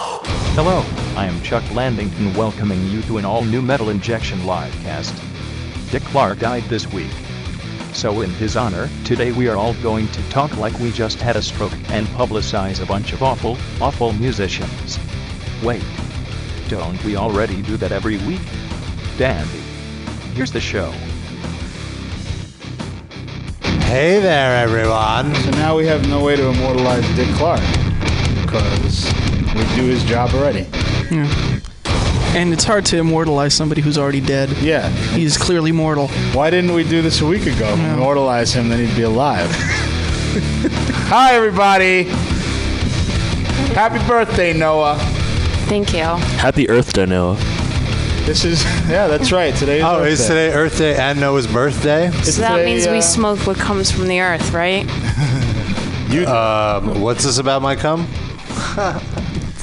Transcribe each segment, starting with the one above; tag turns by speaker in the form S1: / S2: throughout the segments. S1: Hello, I am Chuck Landington welcoming you to an all new Metal Injection livecast. Dick Clark died this week. So, in his honor, today we are all going to talk like we just had a stroke and publicize a bunch of awful, awful musicians. Wait. Don't we already do that every week? Dandy. Here's the show.
S2: Hey there, everyone.
S3: So now we have no way to immortalize Dick Clark because we do his job already.
S4: And it's hard to immortalize somebody who's already dead.
S3: Yeah.
S4: He's clearly mortal.
S3: Why didn't we do this a week ago? Immortalize him, then he'd be alive. Hi, everybody. Happy birthday, Noah.
S5: Thank you.
S6: Happy Earth Day, Noah.
S3: This is yeah, that's right. Today.
S2: Oh, is today Earth Day and Noah's birthday?
S5: So that means
S3: uh,
S4: uh,
S5: we smoke what comes from the earth, right?
S2: Um, what's this about my cum?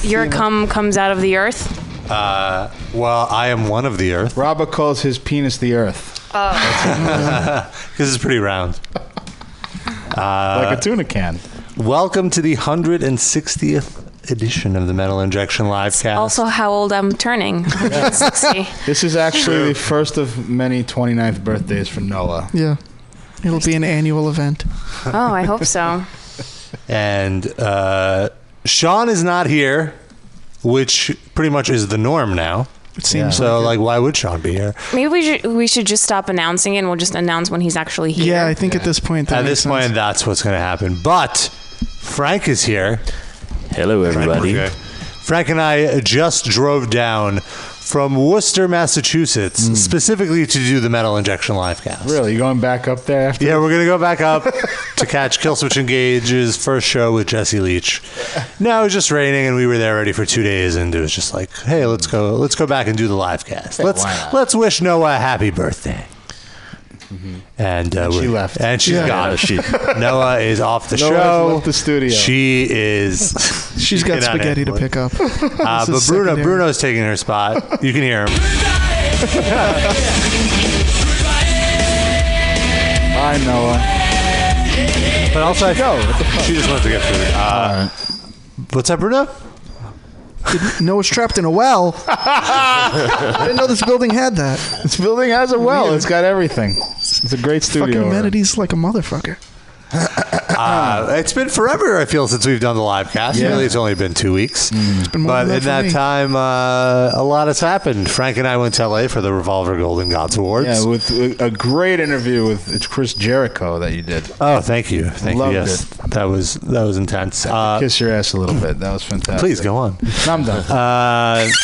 S5: Your cum comes out of the earth.
S2: Uh, well, I am one of the Earth
S3: Robba calls his penis the Earth,
S2: because it's Oh. pretty round. Uh,
S3: like a tuna can.
S2: Welcome to the 160th edition of the Metal Injection Livecast.
S5: Also, how old I'm turning. 160.
S3: This is actually the first of many 29th birthdays for Noah.
S4: Yeah. It'll be an annual event.
S5: oh, I hope so.
S2: and uh, Sean is not here, which pretty much is the norm now.
S4: It seems
S2: So, like, why would Sean be here?
S5: Maybe we should we should just stop announcing it and we'll just announce when he's actually here.
S4: Yeah, I think at this point. That
S2: At
S4: makes
S2: Uh, this point,
S4: sense.
S2: that's what's going to happen. But Frank is here.
S6: Hello, everybody.
S2: Okay. Frank and I just drove down from Worcester, Massachusetts, specifically to do the Metal Injection live cast.
S3: Hmm. Really, you going back up there after?
S2: Yeah, we're gonna go back up to catch Killswitch Engage's first show with Jesse Leach. No, it was just raining, and we were there already for two days, and it was just like, hey, let's go, let's go back and do the live cast. Let's
S3: why not?
S2: let's wish Noah a happy birthday. And, uh,
S3: she
S2: we're-
S3: left.
S2: and she's gone. She, Noah is off the
S3: Noah has
S2: show.
S3: left the studio.
S2: She is.
S4: She's got spaghetti to pick up.
S2: Uh, but
S4: This is
S2: Bruno,
S4: secondary.
S2: Bruno's taking her spot. You can hear him.
S3: Hi, Noah.
S2: But also, I go. She just wants to get food. Uh, What's up, Bruno?
S4: Noah's trapped in a well. I didn't know this building had that.
S3: This building has a well. It's got everything. It's a great studio.
S4: Fucking
S3: already.
S4: amenities like a motherfucker.
S2: Uh, it's been forever, I feel, since we've done the live cast.
S3: Yeah.
S2: Really, it's only been two weeks.
S4: Mm. been more
S2: but
S4: than
S2: in
S4: that
S2: that
S4: for me.
S2: time, uh, a lot has happened. Frank and I went to LA for the Revolver Golden Gods Awards.
S3: Yeah, with with a great interview with Chris Jericho that you did.
S2: oh, thank you, thank
S3: Loved
S2: you. Yes, that was that was intense. Uh,
S3: Kiss your ass a little bit. That was fantastic.
S2: please go on.
S3: No, I'm done.
S2: Uh,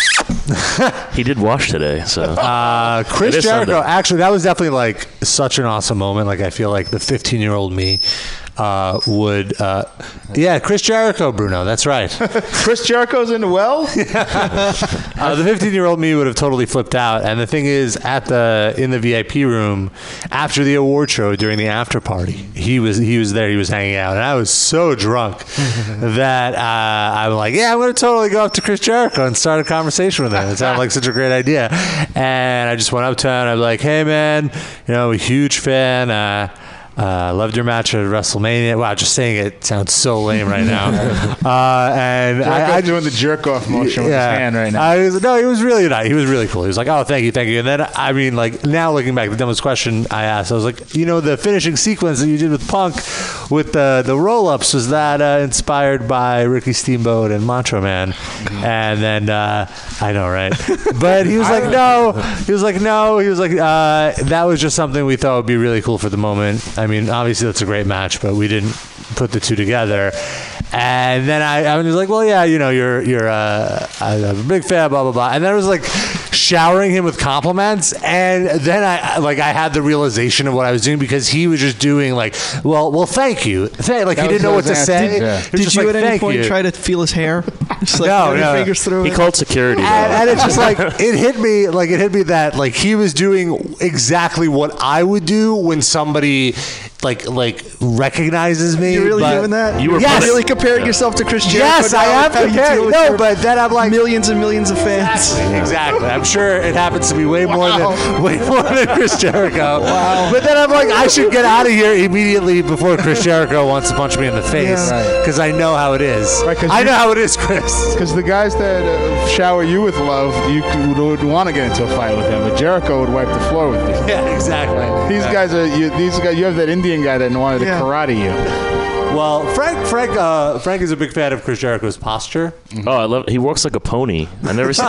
S6: He did wash today, so
S2: Uh, Chris
S6: It is
S2: Jericho.
S6: Sunday.
S2: Actually, that was definitely like such an awesome moment. Like I feel like the 15 year old me uh, would. Uh, yeah, Chris Jericho, Bruno. That's right.
S3: Chris Jericho's in the well.
S2: Uh, the 15 year old me would have totally flipped out. And the thing is, at the in the VIP room after the award show during the after party, he was he was there. He was hanging out, and I was so drunk that uh, I'm like, yeah, I'm going to totally go up to Chris Jericho and start a conversation with him. It sounded like such a great idea. And I just went up to him. and I'm like, hey man, you know, I'm a huge fan. Uh, uh, loved your match at WrestleMania. Wow, just saying it sounds so lame right now. uh, and I, I
S3: Jericho's doing the jerk off motion with his hand right now.
S2: I was- no, he was really nice. He was really cool. He was like, "Oh, thank you, thank you." And then, I mean, like now looking back, the dumbest question I asked, I was like, "You know, the finishing sequence that you did with Punk, with the the roll ups, was that uh, inspired by Ricky Steamboat and Macho Man?"
S3: Mm-hmm.
S2: And then uh, I know, right? But he was like, "No," he was like, "No," he was like, uh, "That was just something we thought would be really cool for the moment." I mean, obviously that's a great match, but we didn't put the two together. And then I, I was like, well, yeah, you know, you're you're uh, I'm a big fan, blah blah blah. And then I was like showering him with compliments. And then I like I had the realization of what I was doing because he was just doing like, well, well, thank you, Thank- like
S3: That
S2: he
S3: was
S2: didn't know
S3: what
S2: what
S3: I
S2: to
S3: was
S2: say.
S3: asking, yeah.
S2: He was
S4: Did
S2: just
S4: you
S2: like,
S4: at any
S2: "Thank
S4: point
S2: you."
S4: try to feel his hair? Just like
S2: No,
S4: run your
S2: no.
S4: fingers through
S6: he
S4: it.
S6: called security.
S2: and,
S6: though.
S2: and it's just like it hit me like it hit me that like he was doing exactly what I would do when somebody like like recognizes me.
S4: You're really
S2: but-
S4: doing that?
S2: You were
S4: yes.
S2: putting-
S4: really comparing yourself to Chris Jericho?
S2: Yes,
S4: now
S2: I am
S4: with how you deal
S2: comparing-
S4: with
S2: no,
S4: your
S2: but then I'm like
S4: millions and millions of fans.
S2: Exactly. I'm sure it happens to me way more than way more than Chris Jericho. But then I'm like, I should get out of here immediately before Chris Jericho wants to punch me in the face
S3: Yeah. Right.
S2: because I know how it is.
S3: Right, 'cause
S2: I
S3: you-
S2: know how it is, Chris.
S3: Because the guys that uh, shower you with love, you c- would want to get into a fight with them. But Jericho would wipe the floor with you.
S2: Yeah, exactly.
S3: These guys are you, these guys. You have that Indian guy that wanted to
S4: Yeah.
S3: karate you.
S2: Well, Frank Frank uh, Frank is a big fan of Chris Jericho's posture.
S6: Oh, I love. He walks like a pony. I never seen.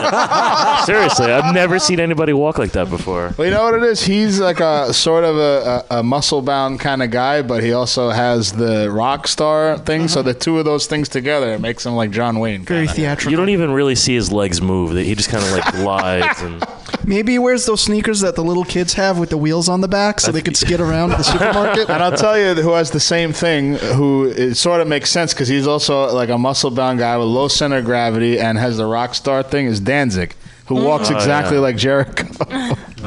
S6: seriously, I've never seen anybody walk like that before.
S3: Well, you know what it is. He's like a sort of a, a, a muscle bound kind of guy, but he also has the rock star thing. So the two of those things together it makes him like John Wayne.
S4: Very
S3: kinda.
S4: theatrical.
S6: You don't even really see his legs move. He just kind of like glides and
S4: Maybe he wears those sneakers that the little kids have with the wheels on the back so they could skid around the supermarket.
S3: And I'll tell you who has the same thing. Who it sort of makes sense because he's also like a muscle-bound guy with low center of gravity and has the rock star thing. Is Danzig, who walks exactly like Jericho.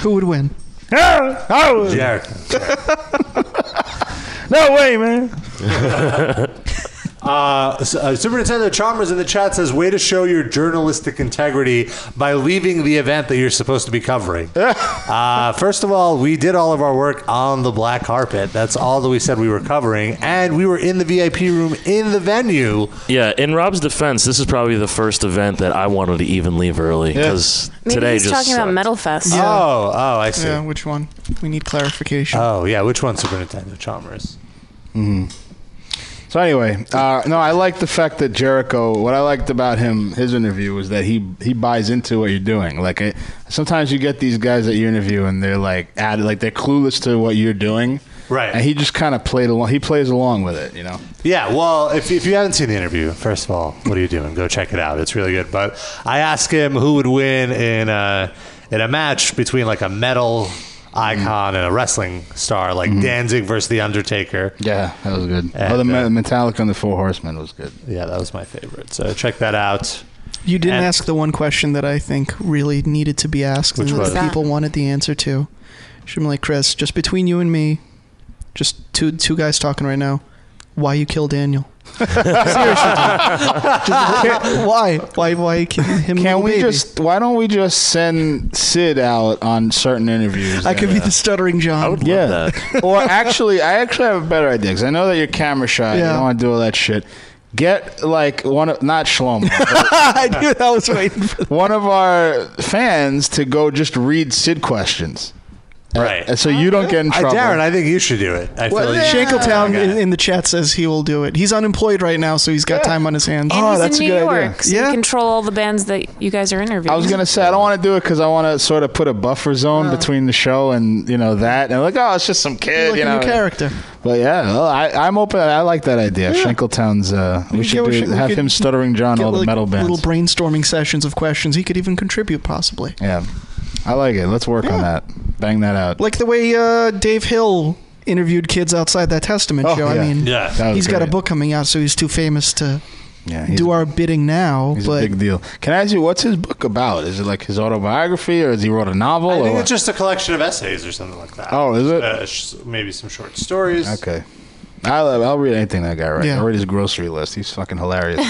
S4: Who would win?
S3: Oh!
S2: Jericho.
S3: no way, man.
S2: Uh, so, uh, Super Nintendo Chalmers in the chat says, "Way to show your journalistic integrity by leaving the event that you're supposed to be covering." uh, first of all, we did all of our work on the black carpet. That's all that we said we were covering, and we were in the VIP room in the venue.
S6: yeah. In Rob's defense, this is probably the first event that I wanted to even leave early because
S5: Maybe
S6: today
S5: he's
S6: just
S5: talking
S6: sucked.
S5: about Metal Fest.
S2: Oh, oh, I see.
S4: Yeah, which one? We need clarification.
S2: Oh, yeah. Which one, Super Nintendo Chalmers?
S3: So anyway, uh, no, I like the fact that Jericho. What I liked about him, his interview, was that he he buys into what you're doing. Like I, sometimes you get these guys that you interview and they're like add like they're clueless to what you're doing,
S2: Right.
S3: And he just kind of played along. He plays along with it, you know.
S2: Yeah, well, if, if you haven't seen the interview, first of all, what are you doing? Go check it out. It's really good. But I asked him who would win in a, in a match between like a metal icon and a wrestling star, like Danzig versus The Undertaker.
S3: Mm-hmm. Yeah, that was good.
S2: And,
S3: oh, the
S2: uh,
S3: Me- Metallica and the Four Horsemen was good.
S2: Yeah, that was my favorite. So check that out.
S4: you didn't
S2: and-
S4: ask the one question that I think really needed to be asked
S2: Which
S4: and that
S2: was?
S4: the people wanted the answer to. Should be like, Chris, just between you and me, just two two guys talking right now, why you kill Daniel? Seriously. dude. Just, why? Why why you kill him?
S3: Can
S4: little
S3: we
S4: baby?
S3: just? Why don't we just send Sid out on certain interviews?
S4: I could be the stuttering John.
S6: I would love
S3: Yeah.
S6: that.
S3: or actually, I actually have a better idea because I know that you're camera shy. You
S4: Yeah.
S3: don't want to do all that shit. Get like one of not Shlomo, but
S4: I knew that was waiting for
S3: one of our fans to go just read Sid questions,
S2: Right.
S3: And so you don't get in
S2: I,
S3: trouble.
S2: Darren, I think you should do it. I feel
S4: Well,
S2: like
S4: Shankletown
S2: Okay.
S4: in, in the chat says he will do it. He's unemployed right now, so he's got time on his hands. Ah,
S5: And he's
S3: that's a
S5: in New
S3: good
S5: York,
S3: idea.
S5: so
S4: Yeah.
S5: you control all the bands that you guys are interviewing.
S3: I was gonna say I don't want to do it because I want to sort of put a buffer zone between the show and you know that, and like oh, it's just some kid,
S4: like
S3: you
S4: a
S3: know.
S4: new character.
S3: But yeah, well, I, I'm open. I like that idea. Shankletown's. Uh, we
S4: could
S3: should
S4: go
S3: do,
S4: with Shank- we
S3: have
S4: could
S3: him stuttering John
S4: Get
S3: all the
S4: like
S3: metal bands.
S4: Little brainstorming sessions of questions. He could even contribute, possibly.
S3: yeah, I like it. Let's work on that. Bang that out.
S4: Like the way uh, Dave Hill interviewed kids outside that Testament
S3: Oh,
S4: show.
S3: yeah.
S4: I mean,
S2: Yeah.
S3: That was
S4: he's got a
S3: great.
S4: book coming out, so he's too famous to
S3: Yeah, he's,
S4: do our bidding now.
S3: he's a
S4: But
S3: big deal. Can I ask you what's his book about? Is it like his autobiography, or is he wrote a novel?
S2: I
S3: or
S2: think
S3: what?
S2: it's just a collection of essays or something like that.
S3: Oh, is it?
S2: Uh, sh- maybe some short stories.
S3: okay. I'll, I'll read anything that guy writes.
S4: Yeah.
S3: I'll read his grocery list. He's fucking hilarious.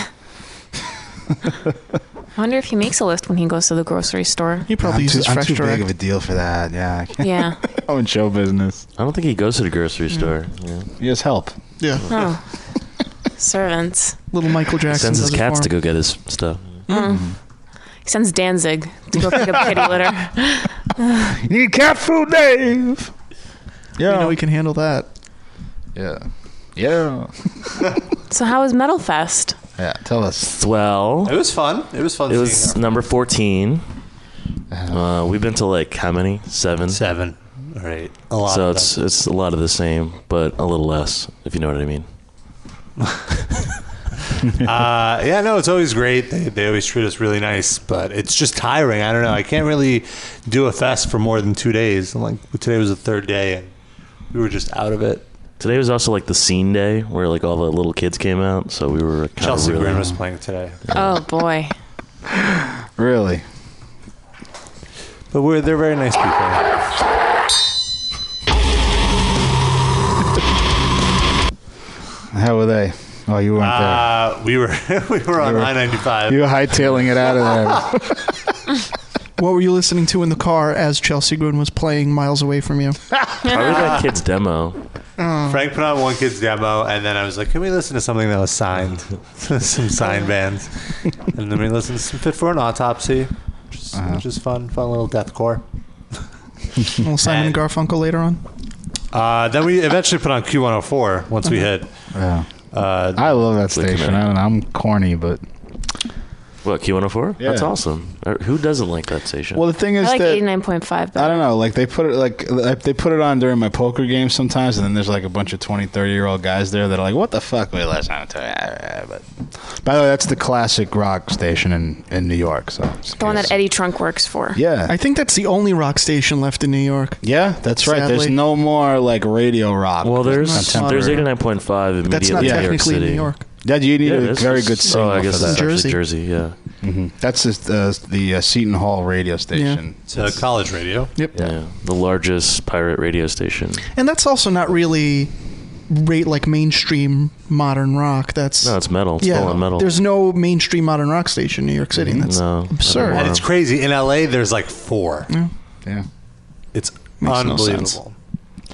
S5: I wonder if he makes a list when he goes to the grocery store.
S4: he probably
S3: I'm too,
S4: uses
S3: I'm
S4: Fresh
S3: too big
S4: Direct.
S3: of a deal for that. Yeah, I can't.
S5: Yeah.
S3: I'm in show business.
S6: I don't think he goes to the grocery store. Yeah.
S3: He has help.
S4: yeah,
S5: Oh. Servants.
S4: little Michael Jackson.
S6: Sends his
S4: does it
S6: cats
S4: for
S6: to
S4: him.
S6: go get his stuff.
S5: Hmm.
S3: Mm.
S5: He sends Danzig to go pick up kitty litter.
S3: You need cat food, Dave. Yeah.
S4: You know, we can handle that.
S3: yeah. Yeah.
S5: So how was Metal Fest?
S3: Yeah. Tell us.
S6: Well,
S2: It was fun. It was fun.
S6: it
S2: seeing
S6: was
S2: her.
S6: number 14.
S3: Uh-huh.
S6: Uh, we've been to like how many? Seven.
S2: seven or eight. A lot.
S6: So
S2: of them.
S6: it's it's a lot of the same, but a little less, if you know what I mean.
S2: Uh, yeah, no, it's always great. They, they always treat us really nice, but it's just tiring. I don't know. I can't really do a fest for more than two days. And like today was the third day, and we were just out of it.
S6: Today was also like the scene day where like all the little kids came out, so we were kind
S2: Chelsea
S6: of
S2: Green
S6: really,
S2: was playing today,
S5: Oh boy.
S3: Really?
S2: but we're they're very nice people.
S3: How were they? Oh, you weren't
S2: Uh, we were we were on
S3: You were-
S2: I ninety
S3: there.
S2: five.
S3: You were hightailing it out of there.
S4: What were you listening to in the car as Chelsea Green was playing miles away from you?
S6: Probably that kid's demo.
S2: Mm. Frank put on one kid's demo, and then I was like, "Can we listen to something that was signed, some signed bands?" And then we listened to some "Fit for an Autopsy," which is,
S3: Uh-huh.
S2: which is fun, fun little deathcore.
S4: Well, Simon and
S2: And-
S4: Garfunkel later on.
S2: Uh, then we eventually put on Q104 once we hit.
S3: Yeah.
S2: Uh,
S3: I love that
S6: Look at
S3: station.
S6: that.
S3: I don't know, I'm corny, but
S6: What Q104?
S3: Yeah.
S6: That's awesome. Uh, Who doesn't like that station?
S3: well, the thing
S5: I
S3: is
S5: like
S3: that
S5: 89.5.
S3: I
S5: better.
S3: don't know. Like they put it like like, they put it on during my poker game sometimes, and then there's like a bunch of 20, 30 year old guys there that are like, "What the fuck?" We last time to but by the way, that's the classic rock station in in New York. So
S5: The one that Eddie Trunk works for.
S3: Yeah,
S4: I think that's the only rock station left in New York.
S3: yeah, that's right. There's
S4: Sadly.
S3: no more like radio rock.
S6: Well, there's
S3: Contemporary.
S6: there's 89.5 immediately
S4: That's
S6: in
S4: not
S6: New York
S4: technically
S6: City.
S4: New York.
S3: Dad, you need
S6: Yeah,
S3: a
S6: this
S3: very
S6: is-
S3: good single
S6: Oh, I guess
S3: for
S6: that's
S3: that.
S4: Jersey.
S6: actually Jersey. Yeah.
S3: Mhm. That's just uh, the uh, Seton Hall radio station.
S2: to college radio.
S4: Yep.
S6: yeah, the largest pirate radio station.
S4: And that's also not really rate like mainstream modern rock. That's
S6: No, it's metal. It's full on metal. Mm-hmm.
S4: There's no mainstream modern rock station in New York City. and That's
S6: No,
S4: absurd.
S2: And it's crazy. In LA, there's like four.
S3: Yeah.
S2: It's
S4: no
S2: unbelievable.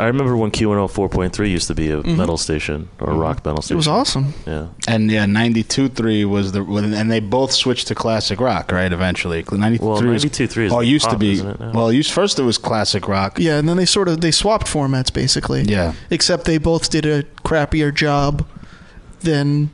S6: I remember when Q104.3 used to be a metal station or a rock metal
S4: Mm-hmm. It
S6: station.
S4: was awesome.
S6: Yeah.
S3: And yeah, 92.3 was the, when- and they both switched to classic rock, right? Eventually, 93
S6: Well,
S3: was-
S6: 92.3 is
S3: oh, it used to
S6: pop,
S3: be.
S6: isn't it now?
S3: Well, it used first it was classic rock.
S4: Yeah, and then they sort of they swapped formats basically.
S3: Yeah.
S4: Except they both did a crappier job than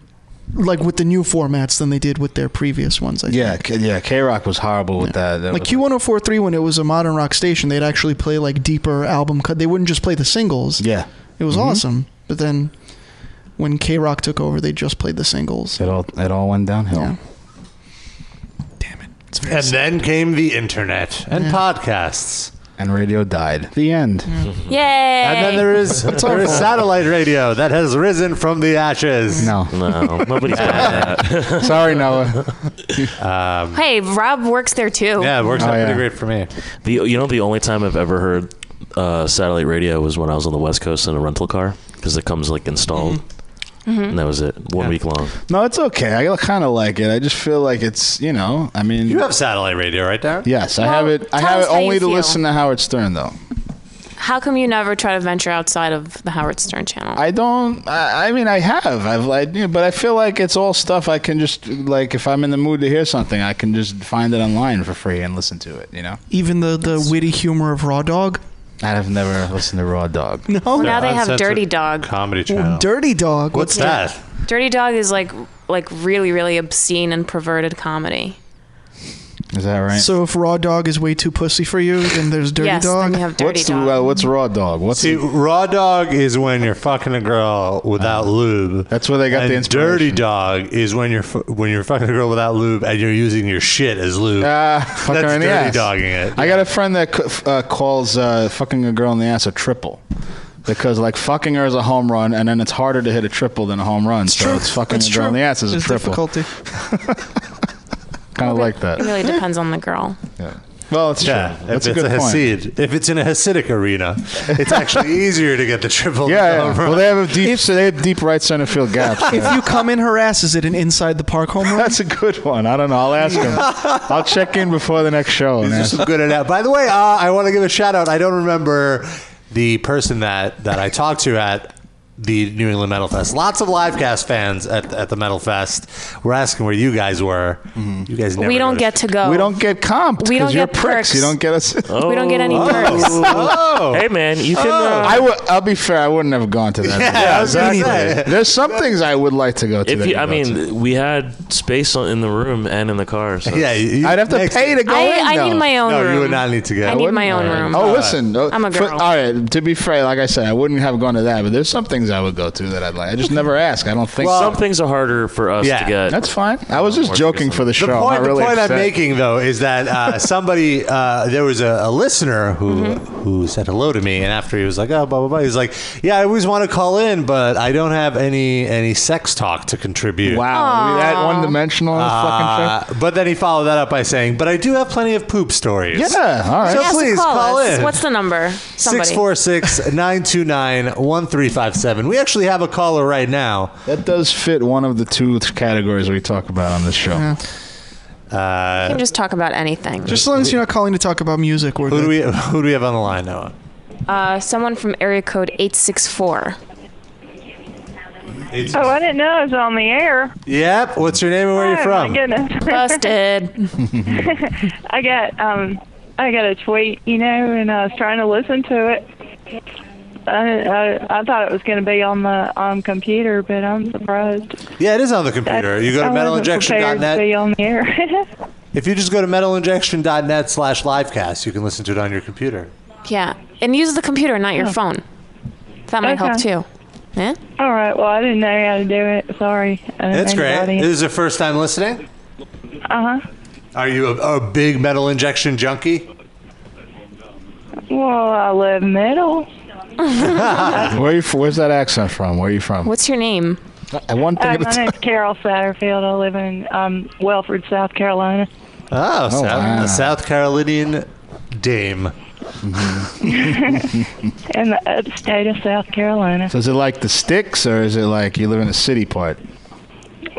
S4: like with the new formats than they did with their previous ones. I
S3: yeah,
S4: think.
S3: K- yeah. K rock was horrible with that. that
S4: Like
S3: was-
S4: Q1043 when it was a modern rock station, they'd actually play like deeper album cut. They wouldn't just play the singles.
S3: Yeah,
S4: It
S3: Mm-hmm.
S4: was awesome. But then when K Rock took over, they just played the singles.
S3: it all it all went downhill.
S4: Yeah. Damn it. It's very
S2: And
S4: sad.
S2: then came the internet and
S4: Yeah.
S2: podcasts.
S3: And radio died. The end.
S6: Mm-hmm.
S5: Yay!
S2: And then there is there is satellite radio that has risen from the ashes.
S3: No,
S6: No, nobody's buying that.
S3: sorry, Noah.
S5: hey, Rob works there too.
S2: Um, Yeah, it works
S3: Oh,
S2: out pretty
S3: yeah.
S2: great for me.
S6: The you know the only time I've ever heard uh, satellite radio was when I was on the West Coast in a rental car because it comes like installed,
S4: Mm-hmm.
S6: and that was it. One
S2: Yeah.
S6: week long.
S3: No, it's okay. I kind of like it. I just feel like it's you know. I mean,
S2: You have satellite radio, right, Darren?
S3: yes, I
S5: Well,
S3: have it. I
S5: tell
S3: have
S5: us
S3: it
S5: how you
S3: only to
S5: feel.
S3: listen to Howard Stern though.
S5: How come you never try to venture outside of the Howard Stern channel?
S3: I don't. I, I mean, I have. I've like, yeah, but I feel like it's all stuff I can just like. If I'm in the mood to hear something, I can just find it online for free and listen to it. You know,
S4: Even the, the witty humor of Raw Dog.
S3: I've never listened to Raw Dog.
S4: No.
S5: well, now they have
S2: Uncensored
S5: Dirty Dog.
S2: Comedy channel.
S4: Dirty Dog.
S2: What's
S5: Yeah.
S2: that?
S5: Dirty Dog is like like really really obscene and perverted comedy.
S3: Is that right?
S4: So if Raw Dog is way too pussy for you, then there's Dirty
S5: yes,
S4: Dog.
S5: then you have Dirty
S3: what's
S5: Dog.
S3: The, uh, what's Raw Dog? What's
S2: See, raw dog is when you're fucking a girl without lube.
S3: Ah. That's where they got
S2: and
S3: the inspiration.
S2: Dirty dog is when you're fu- when you're fucking a girl without lube and you're using your shit as lube.
S3: Uh, fuck her
S2: That's
S3: in the
S2: dirty
S3: ass.
S2: dogging it.
S3: I got a friend that c- uh, calls uh, fucking a girl in the ass a triple. Because like fucking her is a home run, and then it's harder to hit a triple than a home run. so it's fucking a girl in the ass is a
S4: There's
S3: triple.
S4: difficulty.
S3: Kind of like
S5: It
S3: that.
S5: really depends on the girl.
S3: Yeah. Well, it's
S2: yeah,
S3: true.
S2: if
S3: That's
S2: it's
S3: a good
S2: a
S3: point.
S2: Hasid, if it's in a Hasidic arena, it's actually easier to get the triple.
S3: Yeah, yeah.
S2: down
S3: well, they have a deep, so they have deep right center field gaps.
S4: If you come in her ass, is it an inside the park home run?
S3: That's a good one. I don't know. I'll ask him. I'll check in before the next show. and
S2: These
S3: ask-
S2: are some good at that. By the way, uh, I want to give a shout out. I don't remember the person that that I talked to at the New England Metal Fest. Lots of livecast fans at, at the Metal Fest were asking where you guys were. You guys never
S5: we don't
S2: go to-
S5: get to go.
S3: We don't get comped
S5: We don't
S3: because you're
S5: get
S3: pricks.
S5: perks.
S3: You don't get us.
S6: Oh.
S5: We don't get any perks.
S2: Oh,
S6: Hey man, you can. Uh,
S3: I would. I'll be fair. I wouldn't have gone to that.
S2: yeah, exactly.
S3: Anyway, There's some things I would like to go to.
S6: if
S3: that
S6: you, I
S3: go to.
S6: mean, we had space on- in the room and in the car. So
S2: Yeah, you-
S3: I'd have to
S2: next-
S3: pay to go in.
S5: I, I
S3: though.
S5: need my own
S2: No,
S5: room.
S2: you would not need to go.
S5: I need my own room.
S3: Oh, listen. oh,
S5: I'm a
S3: for-
S5: girl.
S3: all right. To be fair, like I said, I wouldn't have gone to that, but there's some things I would go to that I'd like. I just never ask. I don't think.
S6: Some
S3: so.
S6: things are harder for us
S2: Yeah,
S6: to get.
S3: That's fine. I was just
S6: Or-
S3: joking for the show.
S2: The point,
S3: I'm not really
S2: the point I'm
S3: upset.
S2: making though is that uh, somebody uh, there was a, a listener who
S3: Mm-hmm.
S2: who said hello to me, and after he was like, "Oh, blah blah blah," he's like, "Yeah, I always want to call in, but I don't have any any sex talk to contribute."
S3: Wow, are we that one dimensional
S2: Uh,
S3: fucking
S2: but then he followed that up by saying, "But I do have plenty of poop stories."
S3: show. Yeah, all right.
S2: So
S5: Yes,
S2: please
S5: call,
S2: call
S5: us.
S2: in.
S5: What's the number? Somebody.
S2: 646 929 1357. seven. We actually have a caller right now.
S3: That does fit one of the two categories we talk about on this show.
S4: Yeah.
S6: Uh,
S5: You can just talk about anything.
S4: Just as long as you're not calling to talk about music, we're
S2: Who
S4: good.
S2: do we who do we have on the line, Noah?
S5: Uh, someone from area code 864.
S7: Oh, I didn't know it was on the air.
S2: Yep. What's your name and where are you
S7: Oh,
S2: from?
S7: my goodness.
S5: Busted.
S7: I got um, I got a tweet, you know, and I was trying to listen to it. I, I, I thought it was going to be on the on computer, but I'm surprised.
S2: Yeah, it is on the computer. You go to
S7: I wasn't prepared to
S2: metalinjection.net.
S7: be on the air.
S2: If you just go to metalinjection.net slash livecast, you can listen to it on your computer.
S5: Yeah. And use the computer, not your phone. That might help
S7: Oh. Okay. Oh
S5: too. Yeah?
S7: All right. Well, I didn't know how to do it. Sorry.
S2: That's great. This is your first time listening.
S7: Uh huh.
S2: Are you a, a big metal injection junkie?
S7: Well, I live middle.
S3: Where you, f- where's that accent from? Where are you from?
S5: What's your name?
S3: And one thing
S7: Hi,
S3: at a
S7: Uh, my
S3: time.
S7: name's Carol Satterfield. I live in um, Welford, South Carolina.
S2: Oh, South,
S3: wow.
S2: a South Carolinian dame.
S7: in the upstate of South Carolina.
S3: So is it like the sticks, or is it like you live in a city part?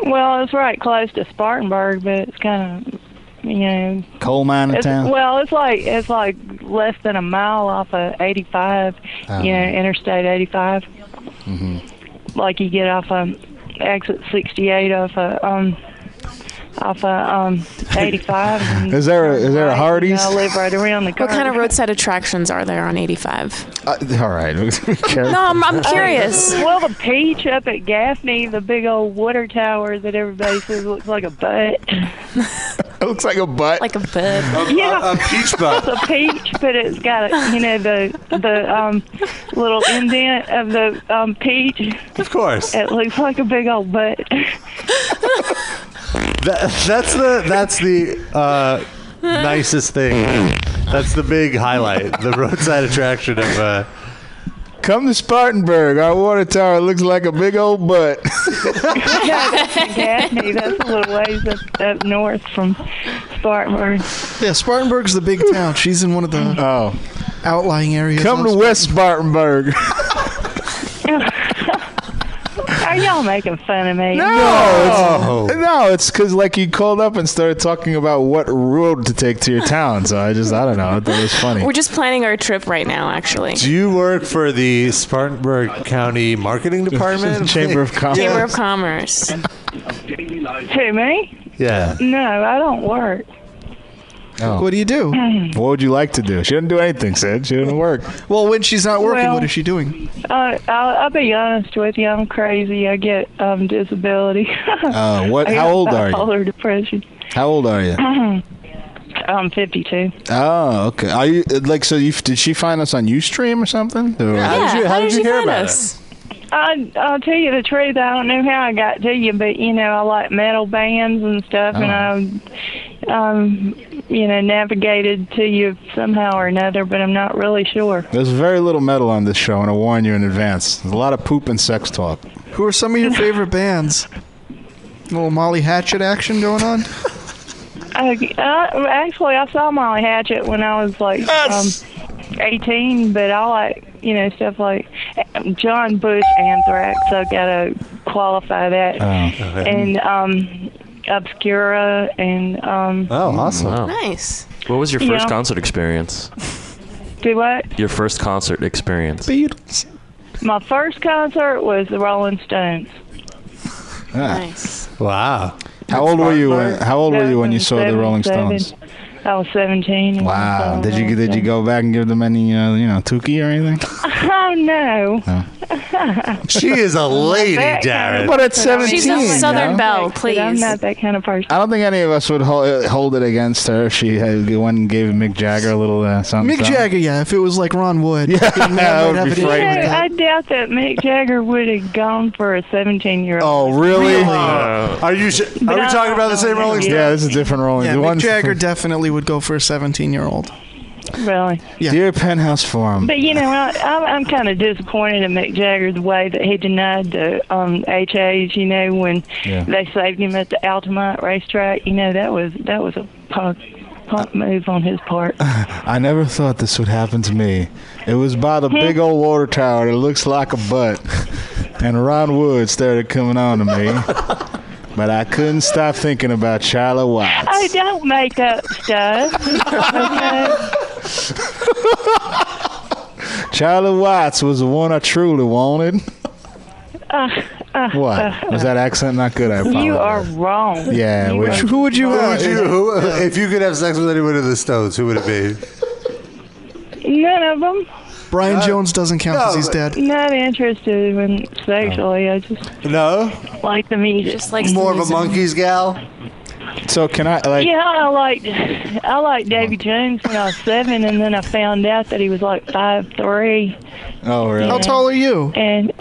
S7: Well, it's right close to Spartanburg, but it's kind of, you know,
S3: Coal mine in
S7: it's,
S3: town.
S7: well, it's like it's like less than a mile off of 85,
S3: Oh,
S7: you know, Interstate 85.
S3: Mm-hmm.
S7: Like you get off of exit 68 off of um off of um 85. and
S3: Is there a- is there a
S7: right,
S3: Hardee's?
S7: and I live right around the
S5: What
S7: curve.
S5: kind of roadside attractions are there on 85?
S3: Uh, all right. Uh, Careful.
S5: No, I'm, I'm curious.
S7: Well, the peach up at Gaffney, the big old water tower that everybody says looks like a butt.
S3: It looks like a butt.
S5: Like a bud.
S7: Yeah.
S2: A, a peach bug.
S7: the peach, but it's got a, you know the the um, little indent of the um, peach.
S2: Of course.
S7: It looks like a big old butt.
S2: That, that's the that's the uh, nicest thing. That's the big highlight. The roadside attraction of uh,
S3: Come to Spartanburg. Our water tower looks like a big old butt.
S7: yeah, that's in Gaffney. That's a little ways up, up north from Spartanburg.
S4: Yeah, Spartanburg's the big town. She's in one of the
S3: Oh.
S4: outlying areas.
S3: Come to West Spartanburg.
S7: Are y'all making fun of me?
S3: No, it's, no, it's because like you called up and started talking about what road to take to your town. So I just I don't know. I thought it was funny.
S5: We're just planning our trip right now, actually.
S2: Do you work for the Spartanburg County Marketing Department?
S3: Chamber of Commerce.
S5: Chamber of Commerce.
S7: To me?
S2: Yeah.
S7: No, I don't work.
S4: What do you do?
S3: Oh. What would you like to do? She didn't do anything, Sid. She didn't work.
S4: Well, when she's not working,
S7: Well-
S4: what is she doing?
S7: Uh, I'll, I'll be honest with you. I'm crazy. I get um, disability.
S3: Uh, what?
S7: I
S3: How
S7: got
S3: old are you?
S7: bipolar depression.
S3: How old are you?
S7: I'm 52.
S3: Oh, okay. Are you like so? You, did she find us on UStream or something? Or-
S2: Yeah. How did you- how did you hear about
S7: I, I'll tell you the truth. I don't know how I got to you, but you know, I like metal bands and stuff, and I,
S3: Oh.
S7: um, you know, navigated to you somehow or another, but I'm not really sure.
S3: There's very little metal on this show, and I warn you in advance. There's a lot of poop and sex talk.
S4: Who are some of your favorite bands? little Molly Hatchet action going on?
S7: I, I, Uh, actually, I saw Molly Hatchet when I was like um, 18, but I like, you know, stuff like John Bush Anthrax. I gotta qualify that,
S3: Oh.
S7: and um, Obscura, and um,
S2: Oh, awesome.
S6: Mm, Wow.
S5: Nice.
S6: What was your
S7: Yeah.
S6: first concert experience?
S7: do what?
S6: Your first concert experience.
S4: Beatles.
S7: My first concert was the Rolling Stones.
S5: Nice.
S2: Wow.
S3: Ah. How old were you? When, how old were you when you saw the Rolling
S7: 77.
S3: Stones?
S7: I was 17. and I saw
S3: Wow.
S7: the
S3: Did you
S7: Rolling
S3: did you go back and give them any uh, you know Tukey or anything?
S7: Stones. Oh no!
S2: She is a lady,
S7: That kind
S2: Darren.
S7: of
S3: But at
S7: person, I mean,
S5: She's
S3: Teen,
S5: a
S3: yeah.
S5: Southern Belle,
S7: but I'm
S5: please.
S7: not that kind of person.
S3: I don't think any of us would hold, hold it against her if she had, went and gave Mick Jagger a little uh, something.
S4: Mick Jagger, yeah. If it was like Ron Wood, yeah,
S3: that would be
S7: You know,
S3: frightening.
S7: I doubt that Mick Jagger would have gone for a 17-year-old.
S3: Oh, really?
S7: Uh,
S2: Are you? Sh- are we
S7: I
S2: talking
S7: don't
S2: about
S7: know
S2: the same
S7: that
S2: Rolling
S7: yet.
S2: Stones?
S3: Yeah, this is a different Rolling.
S4: Yeah,
S3: the
S4: Mick
S3: ones-
S4: Jagger definitely would go for a 17-year-old.
S7: Really?
S4: Yeah.
S3: Dear Penthouse Forum.
S7: But you know, I, I'm, I'm kind of disappointed in Mick Jagger the way that he denied the um, HAs. You know, when
S3: Yeah.
S7: they saved him at the Altamont racetrack. You know, that was that was a punk punk move on his part.
S3: I never thought this would happen to me. It was by
S7: Hmm.
S3: the big old water tower that looks like a butt, and Ron Wood started coming on to me. But I couldn't stop thinking about Charlotte Watts.
S7: I don't make up stuff. Okay?
S3: Charlotte Watts was the one I truly wanted.
S7: Uh, uh,
S3: What? Was that accent not good? I apologize.
S7: you are wrong.
S3: Yeah,
S7: You
S3: we-
S7: are-
S4: Who would you?
S2: Would you, who, if you could have sex with anyone in the Stones, who would it be?
S7: None of them.
S4: Brian Jones doesn't count because he's dead.
S7: Not interested in sexually. I just
S2: No,
S7: like the music.
S5: Just like
S2: more of a monkeys gal.
S3: So can I like?
S7: Yeah, I liked I liked Davy Jones when I was seven, and then I found out that he was like five three,
S3: Oh, really?
S4: How tall are you?
S7: and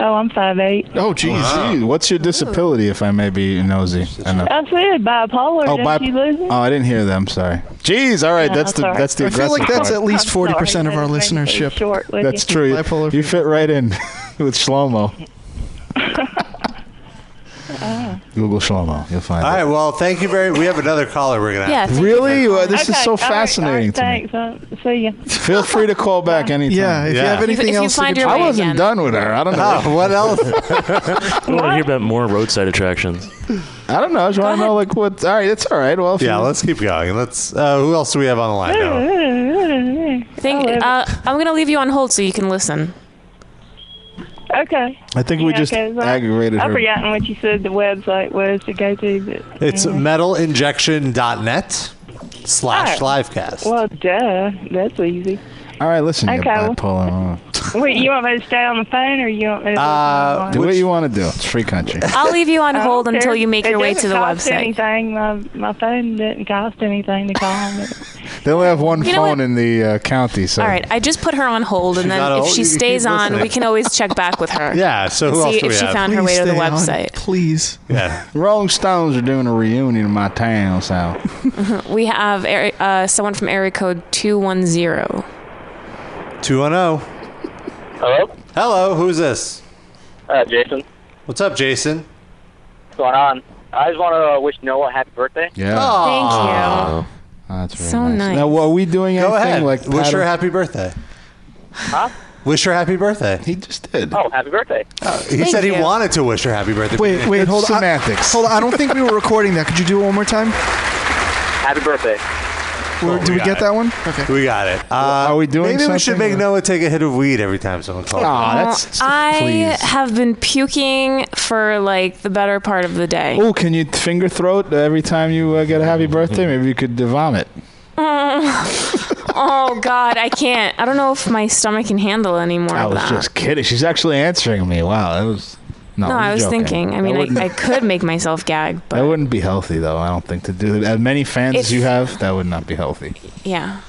S7: oh, I'm five eight.
S3: Oh, geez. Gee, What's your disability, if I may be nosy? enough?
S7: I said bipolar.
S3: Oh,
S7: did
S3: bi-
S7: she lose it?
S3: oh, I didn't hear them. Sorry. Jeez. All right.
S7: No,
S3: that's the
S7: I'm sorry.
S3: that's the
S4: I feel
S3: aggressive
S4: like that's at
S3: part.
S4: least
S7: I'm
S4: forty percent of
S7: sorry,
S4: our
S7: that's been too
S4: listenership.
S7: Short with
S3: That's
S7: you.
S3: true.
S4: Bipolar
S3: You
S4: fever.
S3: fit right in with Shlomo. Google Shlomo. You'll find
S2: All right, well, thank you very. We have another caller. We're gonna.
S5: Yeah.
S3: it.
S5: thank you.
S3: Really? Well, this
S7: Okay,
S3: is so
S7: all right, all right,
S3: fascinating to
S7: thanks. Uh, see ya.
S3: me. Feel free to call back anytime.
S4: Yeah. If you
S2: Yeah.
S4: have
S2: If-
S5: if
S4: anything
S5: you
S4: else, to
S5: find
S4: contri-
S5: your
S3: I
S5: way-
S3: wasn't
S5: again.
S3: done with her. I don't know.
S2: Oh, what else?
S6: I want to hear about more roadside attractions.
S3: I don't know. I just want to know like what. All right, it's all right. Well, if
S2: yeah,
S3: you-
S2: let's keep going. Let's. Uh, who else do we have on the line now?
S7: Oh,
S5: Think, uh, I'm gonna leave you on hold so you can listen.
S7: Okay.
S3: I think we
S7: Yeah,
S3: just
S7: 'cause I-
S3: aggravated
S7: I've
S3: her.
S7: forgotten what you said the website was to go to. But,
S2: It's metalinjection.net slash
S7: Oh.
S2: livecast.
S7: well, duh. That's easy.
S3: All right, listen, you
S7: Okay, well-
S3: bipolar.
S7: Wait, you want me to stay on the phone or you want me to?
S2: Uh,
S3: Do what you want to do. It's free country.
S5: I'll leave you on
S7: I
S5: hold
S7: don't
S5: until
S7: care.
S5: you make
S7: It
S5: your way to
S7: doesn't
S5: the
S7: cost
S5: website.
S7: Anything. My, my phone didn't cost anything to call me.
S3: They only have one
S5: You know
S3: phone
S5: what?
S3: in the uh, county, so
S5: All right, I just put her on hold, and
S2: not
S5: then if
S2: old,
S5: she
S2: you can keep
S5: stays on, we
S2: listening.
S5: can always check back with her.
S2: yeah. So who else
S5: See
S2: do
S5: if
S2: we
S5: she
S2: have?
S5: found her
S4: Please
S5: way to the
S4: stay on,
S5: website.
S4: please.
S2: yeah.
S3: Rolling Stones are doing a reunion in my town, so
S5: We have area- uh, someone from area code 210.
S2: Two one zero.
S8: Hello?
S2: Hello. Who's this?
S8: Uh, Jason.
S2: What's up, Jason?
S8: What's going on? I just want to wish Noah happy birthday.
S3: yeah,
S5: Thank
S2: Aw.
S5: you.
S3: that's very
S5: So nice.
S3: Now, are we doing
S2: Go
S3: anything
S2: ahead.
S3: like
S2: Wish her
S3: paddle-
S2: happy birthday.
S8: Huh?
S2: Wish her happy birthday.
S3: He just did.
S8: Oh, happy birthday.
S2: He
S5: Thank
S2: said he
S5: you.
S2: wanted to wish her happy birthday.
S4: Wait, wait,
S3: It's
S4: hold on. I-
S3: semantics.
S4: Hold on. I don't think we were recording that. Could you do it one more time?
S8: Happy birthday.
S4: Or do
S2: we
S4: we
S2: got
S4: get
S2: it.
S4: that one? Okay.
S2: We got it. Uh,
S3: Are we doing
S2: Maybe we should
S3: something
S2: make
S3: or-
S2: Noah take a hit of weed every time someone calls.
S3: Aw,
S5: Uh,
S3: that's
S5: I
S3: please.
S5: have been puking for like the better part of the day.
S3: Oh, can you finger throat every time you uh, get a happy birthday? Maybe you could vomit.
S5: Oh God, I can't. I don't know if my stomach can handle any more
S3: I
S5: of
S3: was
S5: that.
S3: just kidding. She's actually answering me. Wow, that was no.
S5: no,
S3: I'm
S5: I was
S3: joking.
S5: thinking. I
S3: That
S5: mean,
S3: wouldn't-
S5: I, I could make myself gag,
S3: That
S5: but
S3: wouldn't be healthy, though. I don't think to do that. As many fans
S5: If-
S3: as you have, that would not be healthy.
S5: yeah.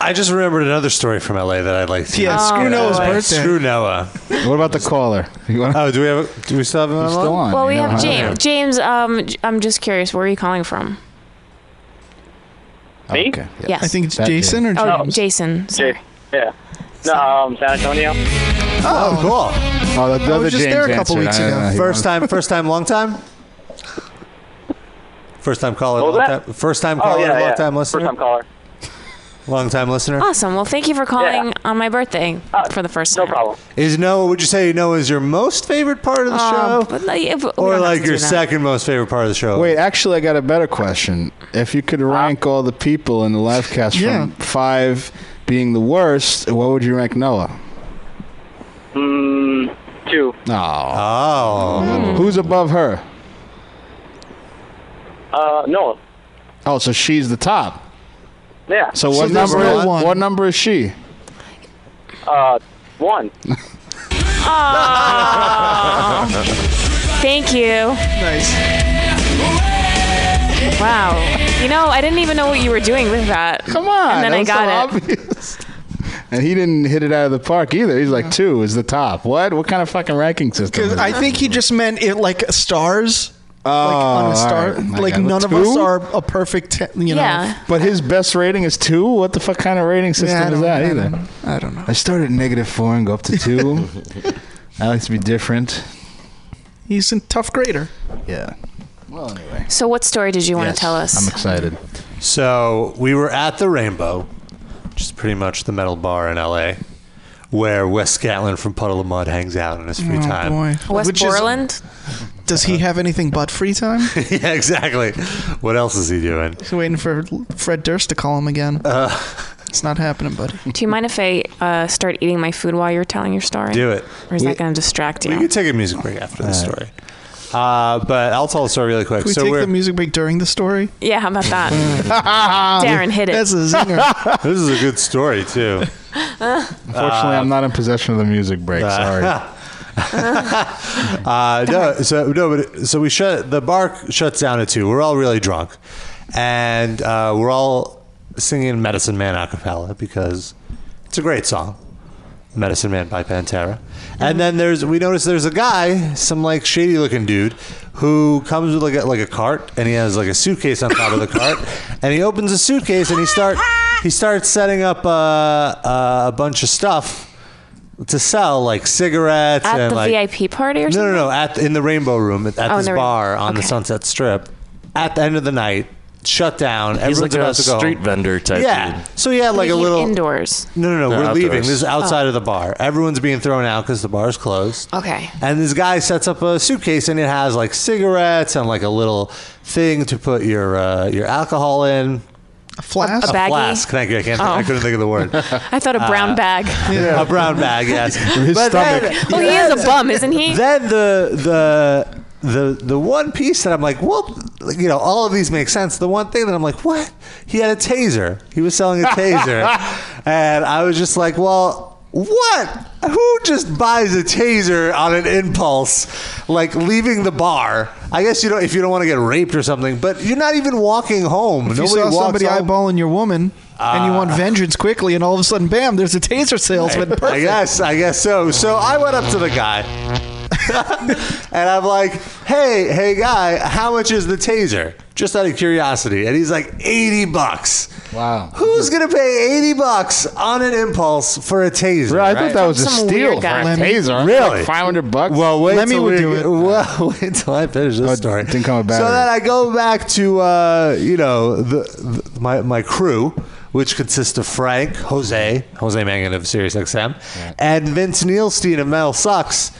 S2: I just remembered another story from LA that I'd like to.
S4: Yeah,
S5: Oh,
S4: screw Noah's
S5: boy.
S4: birthday.
S2: Screw Noah.
S3: What about the caller? You want
S2: Oh, do we have? Do we still have him on? the
S3: still
S2: line?
S3: on?
S5: Well, we
S3: You know
S5: have
S3: how-
S5: James. James, um, j- I'm just curious. Where are you calling from?
S3: Oh,
S8: Me?
S3: Okay. Yeah.
S5: Yes.
S4: I think it's
S3: That
S4: Jason or
S5: Oh,
S4: James.
S5: Jason. Sorry.
S8: Jay- Yeah. No, um, San Antonio.
S2: Oh, cool.
S3: Oh, the, the
S4: was
S3: other
S4: just
S3: James
S4: there a couple
S3: answered.
S4: weeks
S3: I-
S4: ago.
S3: I-
S2: First time, first time, long time. First time caller,
S8: What was
S2: long
S8: that?
S2: time. First time
S8: Oh,
S2: caller,
S8: yeah,
S2: long
S8: yeah.
S2: time listener.
S8: First time caller.
S2: Long time listener.
S5: Awesome. Well, thank you for calling
S8: Yeah.
S5: on my birthday
S8: Uh,
S5: for the first
S8: No
S5: time.
S8: problem.
S2: Is Noah? Would you say Noah is your most favorite part of the
S5: Uh,
S2: show,
S5: but, like, if- we don't
S2: or
S5: have
S2: like
S5: to
S2: your
S5: do that.
S2: second most favorite part of the show?
S3: Wait, actually, I got a better question. If you could rank all the people in the live cast
S4: Yeah.
S3: from five being the worst, what would you rank Noah?
S8: Mm, two.
S3: No.
S2: Oh,
S3: Who's above her?
S8: Uh, Noah.
S3: Oh, so she's the top.
S8: Yeah.
S3: So what
S4: there's
S3: number?
S4: no
S3: is,
S4: one.
S3: What number is she?
S8: Uh, one.
S5: Thank you.
S4: Nice.
S5: Wow. You know, I didn't even know what you were doing with that.
S3: Come on.
S5: And then
S3: that
S5: I
S3: was
S5: got
S3: so
S5: it.
S3: Obvious. And he didn't hit it out of the park either. He's like two is the top. What? What kind of fucking ranking system? Is
S4: Because I
S3: it?
S4: think he just meant it like stars. like on
S3: Uh, all
S4: a star.
S3: right. I
S4: Like
S3: got it.
S4: none of
S3: Two?
S4: us are a perfect. Te- you know.
S5: Yeah.
S3: But his best rating is two. What the fuck kind of rating system
S4: Yeah, I
S3: is
S4: don't-
S3: that
S4: I
S3: either?
S4: don't- I don't know.
S3: I started at negative four and go up to two. I like to be different.
S4: He's a tough grader.
S3: Yeah. Well, anyway.
S5: So, what story did you want
S3: Yes,
S5: to tell us?
S3: I'm excited.
S2: So we were at the Rainbow, which is pretty much the metal bar in LA, where Wes Scatlin from Puddle of Mud hangs out in his free
S4: Oh,
S2: time.
S4: boy.
S5: West
S4: Which is-
S5: Borland?
S4: Does he have anything but free time?
S2: yeah, exactly. What else is he doing?
S4: He's waiting for Fred Durst to call him again. it's not happening, buddy.
S5: Do you mind if I uh, start eating my food while you're telling your story?
S2: Do it.
S5: Or is
S3: We-
S5: that going to distract
S2: We
S5: you?
S2: can take a music break after the story. Uh, but I'll tell the story really quick.
S4: Can we
S2: so
S4: take
S2: we're,
S4: the music break during the story?
S5: yeah, how about that? Darren, hit it.
S4: That's a zinger.
S2: this is a good story too.
S5: Uh,
S3: Unfortunately, I'm not in possession of the music break. Sorry.
S2: Uh, no, so no, but so we shut the bar shuts down at two. We're all really drunk, and uh, we're all singing "Medicine Man" a cappella because it's a great song, "Medicine Man" by Pantera.
S5: Mm-hmm.
S2: And then there's we notice there's a guy, some like shady looking dude, who comes with like a, like a cart, and he has like a suitcase on top of the cart, and he opens the suitcase and he start he starts setting up uh, uh, a bunch of stuff. To sell like cigarettes
S5: At
S2: and
S6: uh,
S5: the
S2: like
S5: VIP party or
S2: no,
S5: something?
S2: no, no. At in the Rainbow Room at, at
S5: Oh, in
S2: this
S5: the Rain-
S2: bar on the
S5: okay.
S2: Sunset Strip. At the end of the night, shut down.
S6: He's
S2: Everyone's
S6: like
S2: about
S6: a
S2: to go.
S6: street
S2: home.
S6: vendor type
S2: Yeah.
S6: dude.
S2: So he had like a
S5: He-
S2: little.
S5: Indoors.
S2: No, no, no.
S6: No,
S2: we're
S6: outdoors.
S2: leaving. This
S5: Oh.
S2: is outside of the bar. Everyone's being thrown out because the bar's closed.
S5: Okay.
S2: And this guy sets up a suitcase and it has like cigarettes and like a little thing to put your uh, your alcohol in.
S4: A flask?
S5: A baggie?
S2: Flask. Thank you. I can't. I
S5: Oh.
S2: couldn't think of the word. Uh,
S5: I thought a brown bag.
S2: A brown bag. Yes.
S3: His stomach.
S2: then-
S5: Oh, he is a bum, isn't he?
S2: then the the the the one piece that I'm like, well, like, you know, all of these make sense. The one thing that I'm like, what? He had a taser. He was selling a taser, and I was just like, well. What? Who just buys a taser on an impulse, like leaving the bar? I guess you don't if you don't want to get raped or something. But you're not even walking home.
S4: If you
S2: Nobody
S4: saw
S2: walks
S4: somebody
S2: home.
S4: eyeballing your woman and you want vengeance quickly, and all of a sudden, bam, there's a taser salesman.
S2: I, I guess. I guess so. So I went up to the guy, and I'm like, "Hey, hey, guy, how much is the taser?" Just out of curiosity, and he's like, 80 bucks."
S3: Wow.
S2: Who's gonna pay 80 bucks on an impulse for a taser?
S3: Bro, I
S2: right?
S3: thought that was a
S5: Some
S3: steal
S5: weird
S3: for
S5: guy.
S3: a taser.
S2: Really?
S3: 500 bucks?
S2: Well, wait
S4: Lemmy
S2: till
S4: would
S2: we,
S4: do it.
S2: Well, wait till I finish this
S3: Oh,
S2: story.
S3: didn't come with
S2: So
S3: battery.
S2: then I go back to uh, you know the, the my my crew, which consists of Frank, Jose, Jose Mangan of SiriusXM, and Vince Neilstein of Metal Sucks,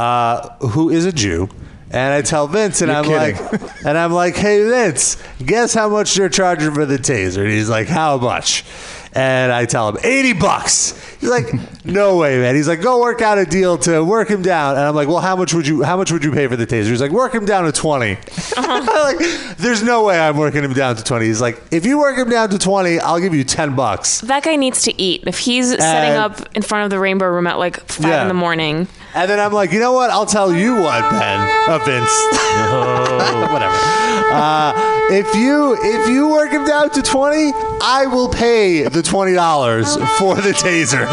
S2: uh, who is a Jew. And I tell Vince, and
S3: You're
S2: I'm
S3: kidding.
S2: like, and I'm like, hey Vince, guess how much they're charging for the taser? And he's like, how much? And I tell him eighty bucks. He's like, no way, man. He's like, go work out a deal to work him down. And I'm like, well, how much would you how much would you pay for the taser? He's like, work him down to twenty. I'm like, there's no way I'm working him down to twenty. He's like, if you work him down to twenty, I'll give you ten bucks.
S5: That guy needs to eat. If he's setting up in front of the Rainbow Room at like five
S2: Yeah.
S5: in the morning,
S2: And then I'm like, you know what? I'll tell you what, Ben, uh, Vince. Whatever. Uh, if you if you work him down to twenty, I will pay the twenty dollars for the taser.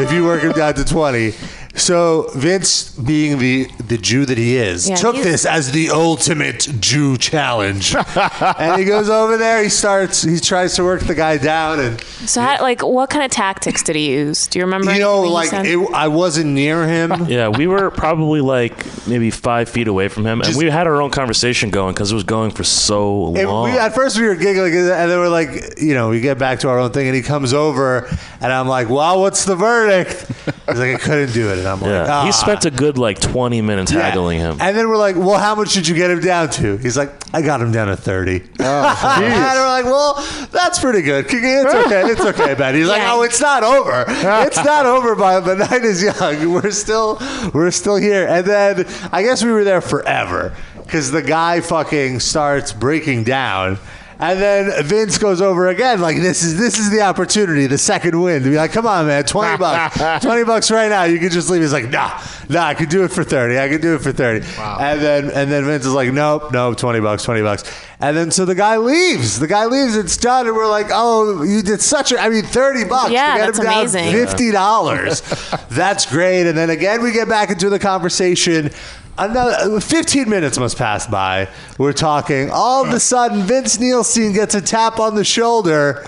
S2: if you work him down to twenty. So Vince, being the the Jew that he is,
S5: Yeah,
S2: took
S5: he's-
S2: this as the ultimate Jew challenge, and he goes over there. He starts. He tries to work the guy down, and
S5: so how, like what kind of tactics did he use? Do you remember?
S2: you know,
S5: anything he
S2: Oh, like
S5: said?
S2: it, I wasn't near him.
S6: Yeah, we were probably like maybe five feet away from him,
S2: Just-
S6: and we had our own conversation going because it was going for so
S2: And
S6: long.
S2: we, at first, we were giggling, and then we're like, you know, we get back to our own thing, and he comes over, and I'm like, "Well, what's the verdict?" He's like, "I couldn't do it," and I'm
S6: yeah,
S2: like, ah.
S6: he spent a good like twenty minutes
S2: Yeah.
S6: haggling him.
S2: And then we're like, "Well, how much did you get him down to?" He's like, "I got him down to 30.
S6: Oh,
S2: and we're like, "Well, that's pretty good. It's okay. It's okay, Ben." He's like,
S5: Yeah.
S2: "Oh, it's not over. It's not over. By the night is young. We're still, we're still here." And then I guess we were there forever because the guy fucking starts breaking down. And then Vince goes over again, like this is this is the opportunity, the second win. To be like, come on, man, twenty bucks, twenty bucks right now. You can just leave. He's like, nah, nah, I could do it for thirty. I could do it for thirty. And then and then Vince is like, nope, nope, twenty bucks, twenty bucks. And then so the guy leaves. The guy leaves. It's done. And we're like, oh, you did such a. I mean, thirty bucks.
S5: Yeah,
S2: to get
S5: that's
S2: him down
S5: amazing.
S2: Fifty dollars. that's great. And then again, we get back into the conversation. Another 15 minutes must pass by. We're talking. All of a sudden, Vince Nielsen gets a tap on the shoulder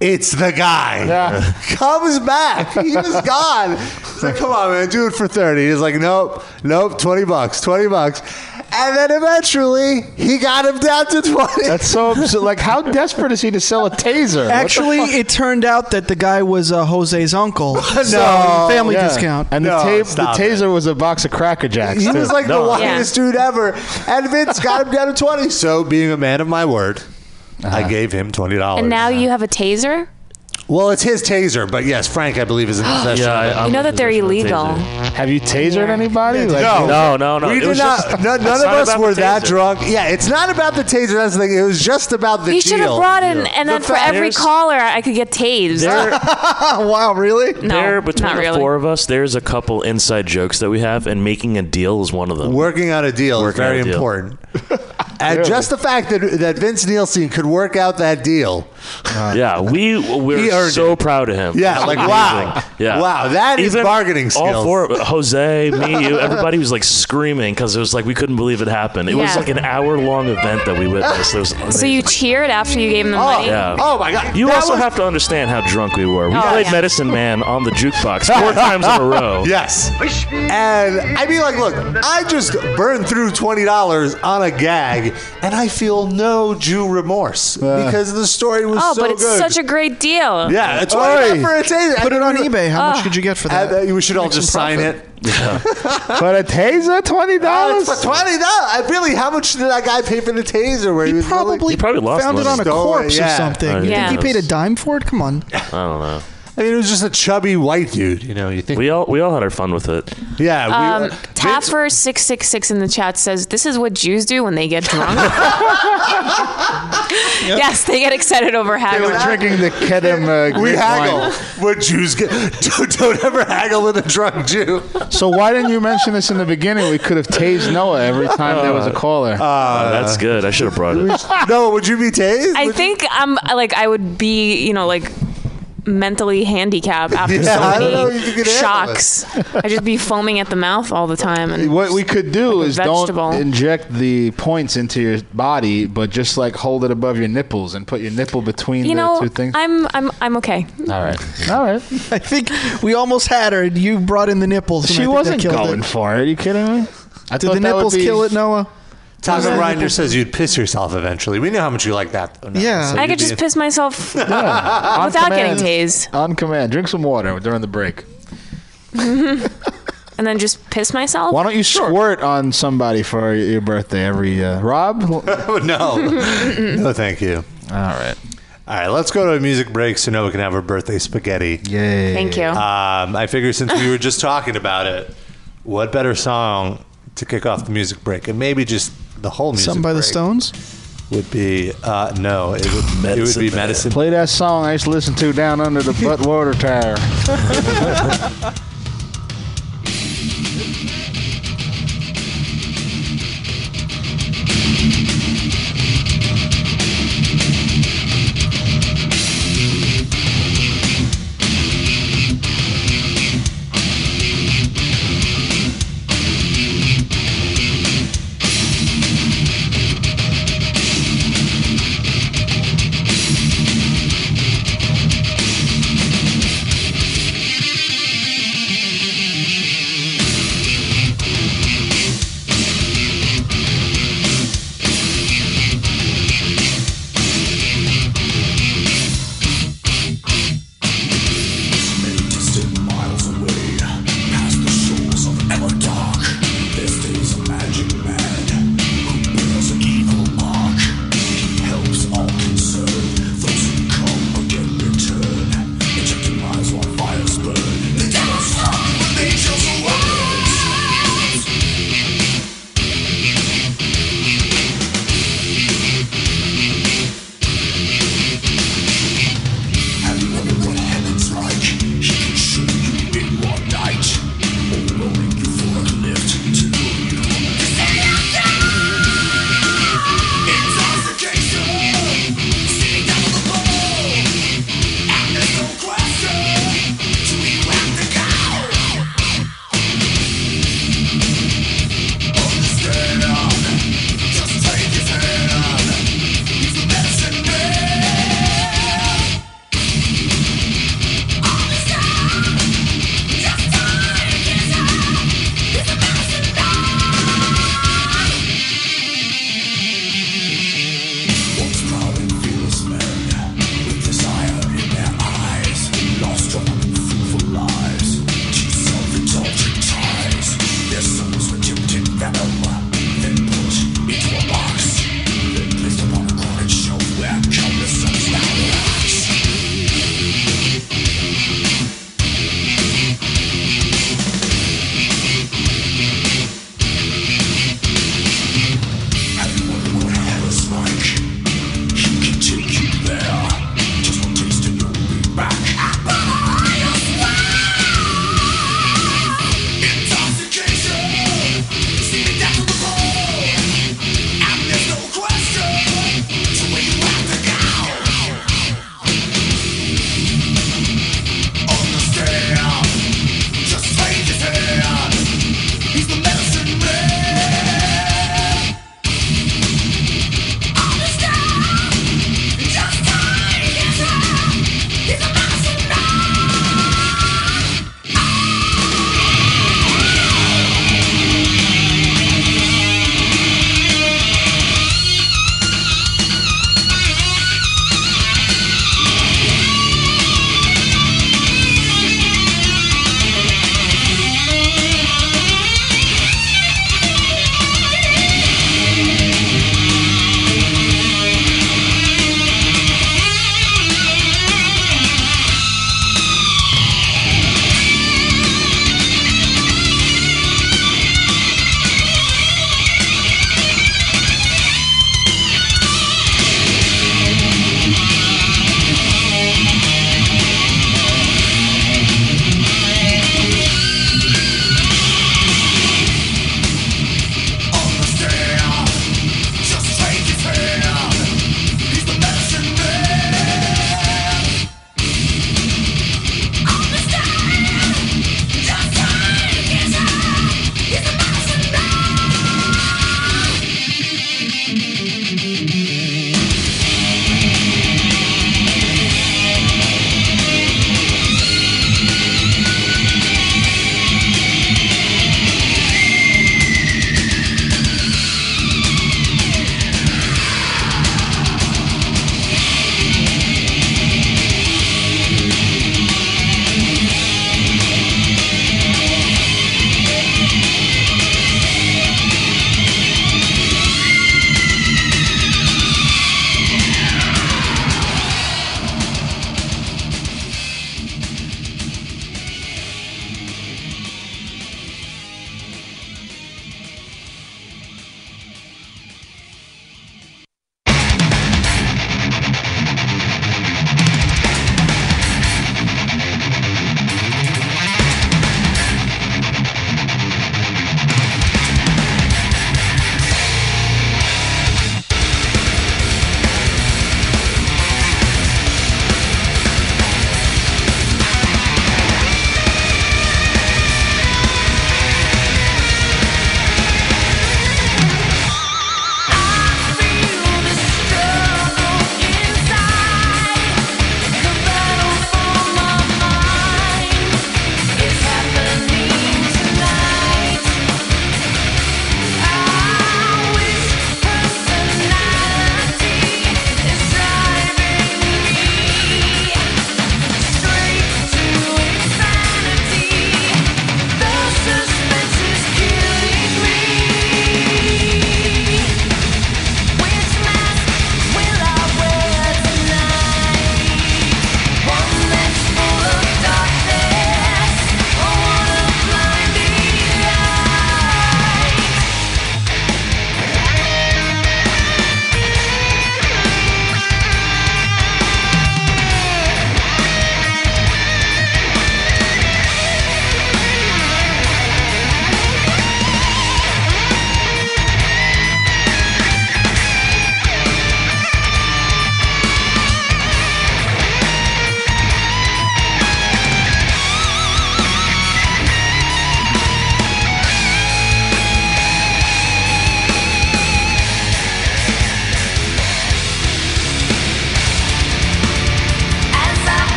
S2: It's the guy. Comes back. He was gone. He's like, come on, man, do it for 30. He's like, nope, nope, 20 bucks, 20 bucks. And then eventually he got him down to 20.
S3: That's so absurd. like, how desperate is he to sell a taser? What the
S4: Actually, it turned out that the guy was uh, Jose's uncle. So,
S2: No,
S4: family
S3: Yeah.
S4: discount.
S3: And
S2: No,
S3: the, tape, the
S2: stop
S3: taser was a box of Cracker Jacks.
S2: He
S3: too.
S2: was like the whitest dude ever. And Vince got him down to 20. So, being a man of my word,
S3: Uh-huh.
S2: I gave him $20.
S5: And now you have a taser?
S2: well, it's his taser, but yes, Frank, I believe, is in possession.
S6: Yeah,
S2: of it.
S6: I, I'm
S5: You know
S6: in
S5: that they're
S6: possession of a
S5: illegal.
S6: taser.
S3: have you tasered anybody? Like,
S2: No.
S6: No, no, no.
S2: We
S6: It
S2: did
S6: was
S2: not.
S6: just-
S2: no-
S6: it's
S2: none of
S6: not
S2: us
S6: about
S2: were
S6: the
S2: that
S6: taser.
S2: drunk. Yeah, it's not about the taser. That's the thing. It was just about the
S5: You
S2: deal.
S5: should have brought in, and then
S6: The
S5: for
S6: fact-
S5: every
S6: there's-
S5: caller, I could get tased.
S6: There,
S2: Oh, wow, really?
S5: no,
S6: there between
S5: not
S6: the
S5: really.
S6: four of us, there's a couple inside jokes that we have, and making a deal is one of them.
S2: Working on a deal
S6: Working
S2: is
S6: on
S2: very
S6: a deal.
S2: important. and just the fact that that Vince Nielsen could work out that deal.
S6: yeah, we
S2: He
S6: we're
S2: earned
S6: so proud of him.
S2: Yeah,
S6: It's
S2: like
S6: amazing.
S2: wow,
S6: Yeah.
S2: wow, that is
S6: Even
S2: bargaining skills.
S6: All four, of- Jose, me, you, everybody was like screaming because it was like we couldn't believe it happened. It was
S5: Yeah.
S6: like an hour long event that we witnessed. It was
S5: So
S6: amazing.
S5: you cheered after you gave him the money?
S6: yeah.
S2: Oh my god,
S6: You
S2: That
S6: also
S2: was-
S6: have to understand how drunk we were. We
S5: Oh,
S6: played
S5: yeah.
S6: Medicine Man on the jukebox four times in a row.
S2: Yes. And I mean, like, look, I just burned through $20 on a gag, and I feel no Jew remorse because the story was
S5: Oh,
S2: so
S5: but it's
S2: good.
S5: such a great deal.
S2: yeah, it's right
S3: Oi.
S2: for a taser.
S4: Put
S2: Oh, I
S4: it
S2: mean,
S4: on
S2: we-
S4: eBay. How
S5: Ah.
S4: much could you get for that?
S2: I- I- we should all just sign it.
S3: But a taser, twenty
S2: Oh,
S3: dollars.
S2: it's for twenty dollars. I really, how much did that guy pay for the taser? Where he,
S4: He
S2: was willing-
S4: probably,
S6: He probably lost
S4: found it
S6: money.
S4: on a
S2: Stole it,
S4: corpse
S2: yeah.
S4: or something.
S6: Oh,
S4: you
S5: yeah.
S4: think he paid a dime for it? Come on.
S6: I don't know.
S2: I mean, it was just a chubby white dude. You know, you think?
S6: We all we all had our fun with it.
S2: yeah.
S5: Um,
S2: we,
S5: Taffer six six six in the chat says this is what Jews do when they get drunk. Yes, they get excited over
S3: They were
S5: Hagel.
S3: drinking the Kedem. Uh,
S2: we
S3: grape
S2: haggle.
S3: wine.
S2: What Jews get? Don't, don't ever haggle with a drunk Jew.
S3: So why didn't you mention this in the beginning? We could have tased Noah every time there
S2: Uh,
S3: was a caller.
S6: Oh, that's good. I should have brought it.
S2: no, would you be tased?
S5: I
S2: Would-
S5: think I'm like I would be you know like mentally handicapped after
S2: Yeah, I don't know if
S5: so
S2: you
S5: many
S2: could handle it.
S5: shocks. I'd just be foaming at the mouth all the time. And
S3: what we could do
S5: Like a
S3: is don't
S5: vegetable.
S3: inject the points into your body, but just like hold it above your nipples and put your nipple between
S5: you
S3: the
S5: know
S3: two things.
S5: I'm I'm I'm okay.
S3: all right, all right.
S4: I think we almost had her, and you brought in the nipples. and I
S3: She
S4: think that
S3: wasn't
S4: killed
S3: going
S4: It.
S3: for it. Are you kidding me? I
S4: Did
S3: thought
S4: the
S3: that would
S4: nipples
S3: be-
S4: kill it, Noah?
S2: Tom Reiner says you'd piss yourself eventually. We know how much you like that. Though, now,
S4: Yeah.
S2: so
S5: I
S2: you'd
S5: could
S2: be-
S5: just piss myself
S3: On
S5: without getting
S3: command.
S5: tased,
S3: On command. Drink some water during the break.
S5: and then just piss myself.
S3: Why don't you squirt on somebody for your birthday every uh, Rob? All
S2: no,
S4: Mm-hmm.
S2: no, thank you.
S3: right.
S2: All right, let's go to a music break so Noah can have her birthday spaghetti.
S3: Yay.
S5: Thank you.
S2: Um, I figure since we were just talking about it, what better song to kick off the music break and maybe just the whole music
S4: Something by the
S2: break
S4: Stones?
S2: would be uh, no, it would, it would
S6: Medicine
S2: be
S6: Man.
S2: medicine.
S3: Play that song I used to listen to down under the butt water tower.
S9: Thank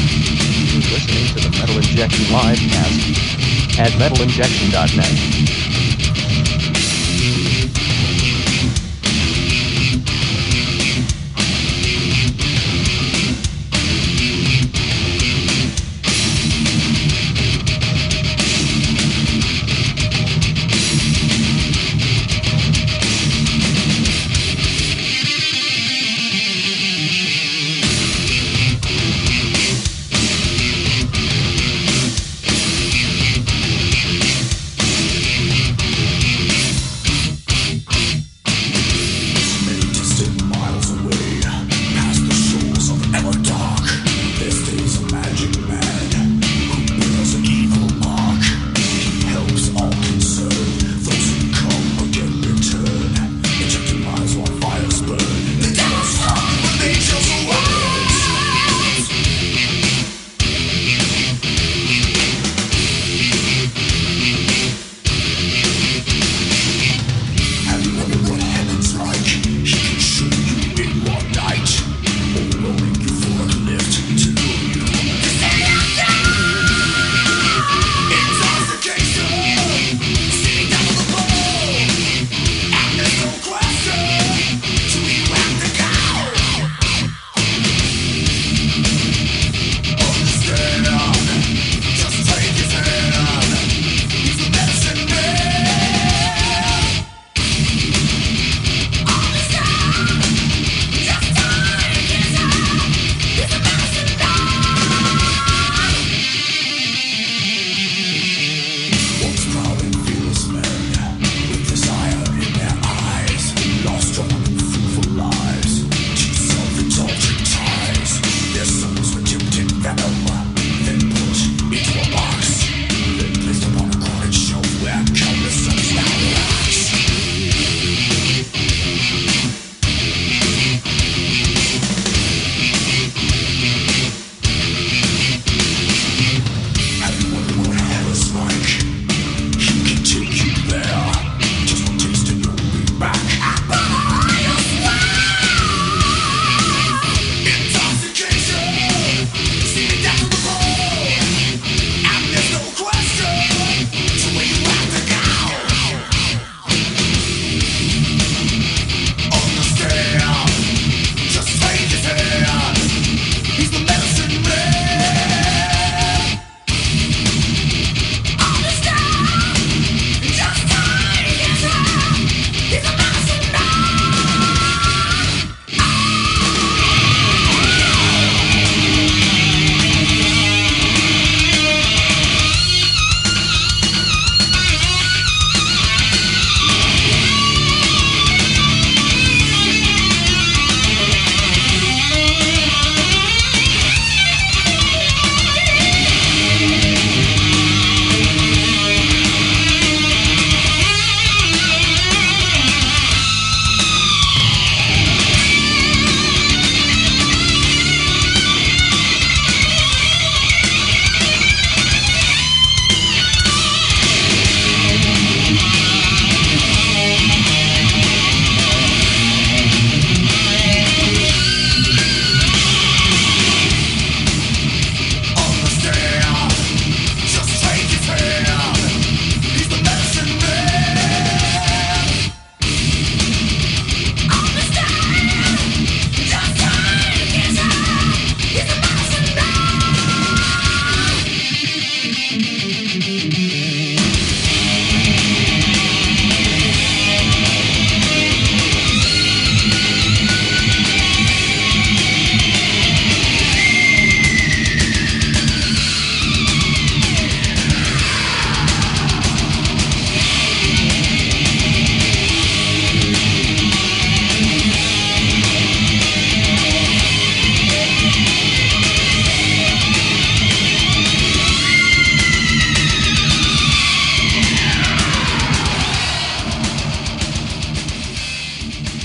S1: listening to the Metal Injection Livecast at metalinjection.net.
S9: Many distant miles away, past the shores of Everdark, there stays a magic man who bears an evil mark. He helps all concerned, those who come again return. Injecting lives while fires burn. The devil's heart, the angels arise. Have you wondered what heaven's like? She can show you in one night, overloading you for a lift to lure you. Intoxication, sitting down on the pole, and there's no question. Do you have to go? Understand? Just take his hand. He's the medicine man. Once proud and fearless men, with desire in their eyes, lost on fruitful lives, to self-indulgent ties. Their souls were dipped in venom, then put into a box, then placed upon a crowded shelf where countless suns now relax. Have you wondered what hell is like? He can take you there. Just one taste and you'll be back. Intoxication, seeming death on the road, and there's no question to where you have to go. Understand? Just take his hand. He's the medicine man.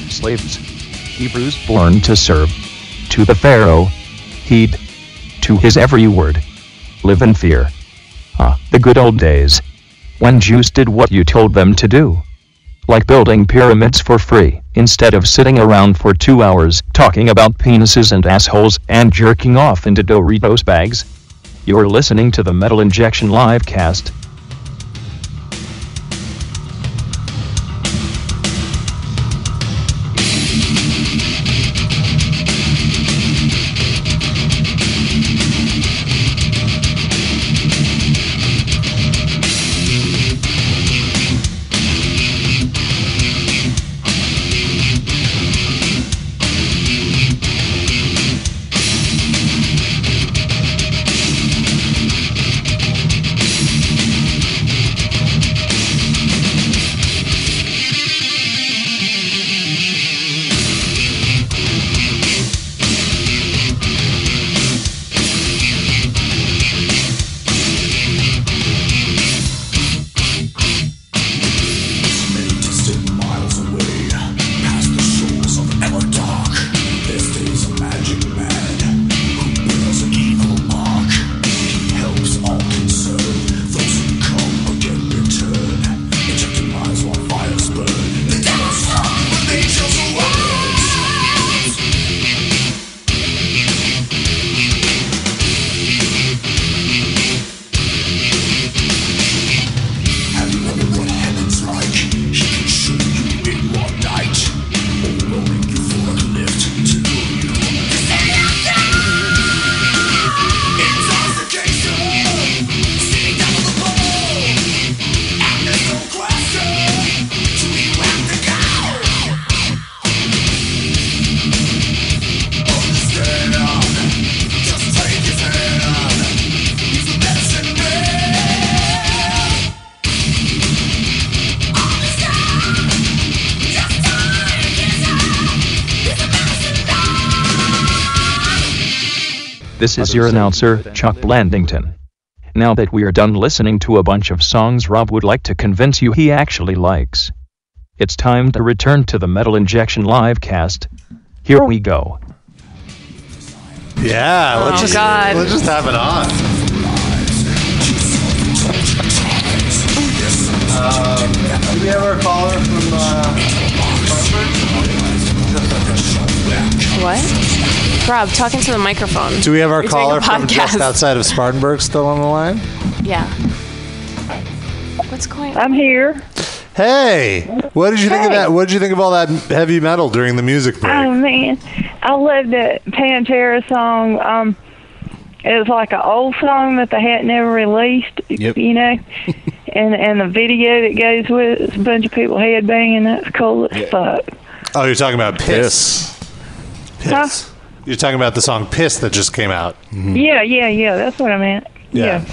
S1: slaves. Hebrews born to serve. To the Pharaoh. Heed. To his every word. Live in fear. Ah, the good old days. When Jews did what you told them to do. Like building pyramids for free, instead of sitting around for two hours talking about penises and assholes and jerking off into Doritos bags. You're listening to the Metal Injection Livecast.
S9: Many distant miles away, past the shores of Everdark, there stays a magic man who bears an evil mark. He helps all concerned, those who come again return, ejecting lives while fires burn. The devil's heart with angels arise. Have you ever what heaven's like? He can show you in one night, overwhelming you for a lift to know you. Intoxication, sitting down on the pole, and there's no question to be where to go. Understand on, just take his hand on. He's the medicine man.
S1: This is your announcer, Chuck Blandington. Now that we are done listening to a bunch of songs Rob would like to convince you he actually likes, it's time to return to the Metal Injection Livecast. Here we go.
S2: Yeah, let's
S5: Oh,
S2: just
S5: God.
S2: let's just have it on. do we have our caller from?
S5: What? Rob, talking to the microphone.
S2: do we have our
S5: You're doing
S2: caller
S5: a
S2: from just
S5: podcast.
S2: outside of Spartanburg still on the line?
S5: Yeah. What's going on?
S7: I'm here.
S2: Hey, what did you think of
S7: Hey.
S2: that? What did you think of all that heavy metal during the music break?
S7: Oh man, I love that Pantera song. Um, it was like an old song that they had never released.
S3: Yep.
S7: You know, and and the video that goes with it's a bunch of people headbanging. That's cool as fuck.
S2: oh, you're talking about piss. Piss.
S7: Huh?
S2: You're talking about the song "Piss" that just came out.
S6: Mm-hmm.
S3: Mm.
S7: Yeah, yeah, yeah. That's what I meant. Yeah.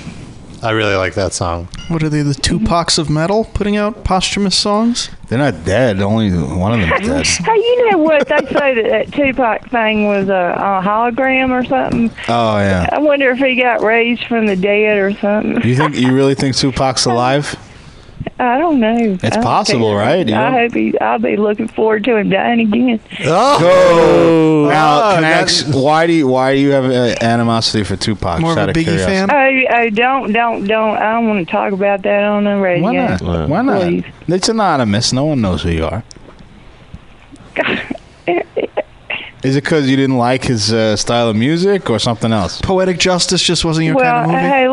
S2: I really like that song.
S4: What are they, the Tupacs of metal, putting out posthumous songs?
S3: They're not dead. Only one of them is dead.
S7: Hey, you know what? They say that that Tupac thing was a, a hologram or something.
S3: Oh yeah.
S7: I wonder if he got raised from the dead or something.
S3: You think you really think Tupac's alive?
S7: I don't know.
S3: It's
S7: I don't
S3: possible,
S7: care.
S3: right? You
S7: I
S3: know?
S7: hope he. I'll be looking forward to him dying again.
S2: Oh,
S3: Oh, now
S2: Oh,
S3: can I
S2: that-
S3: ask, why do you, why do you have uh, animosity for Tupac?
S4: More of
S3: Just
S4: a
S3: out
S4: Biggie
S3: curiosity.
S4: fan?
S7: Oh, oh, don't, don't, don't. I don't want to talk about that on the radio.
S3: Why not?
S6: Yeah.
S3: Why not?
S7: Please.
S3: It's anonymous. No one knows who you are. Is it because you didn't like his uh, style of music or something else?
S4: Poetic Justice just wasn't your
S7: Well,
S4: kind of movie?
S7: hey,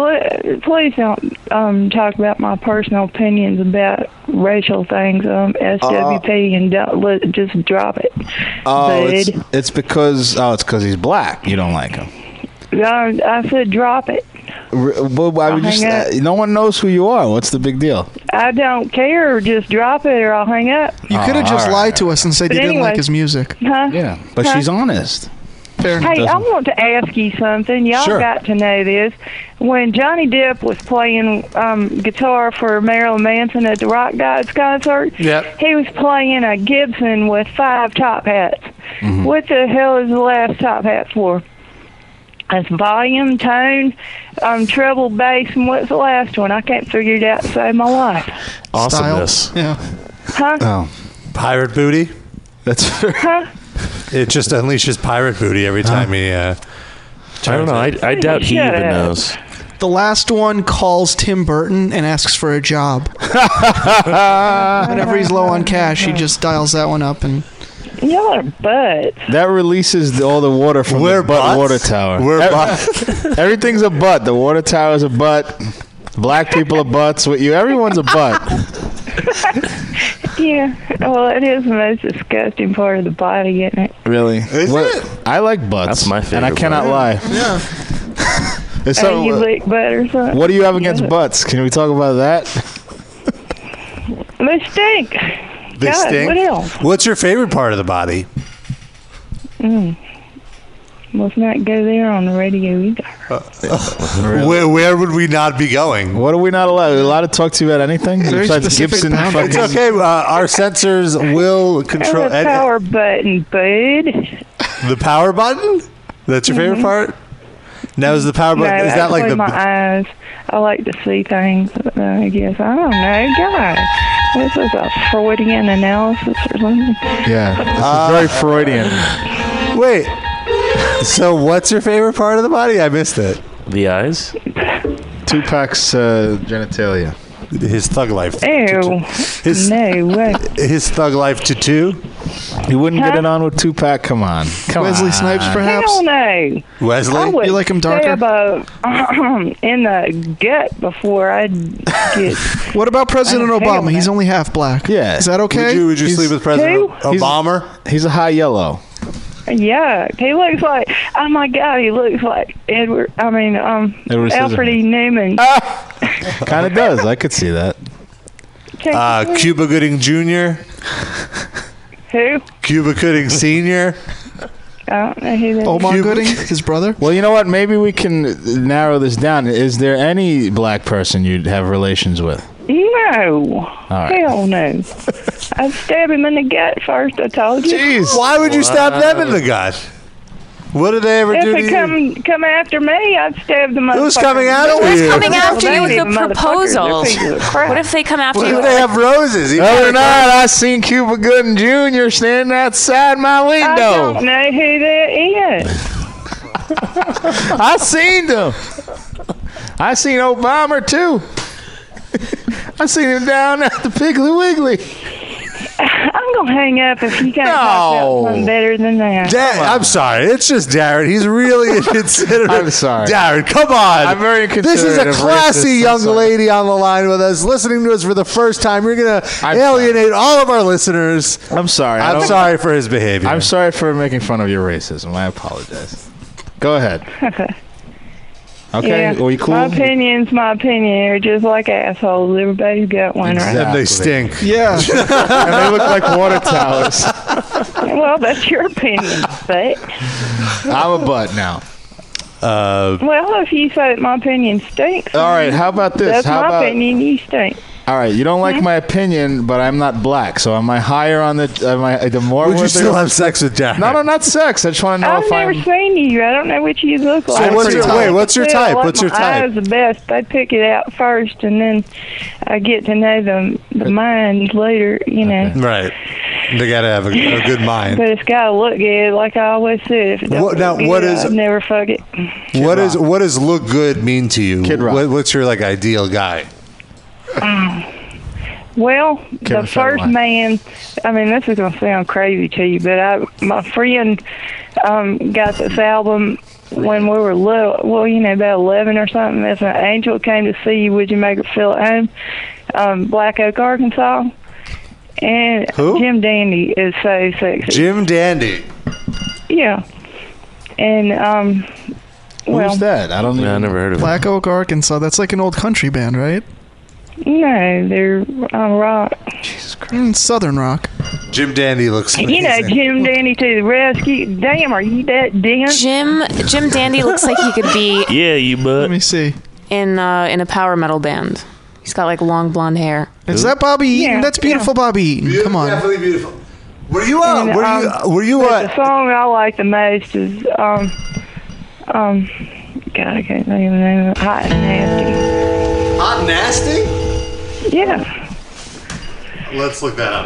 S7: look, please don't um, talk about my personal opinions about racial things, um, SWP, and don't, let, just drop it.
S3: Uh, Oh, it's,
S7: bud.
S3: it's because oh, it's because he's black. You don't like him.
S7: I, I said drop it.
S3: R- But why would you?
S7: hang
S3: s-
S7: up.
S3: uh, no one knows who you are. What's the big deal?
S7: I don't care. Just drop it, or I'll hang up.
S4: you could have
S3: Oh,
S4: just
S3: all
S4: lied
S3: right.
S4: to us and said
S7: But
S4: you didn't
S7: anyway.
S4: like his music.
S7: Huh?
S3: Yeah, but
S7: Huh?
S3: she's honest.
S4: Fair enough.
S7: Hey, I
S3: doesn't-
S7: want to ask you something. Y'all
S3: Sure.
S7: got to know this. When Johnny Depp was playing um, guitar for Marilyn Manson at the Rock Guides concert,
S2: Yep.
S7: he was playing a Gibson with five top hats.
S3: Mm-hmm.
S7: What the hell is the last top hat for? That's volume, tone, um, treble, bass, and what's the last one? I can't figure it out to save my life.
S6: Awesomeness.
S4: Style. Yeah.
S7: Huh?
S3: Oh,
S2: pirate booty.
S3: that's
S7: Huh?
S2: It just unleashes pirate booty every time he. Uh,
S6: I don't know. I, I doubt he
S7: Shut
S6: even
S7: up.
S6: knows.
S4: The last one calls Tim Burton and asks for a job. Whenever he's low on cash, he just dials that one up and
S7: Y'all are butts.
S3: That releases the, all the water from
S2: We're
S3: the butt
S2: butts?
S3: water tower.
S2: We're
S3: Ev-
S2: butts.
S3: Everything's a butt. The water tower is a butt. Black people are butts. With you, everyone's a butt.
S7: Yeah. Well, it is the most disgusting part of the body, isn't it?
S3: Really?
S2: Is it?
S3: I like butts.
S6: That's my
S3: And I
S6: favorite
S3: cannot
S6: one.
S3: lie.
S4: Yeah.
S3: It's
S7: So,
S3: so,
S2: uh,
S7: you uh, lick butt or something.
S3: what do you have against butts? Can we talk about that?
S7: They stink.
S2: They
S7: God,
S2: stink.
S7: What else?
S2: What's your favorite part of the body?
S7: Let's Mm. not go there on the radio either.
S2: Where, where would we not be going?
S3: What are we not allowed? Are we allowed to talk to you about anything
S4: Very
S3: besides
S4: specific
S3: Gibson?
S4: boundaries.
S3: Fucking,
S2: It's okay. Uh, our sensors will
S7: There's
S2: control
S7: a
S2: and-
S7: power button, bud.
S2: the power button. That's your favorite part. Now is the power
S7: Mm-hmm. No,
S2: button? is
S7: I
S2: that like
S7: close
S2: the?
S7: my eyes. I like to see things. uh, I guess I don't know. God, this is a Freudian analysis or something.
S3: Yeah, this is very Freudian.
S2: Uh, Wait. So what's your favorite part of the body? I missed it.
S6: The eyes?
S3: Tupac's uh, genitalia.
S2: His thug life.
S7: Ew.
S2: His
S7: No way.
S2: his thug life tattoo.
S3: You wouldn't get
S7: Huh?
S3: it on with Tupac. Come on, come
S4: Wesley
S3: on.
S4: Snipes, perhaps.
S7: Hell no. I
S2: Wesley.
S7: would
S4: You like 'em darker?
S7: stab a- in the gut before I'd get
S4: What about President
S7: I don't care,
S4: Obama? He's
S7: man.
S4: only half black.
S3: Yeah.
S4: Is that okay?
S2: Would you would you
S3: He's-
S2: sleep with President
S3: He's-
S2: Obama?
S3: He's a high yellow.
S7: yuck. He looks like oh my god, he looks like Edward. I mean, um,
S3: Edward Scissorhands.
S7: Alfred E. Newman.
S2: Ah!
S3: Kind of does. I could see that.
S7: Take
S2: Uh,
S7: a swig.
S2: Cuba Gooding Jr.
S7: who?
S2: Cuba Gooding Sr.
S7: I don't know who that is.
S4: Omar
S2: You-
S4: Gooding, his brother.
S3: Well, you know what? Maybe we can narrow this down. Is there any black person you'd have relations with?
S7: No.
S3: right.
S7: Hell no. I'd stab him in the gut first, I told you.
S2: Why would you stab them in the gut? What did they ever do
S7: If
S2: to
S7: it
S2: you?
S7: come come after me, I'd stab the motherfucker.
S2: Who's coming after
S5: What's
S2: you?
S5: coming after you
S7: Well,
S5: with
S7: they
S5: a
S7: ain't even
S5: proposal?
S7: motherfuckers. They're pieces of crap.
S5: What if they come after
S2: What
S5: you?
S2: if
S5: with
S2: they
S5: like-
S2: have roses? You
S3: No,
S2: gotta
S3: they're
S2: go-
S3: not. I seen Cuba Gooden Jr. standing outside my
S7: I don't
S3: window.
S7: know who that is.
S3: I seen them. I seen Obama too. I seen him down at the Piggly Wiggly.
S7: I'm gonna hang up if you can't
S3: No.
S7: no. something better than that.
S2: Da- I'm sorry. It's just Darren. He's really inconsiderate.
S3: I'm sorry.
S2: Darren, come on.
S3: I'm very
S2: This is
S3: inconsiderate
S2: a
S3: of
S2: classy
S3: racists. I'm
S2: young
S3: sorry.
S2: lady on the line with us, listening to us for the first time. You're going to
S3: I'm
S2: alienate all of our listeners.
S3: I'm sorry. I
S2: I'm
S3: don't-
S2: sorry for his behavior.
S3: I'm sorry for making fun of your racism. I apologize. Go ahead. Okay.
S7: Yeah.
S3: Were you cool?
S7: My opinion's my opinion. They're just like assholes. Everybody's got one,
S3: Exactly.
S2: And they stink.
S4: Yeah.
S3: and they look like water towers.
S7: right? Well, that's your opinion, but
S3: I'm a butt now.
S2: Uh,
S7: well, if you say that my opinion stinks,
S3: All right. How about this?
S7: that's
S3: how
S7: my
S3: about
S7: opinion. You stink.
S3: all right? You don't like my opinion, but I'm not black, so am I higher on the? Am I the more?
S2: would you
S3: worthy-
S2: still have sex with Darren?
S3: No, no, not sex. I just want to know
S7: I've
S3: if
S7: never
S3: I'm.
S7: seen you. I don't know what you look like.
S2: what's
S3: your-
S7: But
S3: wait,
S2: what's your
S7: still,
S2: type?
S7: like,
S2: What's your
S7: my
S2: type?
S7: Eyes the best. They pick it out first, and then I get to know them, the mind later. You know.
S2: Right. They got to have a, a good mind.
S7: But it's gotta look good, like I always said. If it don't
S2: What- now,
S7: look good,
S2: what is-
S7: I'd never fuck it.
S2: What is what does look good mean to you?
S3: Kid Rock.
S2: What, what's your like ideal guy?
S7: Well,
S3: Kevin
S7: the first
S3: Federline.
S7: man, I mean, this is gonna sound crazy to you, but I, my friend, um, got this album when we were little. Well, you know, about eleven or something. As an angel came to see you, would you make it feel at home? Um, Black Oak, Arkansas. And
S2: Who?
S7: Jim Dandy is so sexy.
S2: Jim Dandy.
S7: Yeah. And um, well,
S3: Who's that? I don't
S6: Yeah, I
S3: even-
S6: never heard of it.
S4: Black Oak, Arkansas. That's like an old country band, right?
S7: no, they're on rock.
S4: Mm, Southern rock.
S2: Jim Dandy looks.
S7: You know,
S2: amazing.
S7: Jim Dandy to the rescue. Damn, are you that dense?
S5: Jim Jim Dandy looks like he could be
S6: Yeah, you
S4: Let
S6: butt.
S4: me see.
S5: in uh, in a power metal band. He's got like long blonde hair.
S4: Is that Bobby Eaton?
S7: Yeah,
S4: That's beautiful, Bobby Eaton. Come on.
S2: Definitely beautiful. Were you uh,
S7: And,
S2: were you
S7: um,
S2: were you
S7: But the
S2: uh,
S7: song I like the most is um um. God, I can't think of the name of it. Hot and
S2: hot nasty?
S7: nasty. Yeah.
S2: Let's look that up.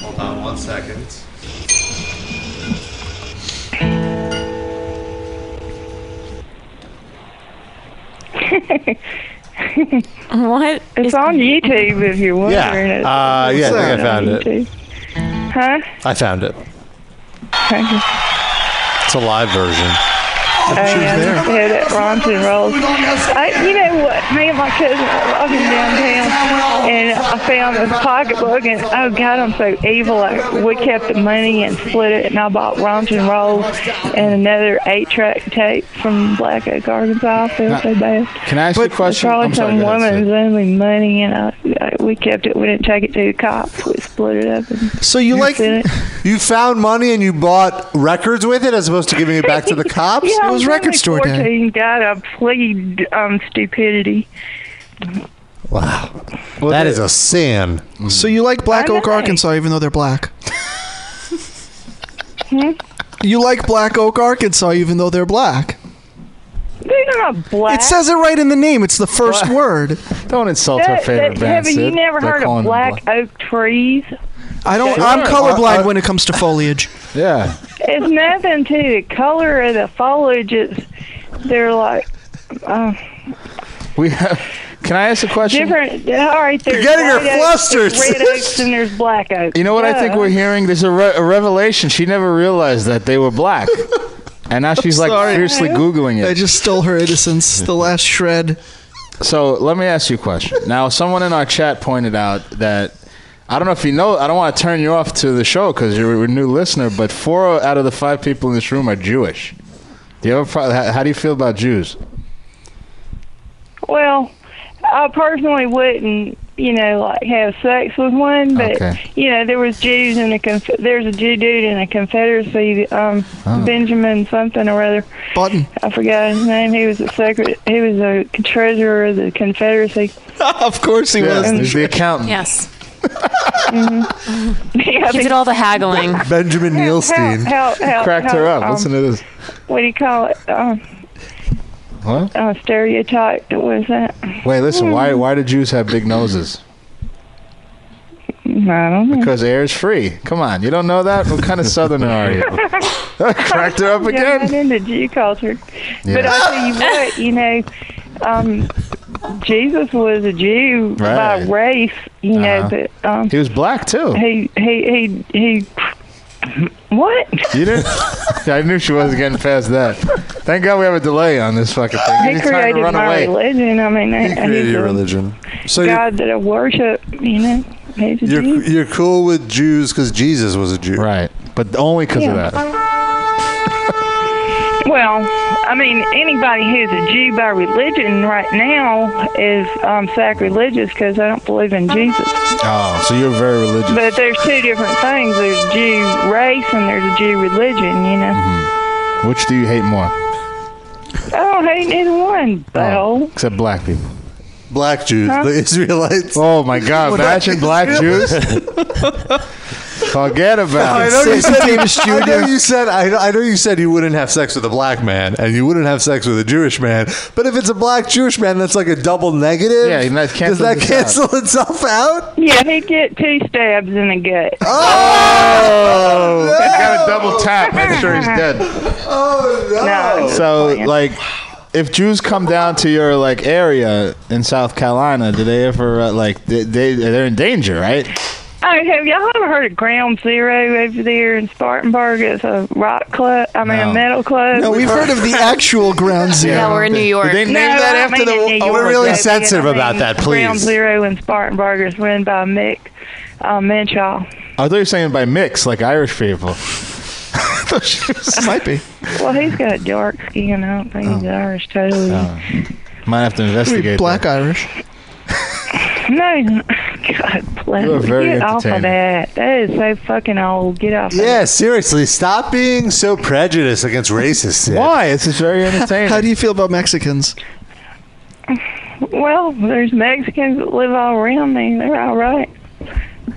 S2: Hold on one second.
S5: What?
S7: It's on YouTube if you're wondering.
S2: Yeah, uh, yeah, I think I
S7: on
S2: found it.
S7: YouTube. Huh?
S2: I found it.
S7: Thank you.
S2: It's a live version.
S7: Oh, yeah, yeah, that rhymes and rolls. I, you know what? Me and my cousin were walking downtown, and I found this pocketbook, and oh God, I'm so evil. I, we kept the money and split it, and I bought rhymes and rolls and another eight-track tape from Black Oak, Arkansas. I feel so bad.
S3: Can I ask you a question?
S7: Probably
S3: I'm sorry,
S7: some
S3: go ahead,
S7: woman's only money, and I, I, we kept it. We didn't take it to the cops. We split it up. And
S2: So you like
S7: split it.
S2: you found money and you bought records with it as opposed to giving it back to the cops?
S7: Yeah, I'm only 14, God, I plead um, stupidity.
S2: Wow. that is a sin.
S4: So you like Black
S7: I
S4: Oak,
S7: know.
S4: Arkansas, even though they're black?
S7: Hmm?
S4: You like Black Oak, Arkansas, even though they're black.
S7: They're not black.
S4: It says it right in the name. It's the first word.
S3: Don't insult her favorite
S7: Have
S3: band.
S7: you
S3: Sid.
S7: never
S3: They're
S7: heard
S3: calling
S7: of
S3: them
S7: black, oak trees?
S4: I don't.
S3: Sure.
S4: I'm colorblind
S3: Uh, uh,
S4: when it comes to foliage.
S3: Yeah.
S7: It's nothing to the color of the foliage. It's they're like uh,
S3: We have. Can I ask a question?
S7: different. All right, there's
S2: getting her
S7: white oaks, there's
S2: flustered.
S7: Red oaks and there's black oaks.
S3: You know what I
S7: Duh.
S3: think we're hearing? There's a, re- a revelation. She never realized that they were black, and now she's like
S4: sorry.
S3: fiercely googling
S4: I
S3: it.
S4: just stole her innocence, the last shred.
S3: So let me ask you a question. Now, someone in our chat pointed out that I don't know if you know. I don't want to turn you off to the show because you're a new listener, but four out of the five people in this room are Jewish. Do you have a pro- how, how do you feel about Jews?
S7: Well, I personally wouldn't, you know, like have sex with one, but
S3: Okay.
S7: you know, there was Jews in a conf- there's a Jew dude in a Confederacy, um,
S3: Oh.
S7: Benjamin something or other.
S4: Button.
S7: I forgot his name. He was a secret. He was a treasurer of the Confederacy.
S4: of course he
S3: Yeah,
S4: was.
S3: he's the accountant.
S5: Yes.
S7: Mm-hmm. yeah,
S5: He did all the haggling.
S2: Benjamin Nielstein.
S7: How, how, how,
S3: Cracked her
S7: how,
S3: up.
S7: um,
S3: Listen to this.
S7: What do you call it? Um,
S3: What?
S7: uh, stereotype. What was that?
S3: Wait, listen. Why? Why do Jews have big noses?
S7: I don't know.
S3: Because air is free. Come on, you don't know that? What kind of southerner are you? Cracked her up
S7: Yeah,
S3: again.
S7: not into Jew culture. But
S3: Yeah.
S7: I tell you what, you know, um, Jesus was a Jew by
S3: Right.
S7: race, you know,
S3: Uh-huh.
S7: but um,
S3: He was black too.
S7: he, he, he, he, what?
S3: You didn't? Yeah, I knew she wasn't getting past that. Thank God we have a delay on this fucking thing.
S7: He
S3: He's trying
S7: created
S3: to run
S7: my
S3: away.
S7: religion. I mean,
S2: He created
S7: he's
S2: your
S7: a
S2: religion. So you're,
S7: God that I worship, you know. He's a
S2: you're
S7: Jew.
S2: you're cool with Jews because Jesus was a Jew.
S3: Right, but only because
S7: Yeah.
S3: of that.
S7: Well, I mean, anybody who's a Jew by religion right now is um, sacrilegious because I don't believe in Jesus.
S3: Oh, so you're very religious.
S7: But there's two different things. There's Jew race and there's a Jew religion, you know.
S3: Which do you hate more?
S7: I don't hate neither one,
S3: Oh,
S7: though.
S3: except black people.
S2: Black Jews, the Israelites.
S3: Oh my God! Imagine black Jews. Forget about it.
S2: you said I know you said I, I know you said you wouldn't have sex with a black man and you wouldn't have sex with a Jewish man. But if it's a black Jewish man, that's like a double negative.
S3: Yeah, and that
S2: does that
S3: cancels this
S2: cancel itself out?
S7: Yeah, he'd get two stabs in the gut.
S3: Oh, he's got a double tap. Make sure he's dead.
S2: Oh no!
S7: No.
S3: So like if Jews come down to your like area in South Carolina, do they ever uh, like they, they they're in danger, right?
S7: I mean, Oh, have y'all ever heard of Ground Zero over there in Spartanburg? It's a rock club. I mean,
S3: No.
S7: a metal club.
S4: No, we've heard of the actual Ground Zero.
S5: No, we're in New York.
S3: Did they name
S7: No,
S3: that
S7: I
S3: after
S7: mean in New
S3: the?
S7: York,
S3: Oh, we're really
S7: baby,
S2: sensitive
S7: and I
S2: about
S7: mean
S2: that,
S7: Ground
S2: please.
S7: Zero in Spartanburg is run by Mick uh, Minshaw.
S3: I thought you were saying by mix, like Irish people.
S4: Might be.
S7: Well, he's got dark skin. I don't think he's Irish totally.
S3: Might have
S4: Could
S3: to
S4: be
S3: Oh. investigate.
S4: Black
S3: that.
S4: Irish.
S7: No, he's not. God bless.
S3: You are
S7: him.
S3: very
S7: Get off
S3: entertaining.
S7: of that. That is so fucking old. Get off. Of
S2: Yeah, seriously, stop being so prejudiced against racists. Sid.
S3: Why? This is very entertaining.
S4: How do you feel about Mexicans?
S7: it. Well, there's Mexicans that live all around me. They're all right.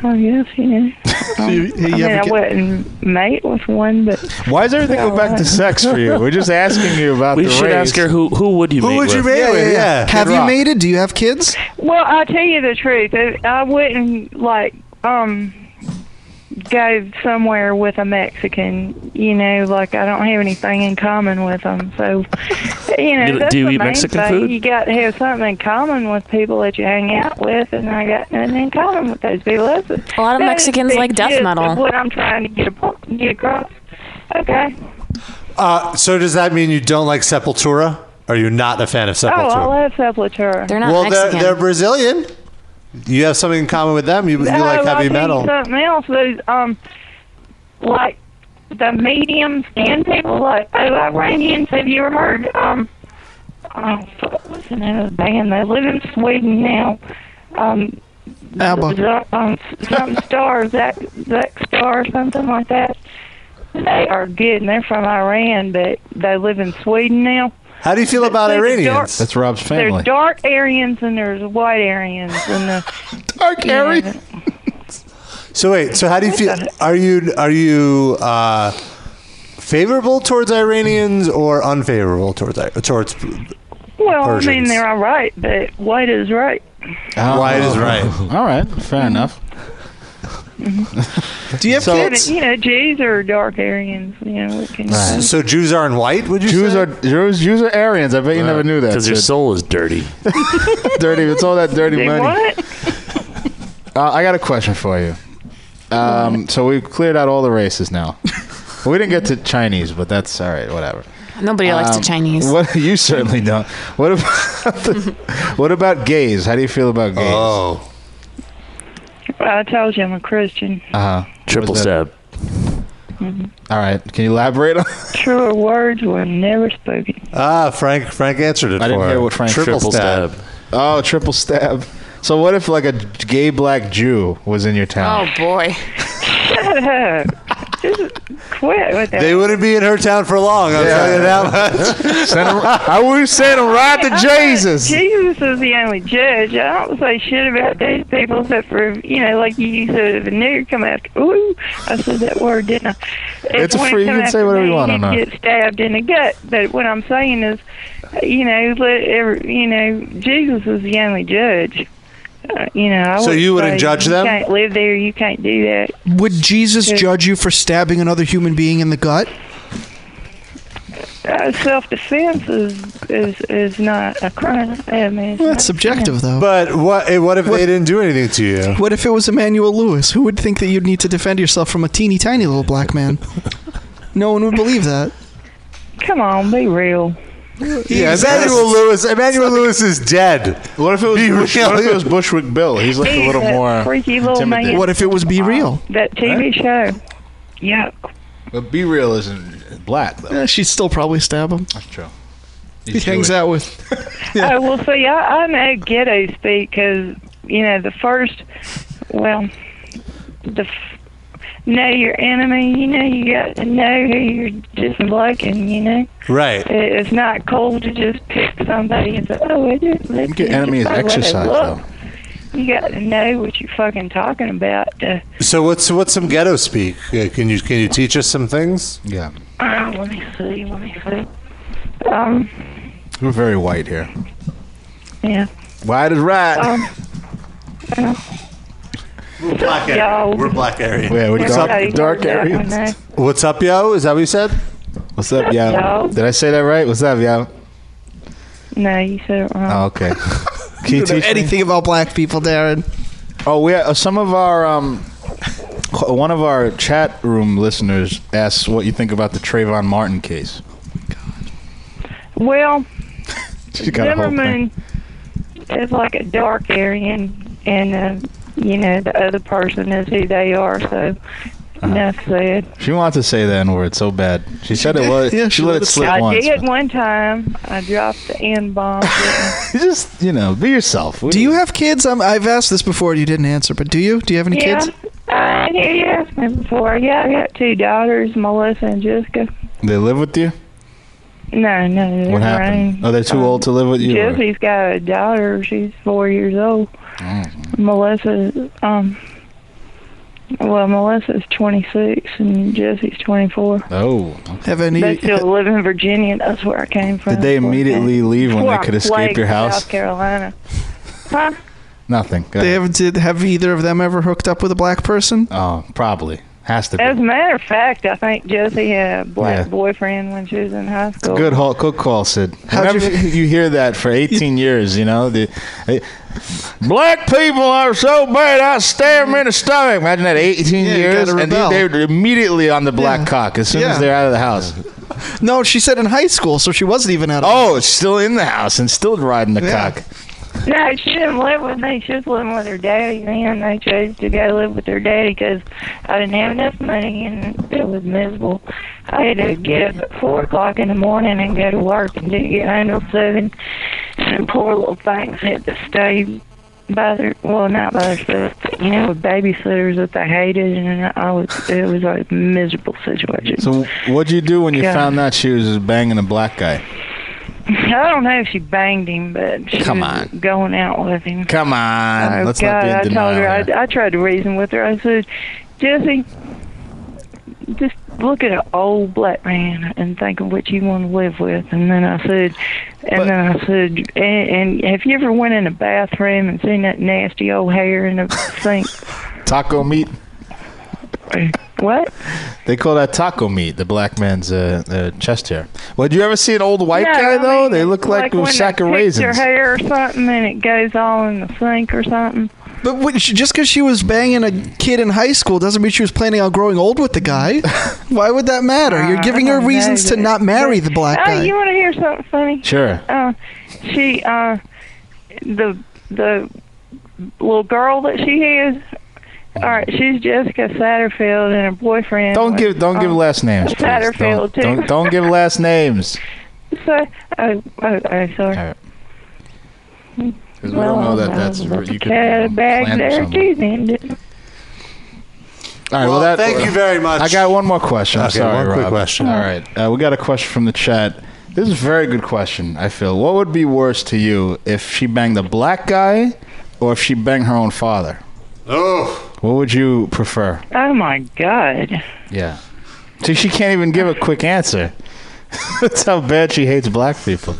S7: I guess you know.
S4: Do you, you
S7: I mean,
S4: ever
S7: I
S4: get-
S7: wouldn't mate with one, but
S3: Why does everything go back to sex for you? We're just asking you about
S6: We
S3: the
S6: should
S3: race.
S6: ask her who who would you
S2: Who
S6: mate
S2: would you
S6: with?
S2: mate
S4: Yeah,
S2: with?
S4: yeah, yeah. Have
S3: Kid
S4: you
S3: Rock.
S4: made it? Do you have kids?
S7: well, I'll tell you the truth. I I wouldn't like um go somewhere with a Mexican. You know, like I don't have anything in common with them. So, you know,
S6: You-
S7: that's
S6: do you
S7: the
S6: eat
S7: main
S6: Mexican
S7: thing.
S6: food?
S7: You got to have something in common with people that you hang out with, and I got nothing in common with those people. That's
S5: A lot
S7: that is
S5: of Mexicans like death
S7: just
S5: metal.
S7: What I'm trying to get, ap- get across. Okay.
S2: Uh, so does that mean you don't like Sepultura? Are you not a fan of
S7: Oh, I
S2: Sepultura?
S7: love Sepultura. They're
S2: well, they're, they're Brazilian. You have something in common with them. You, you like
S7: No, I
S2: heavy
S7: think
S2: metal.
S7: Something else, those um, like the medium skin people, like oh, the Iranians. Have you ever heard? Um, oh, fuck, what's the name of the band? They live in Sweden now. Um,
S4: ABBA.
S7: the- um, some star, Zach, Zach Star, or something like that. They are good, and they're from Iran, but they live in Sweden now.
S2: How do you feel about
S7: They're
S2: Iranians?
S7: dark-
S3: That's Rob's family.
S7: There's dark Aryans and there's white Aryans, and the
S3: dark
S7: Aryans.
S2: So wait, so how do you feel? Are you are you uh, favorable towards Iranians or unfavorable towards I- towards?
S7: Well, I mean,
S2: Persians.
S7: they're all right, but white is right.
S2: White is right.
S3: Oh. All right, fair enough.
S4: Do you have
S3: So-
S4: kids?
S7: You know, Jews are dark Aryans. You know, we can.
S3: Right.
S2: So Jews aren't white? Would you
S3: Jews
S2: say?
S3: are Jews, Jews are Aryans. I bet you never knew that.
S6: Because your
S3: shit.
S6: soul is dirty.
S3: dirty. It's all that dirty
S7: They
S3: money.
S7: what?
S3: Uh, I got a question for you. Um, so we've cleared out all the races now. we didn't get to Chinese, but that's all right. Whatever.
S5: Nobody likes the
S3: Um,
S5: Chinese.
S3: What you certainly don't. What about the- what about gays? How do you feel about gays?
S2: Oh,
S7: I told you I'm a Christian.
S3: Uh-huh.
S6: Triple
S3: What's that?
S6: stab.
S3: All right. Can you elaborate on?
S7: Truer words were never spoken.
S2: ah, Frank Frank answered it.
S3: I didn't
S2: for
S3: hear
S2: her.
S3: what Frank-
S2: triple,
S6: Triple
S2: stab.
S6: stab.
S3: Oh, triple stab. So what if like a gay black Jew was in your town?
S5: Oh boy.
S7: Quit with that.
S2: They wouldn't be in her town for long. I'll tell you that much.
S3: Send him, I would send him right to Jesus.
S7: Jesus is the only judge. I don't say shit about these people except for, you know, like you said, if a nigger come after, ooh, I said that word, didn't I? If
S3: It's a
S7: one
S3: free- you
S7: come
S3: can say
S7: after
S3: whatever you
S7: me,
S3: want on
S7: he'd
S3: that.
S7: Get stabbed in the gut. But what I'm saying is, you know, let every, you know, Jesus is the only judge. Uh, you know, I
S2: So you wouldn't
S7: say,
S2: judge
S7: you
S2: them?
S7: Can't live there. You can't do that.
S4: Would Jesus judge you for stabbing another human being in the gut?
S7: Uh, Self defense is, is is not a crime. I mean, it's
S4: Well,
S7: not-
S4: that's subjective, though.
S2: But what eh, what if they didn't do anything to you?
S4: what if it was Emmanuel Lewis? Who would think that you'd need to defend yourself from a teeny tiny little black man? No one would believe that.
S7: Come on, be real.
S2: Yeah, Emmanuel Lewis. Emmanuel Lewis is dead.
S3: What if it was
S2: Be
S3: Bush,
S2: real.
S3: what if it was Bushwick Bill? He's like a
S7: He's
S3: little
S7: that
S3: more
S7: freaky little
S3: intimidating.
S7: man.
S4: What if it was Be Real?
S7: That TV show. Yuck.
S3: But B real isn't black though.
S4: Eh, she'd still probably stab him.
S3: That's true.
S4: He hangs out with.
S7: Oh, well, see, I, I know ghetto speak because, you know, the first, well, the f- know your enemy, you know, you got to know who you're disliking, you know.
S2: Right.
S7: It, it's not cool to just pick somebody and say, oh, I didn't listen.
S3: think your enemy is
S7: By the way they
S3: exercise
S7: look.
S3: though.
S7: You got to know what you're fucking talking about. To,
S2: So what's what's some ghetto speak? Uh, Can you can you teach us some things?
S3: Yeah,
S7: uh, let me see, let me see. Um,
S3: we're very white here.
S7: yeah.
S3: White is right.
S7: Um,
S2: We're black.
S7: Yo.
S2: We're black area.
S3: yeah, we're
S2: What's
S3: dark,
S2: up?
S7: Everybody
S3: dark
S7: knows that
S3: area.
S7: one, though.
S2: What's up, yo? Is that what you said?
S3: What's up, yo?
S7: Yo.
S3: Did I say that right? What's up, yo?
S7: No, you uh, said it wrong.
S3: Oh, okay. Can
S4: You
S3: you
S4: don't
S3: teach
S4: know
S3: me?
S4: anything about black people, Darren?
S3: Oh, we uh, some of our um, qu- one of our chat room listeners asks what you think about the Trayvon Martin case.
S7: Well,
S3: She got a whole thing.
S7: Zimmerman is like a dark Aryan, and uh, you know the other person is who they are. So
S3: Uh-huh.
S7: enough said.
S3: She wanted to say the N word so bad. She said it was.
S4: Yeah, she
S3: she, let
S4: let
S3: it
S4: it
S3: slip
S7: I
S3: once.
S7: did one time. I dropped the N bomb.
S3: You just you know, be yourself.
S4: Do you have kids? i I've asked this before. and You didn't answer, but do you? Do you have any
S7: yeah,
S4: kids?
S7: I knew you asked me before. Yeah, I got two daughters, Melissa and Jessica.
S3: They live with you.
S7: No, no, they're
S3: What
S7: grown.
S3: happened? Are they too old to live with you? or-
S7: Jesse's got a daughter. She's four years old.
S3: Mm-hmm.
S7: Melissa, um, well, Melissa's 26 and Jesse's 24.
S3: Oh,
S4: Have any?
S7: They still live in Virginia. and That's where I came from.
S3: did they
S7: Before I
S3: immediately
S7: came-
S3: leave when
S7: before
S3: they
S7: I
S3: could escape
S7: plagued
S3: your house?
S7: South Carolina. Huh?
S3: Nothing. Uh, Go
S4: They
S3: ahead.
S4: have did have either of them ever hooked up with a black person?
S3: oh, probably. Has to be.
S7: As a matter of fact, I think Josie had a black
S3: Yeah.
S7: boyfriend when she was in high school.
S3: Good call, good call, Sid. Whenever you, hear that for 18 years, you know the eh, black people are so bad. I stare them in the stomach. Imagine that 18
S4: Yeah, you
S3: years,
S4: gotta
S3: and they-
S4: rebel.
S3: they're immediately on the black
S4: Yeah.
S3: cock as soon as
S4: Yeah.
S3: they're out of the house.
S4: No, she said in high school, so she wasn't even out. Of
S3: Oh, it's still in the house and still riding the
S4: Yeah.
S3: cock.
S7: No, she didn't live with me. She was living with her daddy then. They chose to go live with her daddy because I didn't have enough money and it was miserable. I had to get up at 4 o'clock in the morning and go to work and didn't get home till 7. And poor little things had to stay by their, well, not by themselves, but, you know, with babysitters that they hated. And I was, it was a miserable situation.
S3: So, what'd you do when you
S7: Yeah.
S3: found out she was just banging a black guy?
S7: I don't know if she banged him, but she
S3: Come
S7: was
S3: on.
S7: going out with him.
S3: Come on,
S7: Oh,
S3: let's
S7: God,
S3: not be in
S7: I
S3: denial.
S7: told her,
S3: here.
S7: I, I tried to reason with her. I said, Jesse, just look at an old black man and think of what you want to live with. And then I said, and then I said, and, and have you ever went in a bathroom and seen that nasty old hair in the sink?
S3: taco meat.
S7: What?
S3: They call that taco meat, the black man's uh, uh, chest hair. Well, did you ever see an old white
S7: No,
S3: guy
S7: I
S3: though?
S7: mean,
S3: They look like,
S7: when
S3: a
S7: they
S3: sack of
S7: pick Your
S3: raisins.
S7: hair or something, and it goes all in the sink or something.
S4: But what, she, just because she was banging a kid in high school doesn't mean she was planning on growing old with the guy. Why would that matter? You're
S7: Uh,
S4: giving
S7: I
S4: her
S7: don't
S4: reasons
S7: know,
S4: to
S7: but-
S4: not marry the black
S7: Oh, you
S4: guy.
S7: want to hear something funny?
S3: Sure.
S7: uh, she uh, the the little girl that she has. All right, she's Jessica Satterfield and her boyfriend.
S3: Don't
S7: was,
S3: give don't give
S7: uh,
S3: last names. please.
S7: Satterfield,
S3: don't,
S7: too.
S3: don't don't give last names.
S7: So, oh, oh, oh, sorry.
S3: All right. Because we
S7: Well,
S3: don't know that
S7: I
S3: that's
S7: was
S3: you
S7: about to
S3: could
S7: carry the
S3: um,
S7: bag
S3: plant
S7: there
S3: someone.
S7: too. Then didn't I?
S3: All right. Well, that,
S2: thank you very much.
S3: I got one more question. I'm
S2: Okay,
S3: sorry,
S2: one quick
S3: Rob.
S2: question.
S3: All right, uh, we got a question from the chat. This is a very good question. I feel. What would be worse to you if she banged a black guy, or if she banged her own father?
S2: Oh,
S3: What would you prefer?
S7: Oh my God!
S3: Yeah. See, she can't even give a quick answer. that's how bad she hates black people.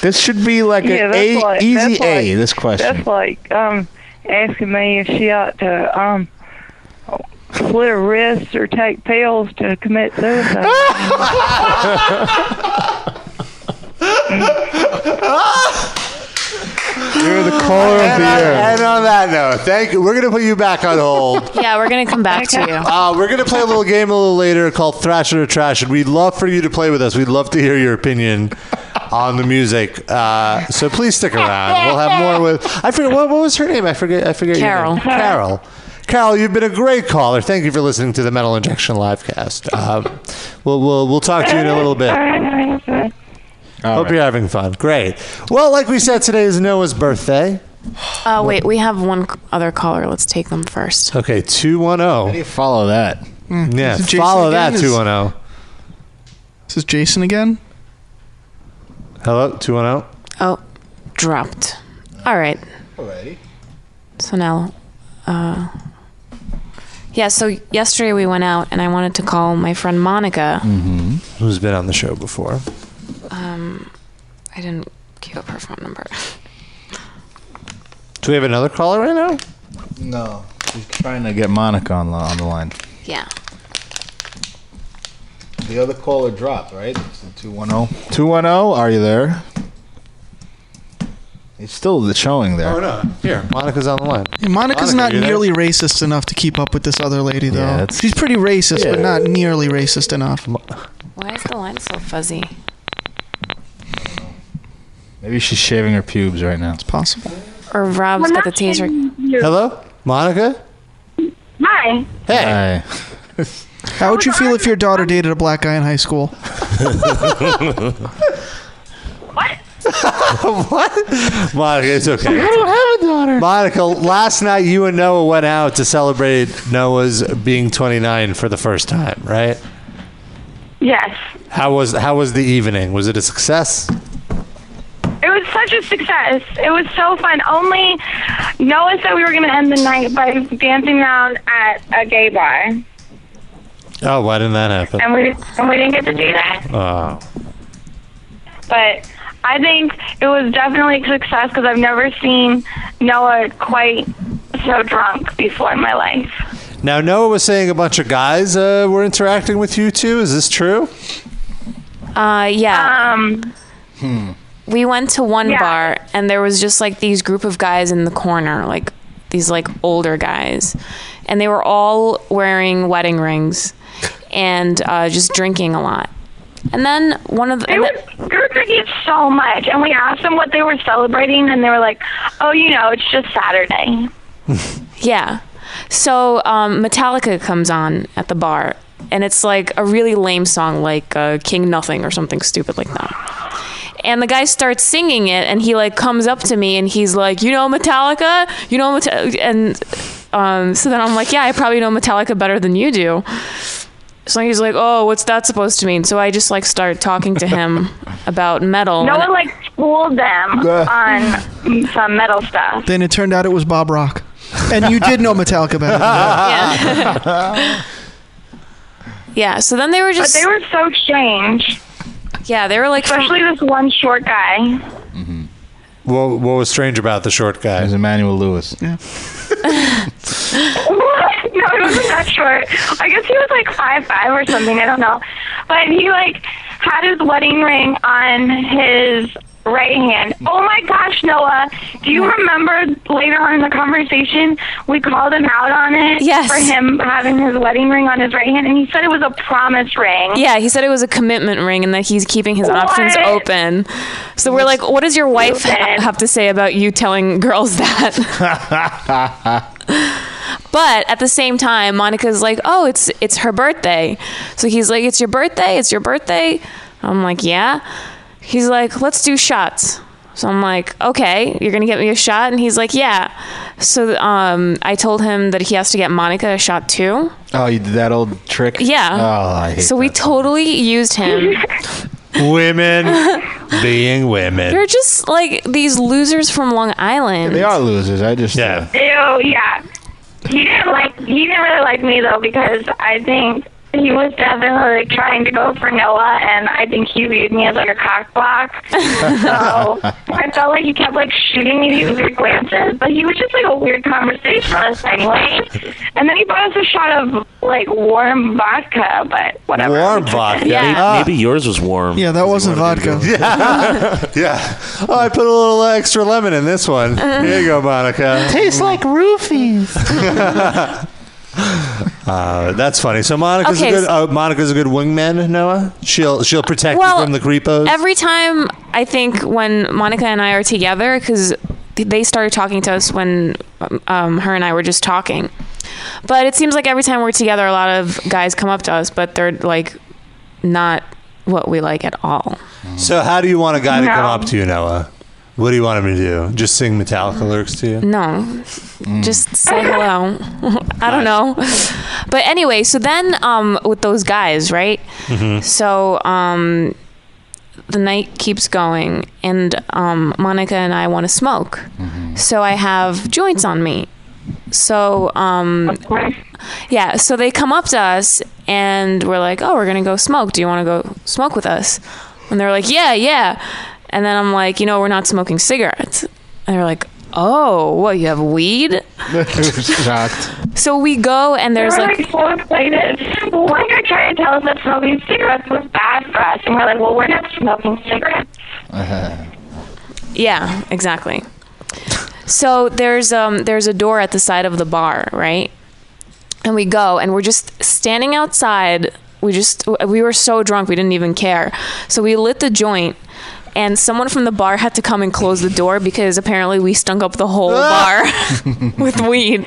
S3: This should be like
S7: Yeah,
S3: an
S7: that's
S3: a,
S7: like-
S3: easy
S7: that's
S3: A.
S7: like-
S3: this question.
S7: That's like um asking me if she ought to um slit her wrists or take pills to commit suicide.
S3: You're the caller of
S2: and,
S3: the
S2: on,
S3: year.
S2: and on that note, thank you. We're gonna put you back on hold.
S5: Yeah, we're gonna come back to you.
S2: Uh, we're going to play a little game a little later called Thrash It or Trash It. We'd love for you to play with us. We'd love to hear your opinion on the music. Uh, so please stick around. We'll have more with. I forget what, what was her name. I forget. I forget. your
S5: Carol.
S2: name. Carol. Carol, you've been a great caller. Thank you for listening to the Metal Injection livecast. Um, we'll, we'll we'll talk to you in a little bit.
S10: Uh,
S2: Hope you're having fun. Great. Well, like we said, today is Noah's birthday.
S5: Uh, wait, we have one c- other caller. Let's take them first.
S2: Okay, two one
S3: How do
S2: zero.
S3: you follow that?
S2: Yeah,
S4: Jason
S2: follow
S4: again?
S2: that
S4: Hmm. Is-
S2: two one oh. zero.
S4: This is Jason again.
S2: Hello, two one zero.
S5: Oh, dropped. All right.
S3: Alrighty.
S5: So now, uh, yeah. So yesterday we went out, and I wanted to call my friend Monica.
S3: Mm-hmm.
S2: Who's been on the show before?
S5: Um, I didn't queue up her phone number.
S2: Do we have another caller right now?
S3: No, she's trying to get Monica on, the- on the line.
S5: Yeah.
S3: The other caller dropped, right? It's the 210. 210, oh, are you there? It's still the showing there.
S2: Oh, no. Here, Monica's on the line.
S4: Hey, Monica's
S2: Monica,
S4: not
S2: you there?
S4: nearly racist enough to keep up with this other lady, though.
S3: Yeah, that's-
S4: She's pretty racist, but not nearly racist enough.
S5: Why is the line so fuzzy?
S3: Maybe she's shaving her pubes right now.
S4: Possible.
S5: Or Rob's got the taser.
S2: Hello, Monica.
S10: Hi.
S2: Hey,
S3: Hi.
S4: How would you feel if your daughter dated a black guy in high school?
S10: What?
S2: Monica. It's okay. I don't have a daughter. Monica, last night you and Noah went out to celebrate Noah's being 29 for the first time, right?
S10: Yes.
S2: How was how was the evening? Was it a success?
S10: It was such a success. It was so fun. Only Noah said we were going to end the night by dancing around at a gay bar,
S2: Oh, why didn't that happen?
S10: and we and we didn't get to do that.
S2: Oh,
S10: But I think it was definitely a success because I've never seen Noah quite so drunk before in my life.
S2: Now Noah was saying a bunch of guys uh, were interacting with you too. Is this true?
S5: Uh, yeah.
S10: Um,
S2: Hmm.
S5: we went to one
S10: Yeah.
S5: bar and there was just like these group of guys in the corner, like these like older guys, and they were all wearing wedding rings and uh, just drinking a lot. And then one of the
S10: They
S5: and
S10: were,
S5: then-
S10: they were drinking so much, and we asked them what they were celebrating, and they were like, "Oh, you know, it's just Saturday."
S5: Yeah. So um, Metallica comes on at the bar, and it's like a really lame song, like uh, King Nothing or something stupid like that. And the guy starts singing it, and he like comes up to me, and he's like, "You know Metallica? You know Metallica?" And um, so then I'm like, "Yeah, I probably know Metallica better than you do." So he's like, "Oh, what's that supposed to mean?" So I just like start talking to him about metal.
S10: no
S5: Oh, and-
S10: one like schooled them
S4: Ugh.
S10: on some metal stuff.
S4: Then it turned out it was Bob Rock, and you did know Metallica better. Than
S5: Yeah. yeah. So then they were just.
S10: but they were so strange.
S5: Yeah, they were like.
S10: Especially this one short guy.
S2: What, what was strange about the short guy? It was
S3: Emmanuel Lewis.
S4: Yeah.
S10: What? No, it wasn't that short. I guess he was like five five or something. I don't know, but he like had his wedding ring on his right hand. Oh my gosh, Noah! Do you remember later on in the conversation we called him out on it
S5: Yes.
S10: for him having his wedding ring on his right hand, and he said it was a promise ring.
S5: Yeah, he said it was a commitment ring and that he's keeping his options
S10: What?
S5: open. So we're like, what does your wife ha- have to say about you telling girls that? but at the same time, Monica's like, oh, it's it's her birthday. So he's like, it's your birthday. It's your birthday. I'm like, yeah. He's like, let's do shots. So I'm like, okay, you're gonna get me a shot, and he's like, yeah. So um, I told him that he has to get Monica a shot too.
S3: Oh, you did that old trick.
S5: Yeah.
S3: Oh, I hate.
S5: so we totally used him.
S2: Women being women.
S5: They're just like these losers from Long Island.
S3: they are losers. I just yeah.
S10: Ew, yeah. He didn't like. He didn't really like me though because I think he was definitely trying to go for Noah, and I think he viewed me as like a cockblock. so I felt like he kept like shooting me these weird glances, but he was just like a weird conversationalist anyway. And then he brought us a shot of like warm vodka, but whatever.
S2: Warm vodka.
S10: Yeah.
S6: Maybe,
S10: Ah.
S6: maybe yours was warm.
S4: Yeah, that wasn't vodka.
S2: Yeah. yeah. Oh, I put a little extra lemon in this one.
S11: Uh-huh.
S2: Here you go, Monica.
S4: like roofies.
S2: Uh, that's funny. So Monica's
S5: Okay,
S2: a good
S5: so-
S2: uh, Monica's a good wingman, Noah. She'll she'll protect
S5: Well,
S2: you from the creepos.
S5: Every time I think when Monica and I are together, because they started talking to us when um, her and I were just talking. But it seems like every time we're together, a lot of guys come up to us, but they're like not what we like at all.
S2: so how do you want a guy to come
S5: No.
S2: up to you, Noah? What do you want him to do? Just sing Metallica lyrics to you?
S5: No,
S2: Mm,
S5: just say hello. I don't know. But anyway, so then um, with those guys, right?
S9: Mhm.
S5: So um, the night keeps going, and um, Monica and I want to smoke. So I have joints on me. So, um, yeah, so they come up to us and we're like, oh, we're going to go smoke. Do you want to go smoke with us? And they're like, yeah, yeah. And then I'm like, you know, we're not smoking cigarettes. And they're like, oh, what, you have weed?
S3: shocked.
S5: So we go and there's
S10: we were,
S5: like,
S10: like, so excited. One guy tried to tell us that smoking cigarettes was bad for us, and we're like, "Well, we're not smoking cigarettes."
S5: Yeah, exactly. So there's um there's a door at the side of the bar, right? And we go and we're just standing outside. We just we were so drunk we didn't even care. So we lit the joint and someone from the bar had to come and close the door because apparently we stunk up the whole bar with weed.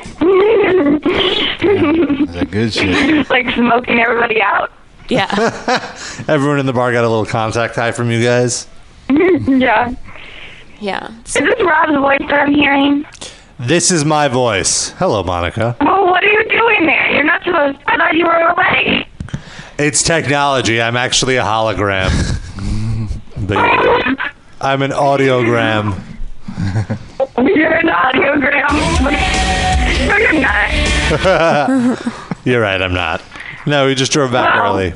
S2: That good
S10: like smoking everybody out.
S5: Yeah.
S2: Everyone in the bar got a little contact high from you guys.
S10: yeah.
S5: Yeah.
S10: Is this Rob's voice that I'm hearing?
S2: This is my voice. Hello, Monica.
S10: Oh, what are you doing there? You're not supposed. I thought you were away.
S2: It's technology. I'm actually a hologram. But I'm an audiogram.
S10: You're an audiogram. No, you're not.
S2: You're right. I'm not. No, we just drove back early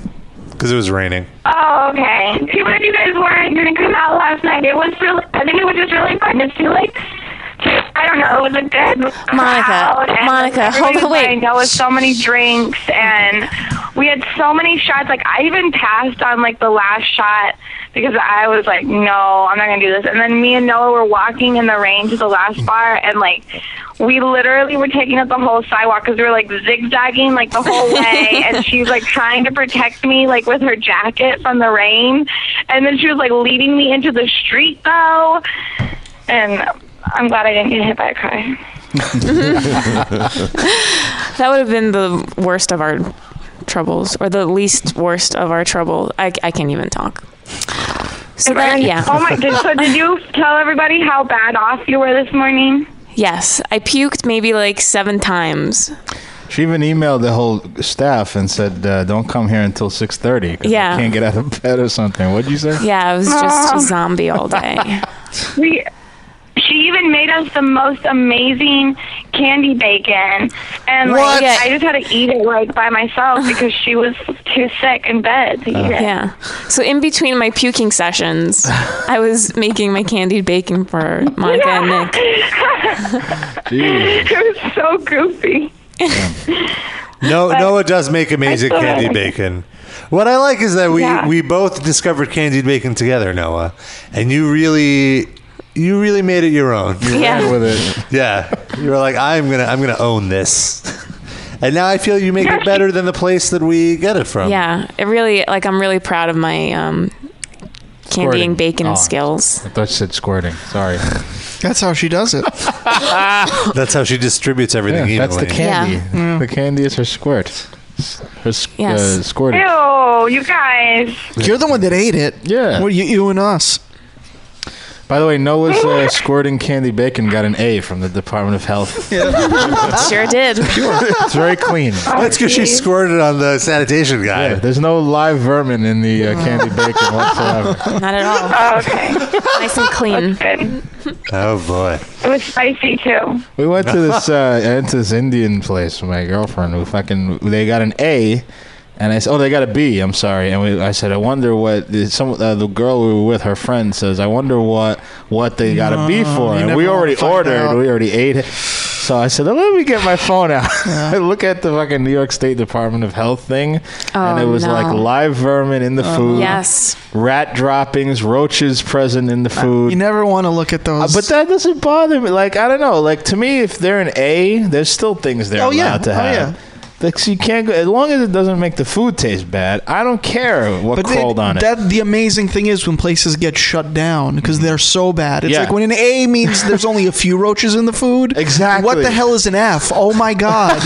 S2: because it was raining.
S10: Oh, okay. See, what if you guys weren't gonna come out last night? It was really. I think it was just really fun to see, like. I don't know. was a good
S5: Monica, Monica, hold on, wait.
S10: There was so many drinks, and we had so many shots. Like I even passed on like the last shot because I was like, no, I'm not gonna do this. And then me and Noah were walking in the rain to the last bar, and like we literally were taking up the whole sidewalk because we were like zigzagging like the whole way, and she's like trying to protect me like with her jacket from the rain, and then she was like leading me into the street though, and. I'm glad I didn't get hit by a car.
S5: That would have been the worst of our troubles, or the least worst of our trouble. I, I can't even talk. So there, yeah.
S10: Oh my goodness. So did you tell everybody how bad off you were this morning?
S5: Yes, I puked maybe like seven times.
S3: She even emailed the whole staff and said, uh, "Don't come here until 6:30 'cause
S5: Yeah.
S3: I can't get out of bed or something." What'd you say?
S5: Yeah, I was just
S10: Oh.
S5: a zombie all day.
S10: We, she even made us the most amazing candy bacon, and
S5: What?
S10: like I just had to eat it like by myself because she was too sick in bed to eat it.
S5: Uh, Yeah. So in between my puking sessions, I was making my candied bacon for Monica and Nick.
S3: Jeez.
S10: it was so goofy.
S2: No, Noah does make amazing
S10: still
S2: candied
S10: like it.
S2: bacon. What I like is that we,
S10: Yeah.
S2: we both discovered candied bacon together, Noah, and you really you really made it your own.
S3: You
S5: Yeah.
S3: ran with it.
S2: Yeah, you were like, I'm gonna I'm gonna own this, and now I feel you make it better than the place that we get it from.
S5: Yeah, it really like I'm really proud of my um, candy
S3: Squirting.
S5: and bacon
S3: Oh.
S5: skills.
S3: I thought you said squirting. Sorry.
S4: That's how she does it.
S2: that's how she distributes everything
S3: Yeah, that's the
S2: evenly.
S3: candy. The candy is her squirt. Her squ-
S5: Yes.
S3: uh, squirting.
S10: Ew, you guys.
S4: You're the one that ate it.
S3: Yeah.
S4: Well, you, you and us.
S3: By the way, Noah's uh, squirting candy bacon got an A from the Department of Health.
S5: Sure did.
S3: it's very clean.
S2: that's because she squirted on the sanitation guy.
S3: Yeah, there's no live vermin in the uh, candy bacon whatsoever.
S5: Not at all.
S10: Oh, okay,
S5: Nice and clean.
S10: good.
S2: Oh boy.
S10: It was spicy too.
S3: We went to this uh, I went to this Indian place with my girlfriend. Who fucking they got an A, and I said, oh they got a B. I'm sorry. And we, I said I wonder what some uh, the girl we were with her friend says. I wonder what what they got a B
S4: No,
S3: for.
S4: you
S3: And
S4: never
S3: we
S4: wanna
S3: already
S4: find
S3: ordered.
S4: out.
S3: We already ate it. So I said, let me get my phone out. I look at the fucking New York State Department of Health thing, and
S5: Oh,
S3: it was
S5: no.
S3: like live vermin in the
S4: Uh-huh.
S3: food.
S5: Yes.
S3: rat droppings, roaches present in the food.
S4: Uh, You never want to look at
S3: Uh,
S4: those.
S3: but that doesn't bother me. Like I don't know. Like to me, if they're an A, there's still things they're
S4: Oh,
S3: allowed
S4: yeah.
S3: to
S4: Oh,
S3: have.
S4: yeah.
S3: Like so you can't go as long as it doesn't make the food taste bad. I don't care what
S4: But
S3: crawled
S4: they-
S3: on it.
S4: That the amazing thing is when places get shut down because they're so bad. It's
S3: Mm-hmm. Yeah.
S4: like when an A means there's only a few roaches in the food.
S3: Exactly.
S4: What the hell is an F? Oh my god.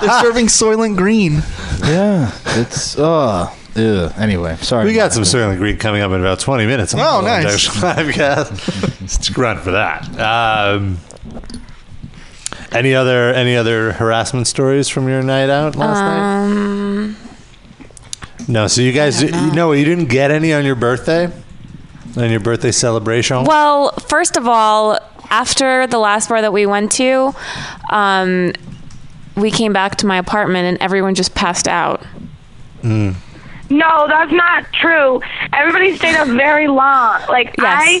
S4: they're serving Soylent Green.
S3: yeah, it's uh. Ew. Anyway, sorry.
S2: We got
S3: Mark.
S2: some Sterling Green coming up in about 20 minutes. on
S4: Oh,
S2: the
S4: nice.
S2: Objection Live Cast. Stick around for that. Um, any other any other harassment stories from your night out last
S5: Uh, Um,
S2: night? No. So you guys, you know, you didn't get any on your birthday, on your birthday celebration.
S5: well, first of all, after the last bar that we went to, um, we came back to my apartment and everyone just passed out.
S10: Mm. No, that's not true. Everybody stayed up very long. Like I
S5: Yes.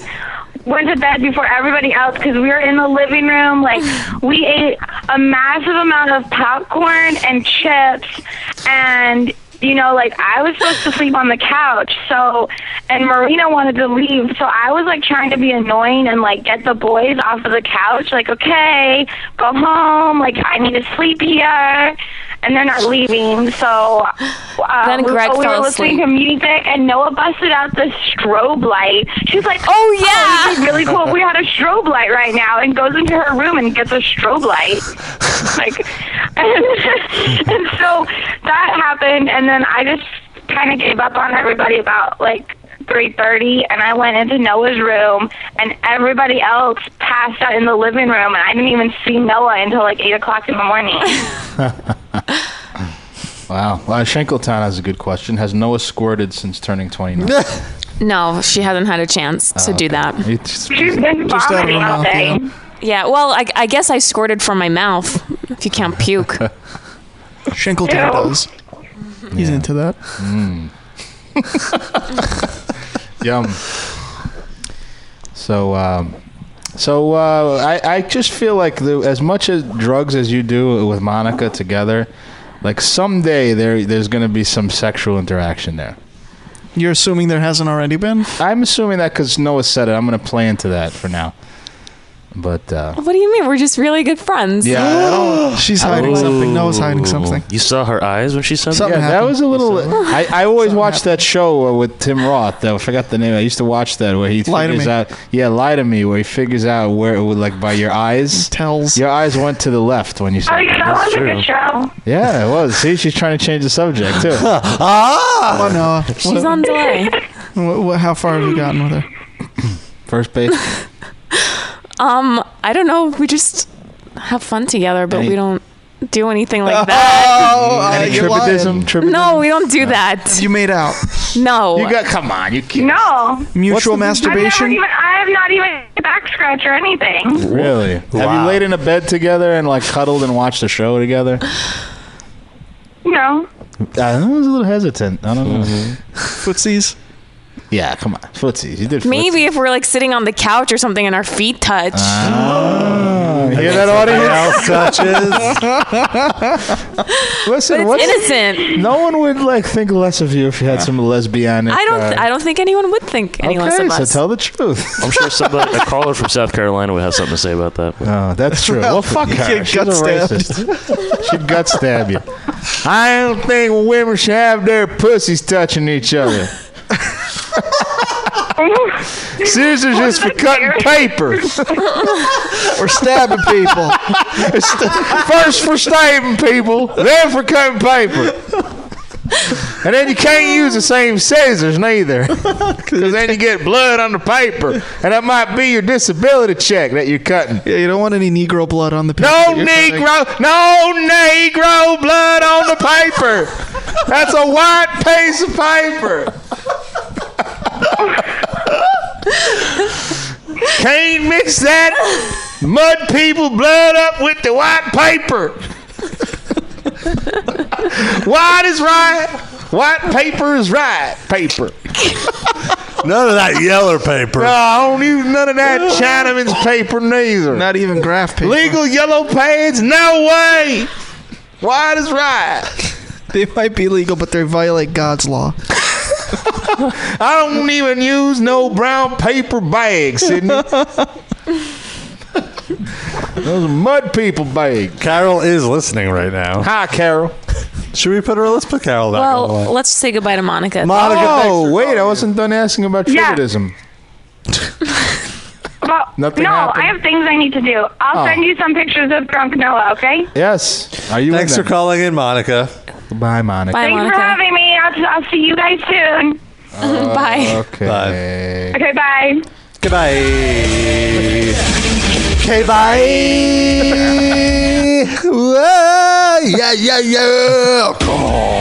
S10: went to bed before everybody else because we were in the living room. Like we ate a massive amount of popcorn and chips, and you know, like I was supposed to sleep on the couch. So, and Marina wanted to leave, so I was like trying to be annoying and like get the boys off of the couch. Like, okay, go home. Like I need to sleep here. And they're not leaving, so uh,
S5: Then
S10: we,
S5: Greg
S10: we
S5: fell
S10: were listening to
S5: asleep.
S10: music, and Noah busted out the strobe light. She's like,
S5: Oh, yeah."
S10: this is really cool. We had a strobe light right now," and goes into her room and gets a strobe light. like, and, and so that happened, and then I just kind of gave up on everybody about like. 3:30 and I went into Noah's room and everybody else passed out in the living room and I didn't even see Noah until like 8 o'clock in the morning.
S3: Wow. Well, Shankletown has a good question. Has Noah squirted since turning 29?
S5: No, she hasn't had a chance to do that.
S3: It's-
S10: She's been
S4: Just out of her
S10: vomiting all
S4: mouth,
S10: day.
S4: yeah.
S5: Yeah, well, I, I guess I squirted from my mouth, if you count puke.
S4: Shankletown
S10: Ew.
S4: does. He's into that.
S3: Mm. Yum. So, um, So uh, I, I just feel like the, as much as drugs as you do with Monica together, like someday there there's going to be some sexual interaction there.
S4: You're assuming there hasn't already been?
S3: I'm assuming that because Noah said it. I'm going to play into that for now. But uh,
S5: What do you mean? We're just really good friends.
S3: Yeah, I don't-
S4: She's hiding something. Noah's hiding something.
S6: You saw her eyes when she said
S3: yeah, that was a little. I, I always watched that show uh, with Tim Roth. Though I forgot the name. I used to watch that where he
S4: Lie to
S3: figures
S4: Me.
S3: out. Yeah, lie to me. Where he figures out where it would like by your eyes.
S4: Tells
S3: your eyes went to the left when you said.
S10: Oh, yeah, that was a good show.
S3: Yeah, it was. See, she's trying to change the subject too.
S2: ah!
S4: What, Noah?
S5: She's on delay.
S4: What, what, how far have you gotten with her?
S3: First base.
S5: Um, I don't know. We just have fun together, but
S3: Any-
S5: we don't do anything like that.
S4: Oh, uh,
S3: Any
S4: you're lying.
S3: tribadism? Tribadism?
S5: No, we don't do that.
S4: You made out.
S5: No.
S3: You got. Come on, you can't.
S10: No.
S4: Mutual
S10: I've never
S4: masturbation.
S10: even, I have not even a back scratch or anything.
S3: Really? Have
S2: Wow.
S3: you laid in a bed together and like cuddled and watched the show together? Uh,
S10: No.
S3: I was a little hesitant. I don't know.
S2: Mm-hmm.
S4: Footsies.
S3: Yeah, come on, footsies. You did footsies.
S5: Maybe if we're like sitting on the couch or something and our feet touch.
S3: Uh, Oh, hear that audience?
S2: touches.
S3: Listen,
S5: it's
S3: what's
S5: innocent.
S3: no one would like think less of you if you had some lesbian.
S5: I don't. I don't think anyone would think any
S3: okay,
S5: less of
S3: so
S5: us.
S3: tell the truth.
S6: I'm sure somebody, a caller from South Carolina would have something to say about that.
S3: No, that's true. Well, fuck her.
S4: get
S3: She's a
S4: gut stabbed.
S3: racist. She'd gut stab you. I don't think women should have their pussies touching each other. Scissors is for cutting paper.
S4: Or stabbing people.
S3: First for stabbing people, then for cutting paper. And then you can't use the same scissors neither. Because then you get blood on the paper. And that might be your disability check that you're cutting.
S4: Yeah, you don't want any Negro blood on the paper.
S3: No
S4: that you're cutting.
S3: Negro, no Negro blood on the paper. That's a white piece of paper. Can't mix that mud people blood up with the white paper. white is right. White paper is right. Paper.
S2: None of that yeller paper.
S3: No, I don't use none of that Chinaman's paper neither.
S4: Not even graph paper.
S3: Legal yellow pads? No way. Wide is right.
S4: They might be legal, but they violate God's law.
S3: I don't even use no brown paper bags, Sydney. Those are mud people bags.
S2: Carol is listening right now.
S3: Hi, Carol.
S2: Should we put her? Let's put Carol back on the
S5: well,
S2: line.
S5: let's say goodbye to Monica.
S2: Monica, thanks for
S3: Oh, wait, I
S2: calling.
S3: wasn't done asking about
S10: Yeah.
S3: tribadism.
S10: Well,
S3: Nothing
S10: no,
S3: happened.
S10: I have things I need to do. I'll
S3: Oh.
S10: send you some pictures of drunk Noah, okay?
S3: Yes. Are you
S2: Thanks for calling in, Monica.
S3: calling. Bye, Monica.
S5: Bye,
S10: Thanks
S5: Monica.
S10: for having me. I'll, I'll see you guys soon.
S5: Bye.
S3: Okay.
S10: Okay, bye.
S2: Goodbye. Okay, bye. Whoa, yeah, yeah, yeah. Come on.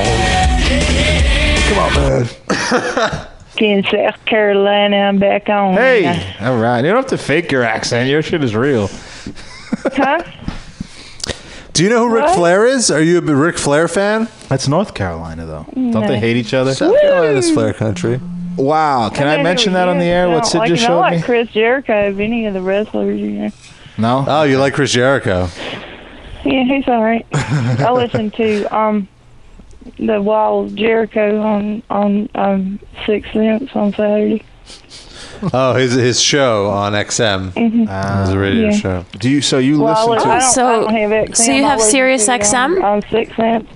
S7: In South Carolina, I'm back on.
S3: Hey, all right. You don't have to fake your accent. Your shit is real.
S7: Huh?
S2: Do you know who Ric
S7: What?
S2: Flair is? Are you a Ric Flair fan?
S3: That's North Carolina, though. Don't they hate each other?
S2: South Carolina's Flair country.
S3: Wow. Can I
S7: mean,
S3: mention
S7: it
S3: that on
S7: is.
S3: the air?
S7: I
S3: What
S7: don't
S3: Sid
S7: like
S3: just
S7: it. I don't
S3: showed
S7: like
S3: me?
S7: Chris Jericho, of any of the wrestlers, you know.
S3: No?
S2: Oh, you like Chris Jericho?
S7: Yeah, he's all right. I listen to um the Wild Jericho on on um Six Sense on Saturday.
S2: Oh, his his show on XM. It was a radio
S7: Mm-hmm. Yeah.
S2: show.
S3: Do you? So you
S7: Well, I
S3: listen
S7: li-
S3: to?
S7: I don't,
S5: So-
S7: I don't have XM.
S5: so you
S7: I
S5: have
S7: listen
S5: Sirius
S7: to it
S5: XM?
S7: on, on Six Sense?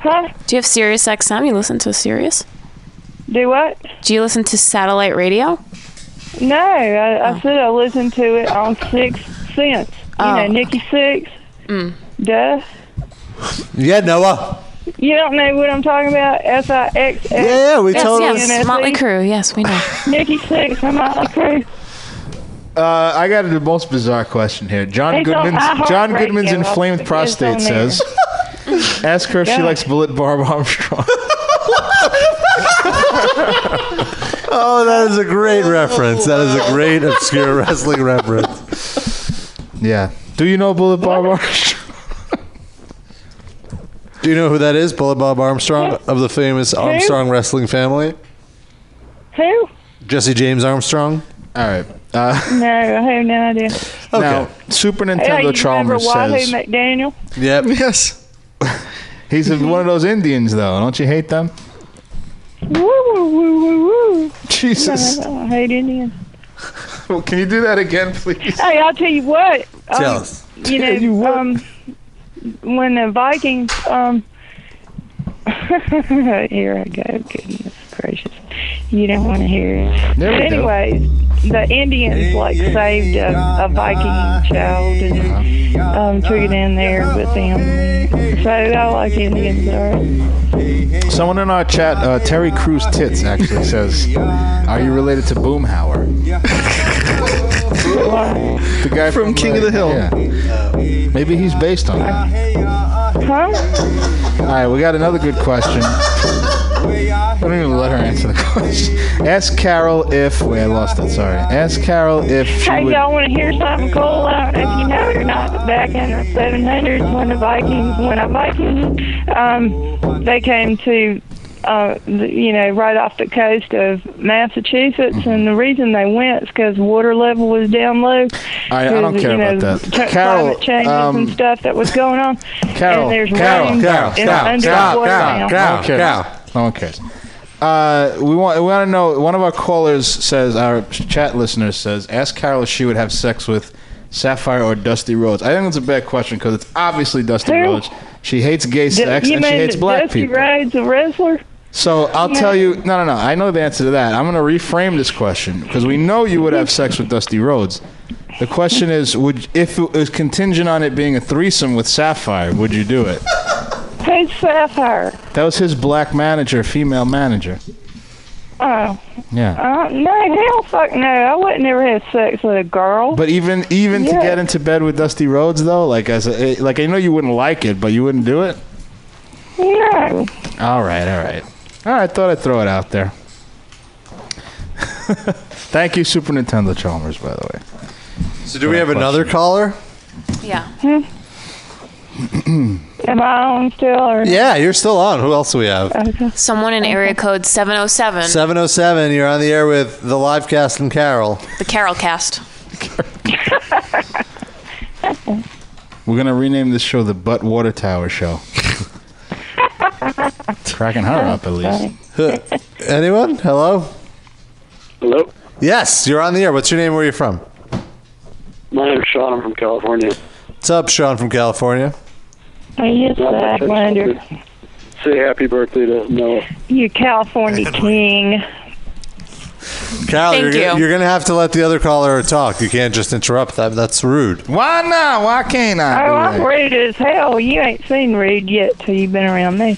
S7: Huh?
S5: Do you have Sirius XM? You listen to Sirius?
S7: Do what?
S5: Do you listen to satellite radio?
S7: No, I, I said I listened to it on Six Sense. You
S5: Oh.
S7: know,
S5: Mm.
S7: Nikki Six. Duh.
S2: Yeah, Noah.
S7: You don't know what I'm talking about? S I X X.
S2: Yeah, we
S5: Yes,
S2: told
S5: yes.
S7: NSE.
S5: Motley Crue. Yes, we know.
S7: Nikki Six from Motley Crue.
S3: Uh, I got the most bizarre question here. John
S7: It's on
S3: Goodman's
S7: iHeartRadio.
S3: John Goodman's inflamed
S7: It's
S3: prostate
S7: on there.
S3: says. Ask her if she
S7: Yeah.
S3: likes Bullet Barb Armstrong.
S2: Oh, that is a great reference. That is a great obscure wrestling reference.
S3: yeah. Do you know Bullet Barb Armstrong?
S2: Do you know who that is? Bullet Bob Armstrong of the famous Armstrong wrestling family.
S7: Who?
S2: Jesse James Armstrong.
S3: All right. Uh,
S7: No, I have no idea.
S3: Now, Super
S7: yeah, you
S3: Nintendo
S7: remember
S3: Chalmers
S7: Wahoo
S3: says.
S7: McDaniel?
S2: Yep.
S4: Yes.
S3: He's one of those Indians, though. Don't you hate them?
S7: Woo, woo, woo, woo, woo.
S3: Jesus.
S7: No, I don't hate Indians.
S3: Well, can you do that again, please?
S7: Hey, I'll tell you what. um,
S3: Tell us.
S7: You know, um, when the Vikings, um, here I go. Goodness gracious, you don't want to hear it.
S9: There we
S7: But
S9: go.
S7: anyways, the Indians like saved a, a Viking child and
S9: Uh-huh.
S7: um, took it in there with them. So I like Indians. All right.
S3: Someone in our chat, uh, Terry Cruz Tits, actually says, "Are you related to Boomhauer?" the guy from, King of the Hill. Yeah. Maybe he's based on that.
S7: Huh?
S3: All right, we got another good question. I don't even let her answer the question. Ask Carol if. Wait, I lost it. Sorry. Ask Carol if she
S7: Hey,
S3: would.
S7: y'all want to hear something cool? I don't know if you know it or not, but back in the 700s, when the Vikings, when a Viking, um, they came to, uh, the, you know, right off the coast of Massachusetts, and the reason they went is because water level was down low.
S3: I- I don't
S7: 'cause,
S3: care
S7: you know,
S3: about that.
S7: t-
S3: Carol,
S7: climate changes
S3: um,
S7: and stuff that was going on.
S3: Carol,
S7: and there's
S3: Carol,
S7: rain
S3: Carol,
S7: and
S3: Carol,
S7: underwater now.
S3: Carol, Carol, Carol. No one cares. Uh, we want we want to know. One of our callers says, our chat listener says, ask Carol if she would have sex with Sapphire or Dusty Rhodes. I think that's a bad question because it's obviously Dusty
S7: Who?
S3: Rhodes. She hates gay
S7: D-
S3: sex
S7: you
S3: and she
S7: mean
S3: hates
S7: that
S3: black
S7: Dusty
S3: people.
S7: Rhodes, a wrestler?
S3: So I'll
S7: Yeah.
S3: tell you. No, no, no. I know the answer to that. I'm going to reframe this question because we know you would have sex with Dusty Rhodes. The question is, would if it was contingent on it being a threesome with Sapphire, would you do it?
S7: Who's Sapphire?
S3: That was his black manager, female manager.
S7: Oh.
S3: Yeah.
S7: Uh, no, hell fuck no. I would never have sex with a girl.
S3: But even even to
S7: Yeah.
S3: get into bed with Dusty Rhodes though, like as a, like I know you wouldn't like it, but you wouldn't do it.
S7: no.
S3: All right, all right, all right. I thought I'd throw it out there. Thank you, Super Nintendo Chalmers, by the way.
S2: So do we have another caller?
S5: Yeah.
S7: Hmm? Am I on still or
S2: Yeah, you're still on. Who else do we have?
S5: Someone in area code 707,
S2: 707, you're on the air with the live cast and Carol.
S5: the Carol cast.
S3: We're gonna rename this show the Butt Water Tower Show. Cracking her up at least.
S2: Huh. Uh, Anyone? Hello?
S12: Hello?
S2: Yes, you're on the air. What's your name? Where are you from?
S12: My name's Sean. I'm from California.
S2: What's up, Sean from California?
S7: Are you Sidewinder?
S12: Say happy birthday to Noah.
S7: You California king.
S2: Carol,
S7: Thank
S2: you're, Gonna,
S7: you.
S2: you're gonna have to let the other caller talk. You can't just interrupt. That that's rude.
S3: Why not? Why can't
S7: Oh,
S3: I?
S7: I'm rude as hell. You ain't seen rude yet till you've been around me.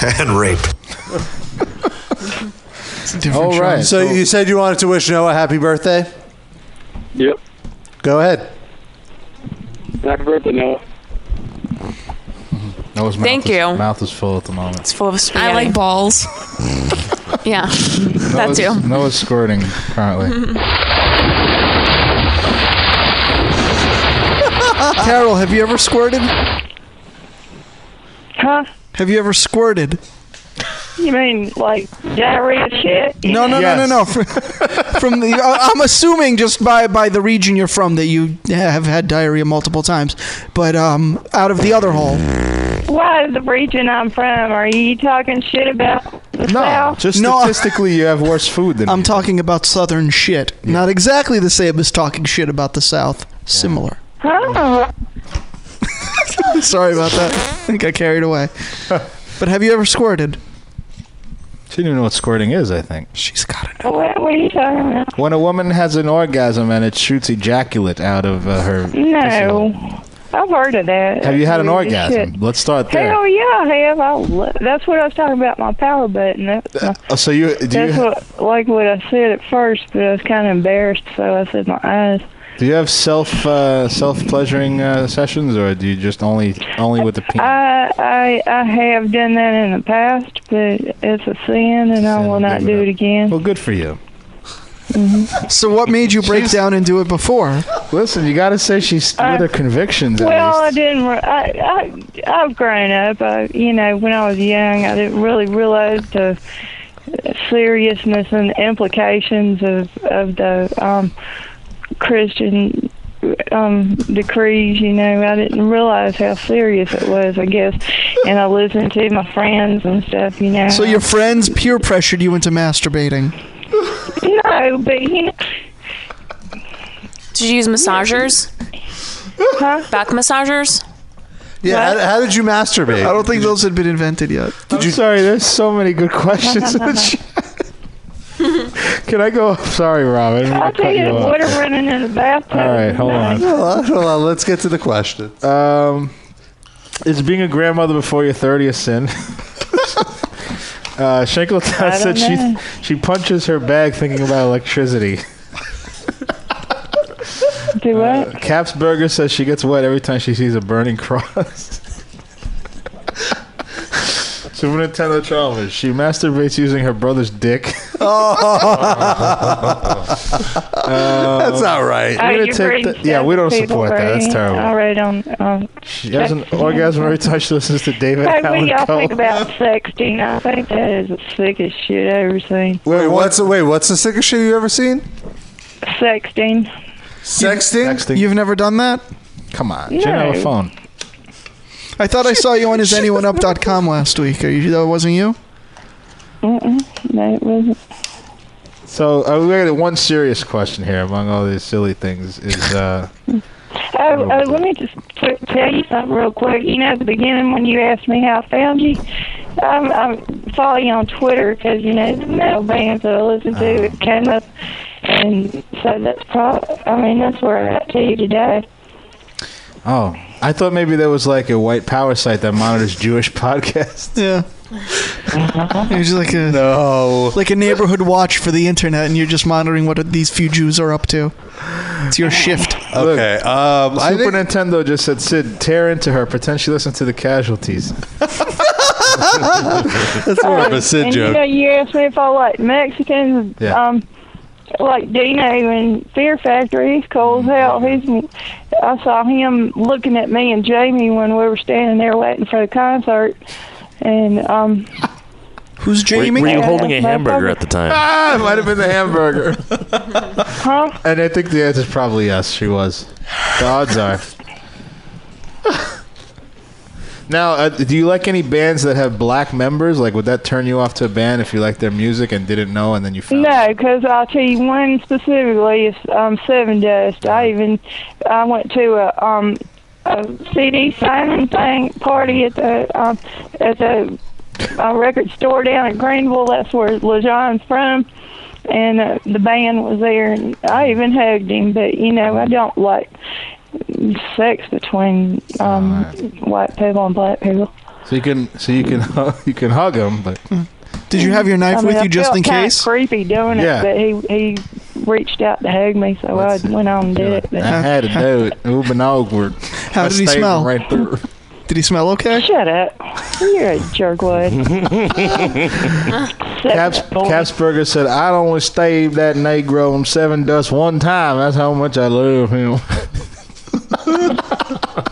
S2: And rape.
S3: it's
S2: All right. So you said you wanted to wish Noah happy birthday.
S12: Yep.
S2: Go ahead.
S12: Happy birthday, Noah.
S3: Noah's mouth
S5: Thank
S3: is-
S5: you.
S3: Mouth is full at the moment.
S5: It's full of spaghetti. I like
S13: balls.
S5: yeah, that
S3: Noah's,
S5: too.
S3: Noah's squirting currently.
S4: Carol, have you ever squirted?
S7: Huh?
S4: Have you ever squirted?
S7: You mean like diarrhea shit?
S4: No, no, no, no, no. from the, I- I'm assuming just by by the region you're from that you have had diarrhea multiple times, but um, out of the other hole.
S7: Why is the region I'm from? Are you talking shit about the South?
S3: statistically, you have worse food than.
S4: I'm talking about Southern shit. Not exactly the same as talking shit about the South. Similar.
S7: Huh?
S4: Sorry about that. I think I carried away. But have you ever squirted?
S3: She didn't even know what squirting is. I think
S4: she's got it.
S7: What, what are you talking about?
S3: When a woman has an orgasm and it shoots ejaculate out of uh, her.
S7: No. I've heard of that.
S3: Have you had an
S7: That's weird as shit.
S3: orgasm? Let's start there.
S7: Hell yeah, I have. I lo- that's what I was talking about. My power button. That's, my,
S3: Oh, so you do you
S7: that's
S3: ha-
S7: what like what I said at first, but I was kind of embarrassed, so I said my eyes.
S3: do you have self uh, self pleasuring uh, sessions or do you just only only with the penis?
S7: I I I have done that in the past, but it's a sin, and I will not do it again.
S3: Well, good for you.
S4: So what made you break down and do it before?
S3: Listen, you got to say she's with her convictions. at
S7: Well,
S3: least.
S7: I didn't. re- I, I I've grown up. I, you know, when I was young, I didn't really realize the seriousness and implications of of the um, Christian um, decrees. You know, I didn't realize how serious it was. I guess, and I listened to my friends and stuff. You know,
S4: So your friends peer pressured you into masturbating.
S7: no, but you know,
S5: Did you use massagers? Back massagers?
S2: Yeah, how, how did you masturbate?
S4: I don't think those had been invented yet.
S3: I'm sorry. There's so many good questions. in the chat. Can I go? Sorry, Robin.
S7: I tell you, the water running in the bathtub.
S3: All right, hold on.
S2: Hold on, hold on. Let's get to the question.
S3: Um, is being a grandmother before your 30 a sin? uh, Shankletown
S7: I
S3: said
S7: don't know.
S3: she she punches her bag thinking about electricity.
S7: Do what?
S3: Caps Burger says she gets wet every time she sees a burning cross. Super Nintendo Chalmers. She masturbates using her brother's dick.
S2: That's not right.
S7: Oh,
S3: We're Uh, gonna
S7: you
S3: take
S7: bring
S3: the- yeah, we don't support that. That's
S7: people
S3: terrible.
S7: All right, on. Um,
S3: She has an orgasm every time she listens to David
S7: Hey, what do
S3: Allen
S7: y'all
S3: Coe.
S7: think about sexting? I think that is the sickest shit I ever seen.
S2: Wait, what's wait? What's the sickest shit you ever seen?
S7: Sexting.
S2: Sexting?
S4: You've never done that?
S3: Come on,
S7: No. Jen have a phone.
S4: I thought I saw you on isanyoneup.com last week. Are you, that wasn't you?
S7: Mm-mm, no, it wasn't.
S3: So uh, we got one serious question here among all these silly things is uh,
S7: Oh, oh, let me just put, tell you something real quick. You know, at the beginning when you asked me how I found you, I'm, I'm follow you on Twitter because you know the metal bands that I listen to it came up, and so that's probably. I mean, that's where I got to you today.
S3: oh I thought maybe there was like a white power site that monitors Jewish podcasts.
S4: Yeah.
S7: Uh-huh.
S4: It was like a
S2: no,
S4: like a neighborhood watch for the internet, and you're just monitoring what these few Jews are up to. It's your shift.
S2: Okay. Um, I
S3: Super
S2: think
S3: Nintendo just said Sid tear into her, pretend she listened to the casualties.
S2: that's more of a Sid
S7: and you know,
S2: joke.
S7: you asked me if I like Mexicans.
S3: Yeah.
S7: Um, like Dino in Fear Factory, he's cool as hell. He's, I saw him looking at me and Jamie when we were standing there waiting for the concert, and um,
S4: Who's
S6: Were,
S4: Jamie?
S6: were you
S7: Yeah,
S6: holding a
S7: that's my
S6: hamburger at the time?
S3: ah, it might have been the hamburger.
S7: huh?
S3: and I think the answer is probably yes. She was. The odds are. now, uh, do you like any bands that have black members? Like, would that turn you off to a band if you liked their music and didn't know, and then you found?
S7: No, because I'll tell you one specifically is um, Seven Dust. I even I went to a um a CD signing thing party at the um at the uh, record store down in Greenville. That's where LeJohn's from, and uh, the band was there, and I even hugged him. But you know, I don't like sex between um white people and black people.
S3: So you can, so you can, you can hug them, but
S4: Did you have your knife
S7: I mean,
S4: with
S7: I
S4: you just
S7: felt
S4: in
S7: kinda
S4: case?
S7: creepy doing it,
S3: Yeah.
S7: but he he reached out to hug me, so I went on and did it.
S3: I
S7: But
S4: Uh-huh.
S3: had to do it. It would have been awkward.
S4: How
S3: I
S4: did he
S3: stayed
S4: smell?
S3: Right through.
S4: Did he smell okay?
S7: Shut up. You're a jerkwood.
S3: Caps, Capsberger said, "I only staved that Negro on Seven Dust one time. That's how much I love him."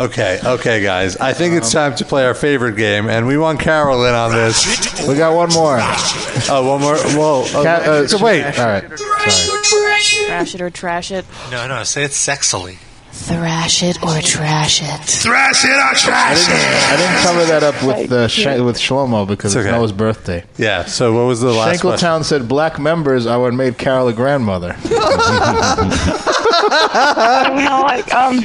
S2: Okay, okay, guys. I think it's time to play our favorite game, and we want Carol in on this.
S3: We got one more.
S2: Oh, one more. Whoa. Oh,
S3: Ca- uh,
S2: so wait.
S3: All right. Sorry.
S5: Thrash it or trash it.
S13: No, no, say it sexily.
S5: Thrash it or trash it.
S13: Thrash it or trash it.
S3: I didn't cover that up with uh, Sh- with Shlomo because
S2: It's
S3: it's,
S2: okay.
S3: Noah's birthday.
S2: Yeah. So what was the last question?
S3: Shankletown said, "Black members are what made Carol a grandmother."
S7: I mean, I like um,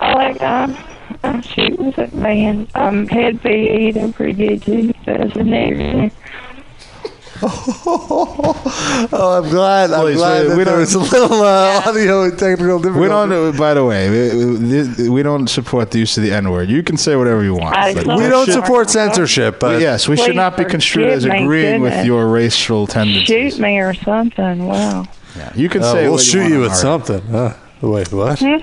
S7: I like um, oh, shoot, was it man? Um, head be eating pretty good too. That's the next.
S2: oh, I'm glad. I'm
S3: Please,
S2: glad
S3: we-
S2: that
S3: we
S2: there
S3: don't-
S2: was a little uh, audio and technical difficulty.
S3: we don't. uh, By the way, we, we don't support the use of the N word. You can say whatever you want.
S7: I
S3: Like,
S7: love
S2: We
S7: Oh,
S2: don't
S7: shit.
S2: support censorship, but
S3: yes, we should
S7: Please
S3: not be construed
S7: forgive
S3: as
S7: my
S3: agreeing with
S7: goodness.
S3: your racial tendencies.
S7: Shoot me or something. Wow.
S3: You can
S2: Uh,
S3: say
S2: we'll
S3: what
S2: shoot
S3: want
S2: you
S3: on
S2: with
S3: our-
S2: something. Uh, wait, what? All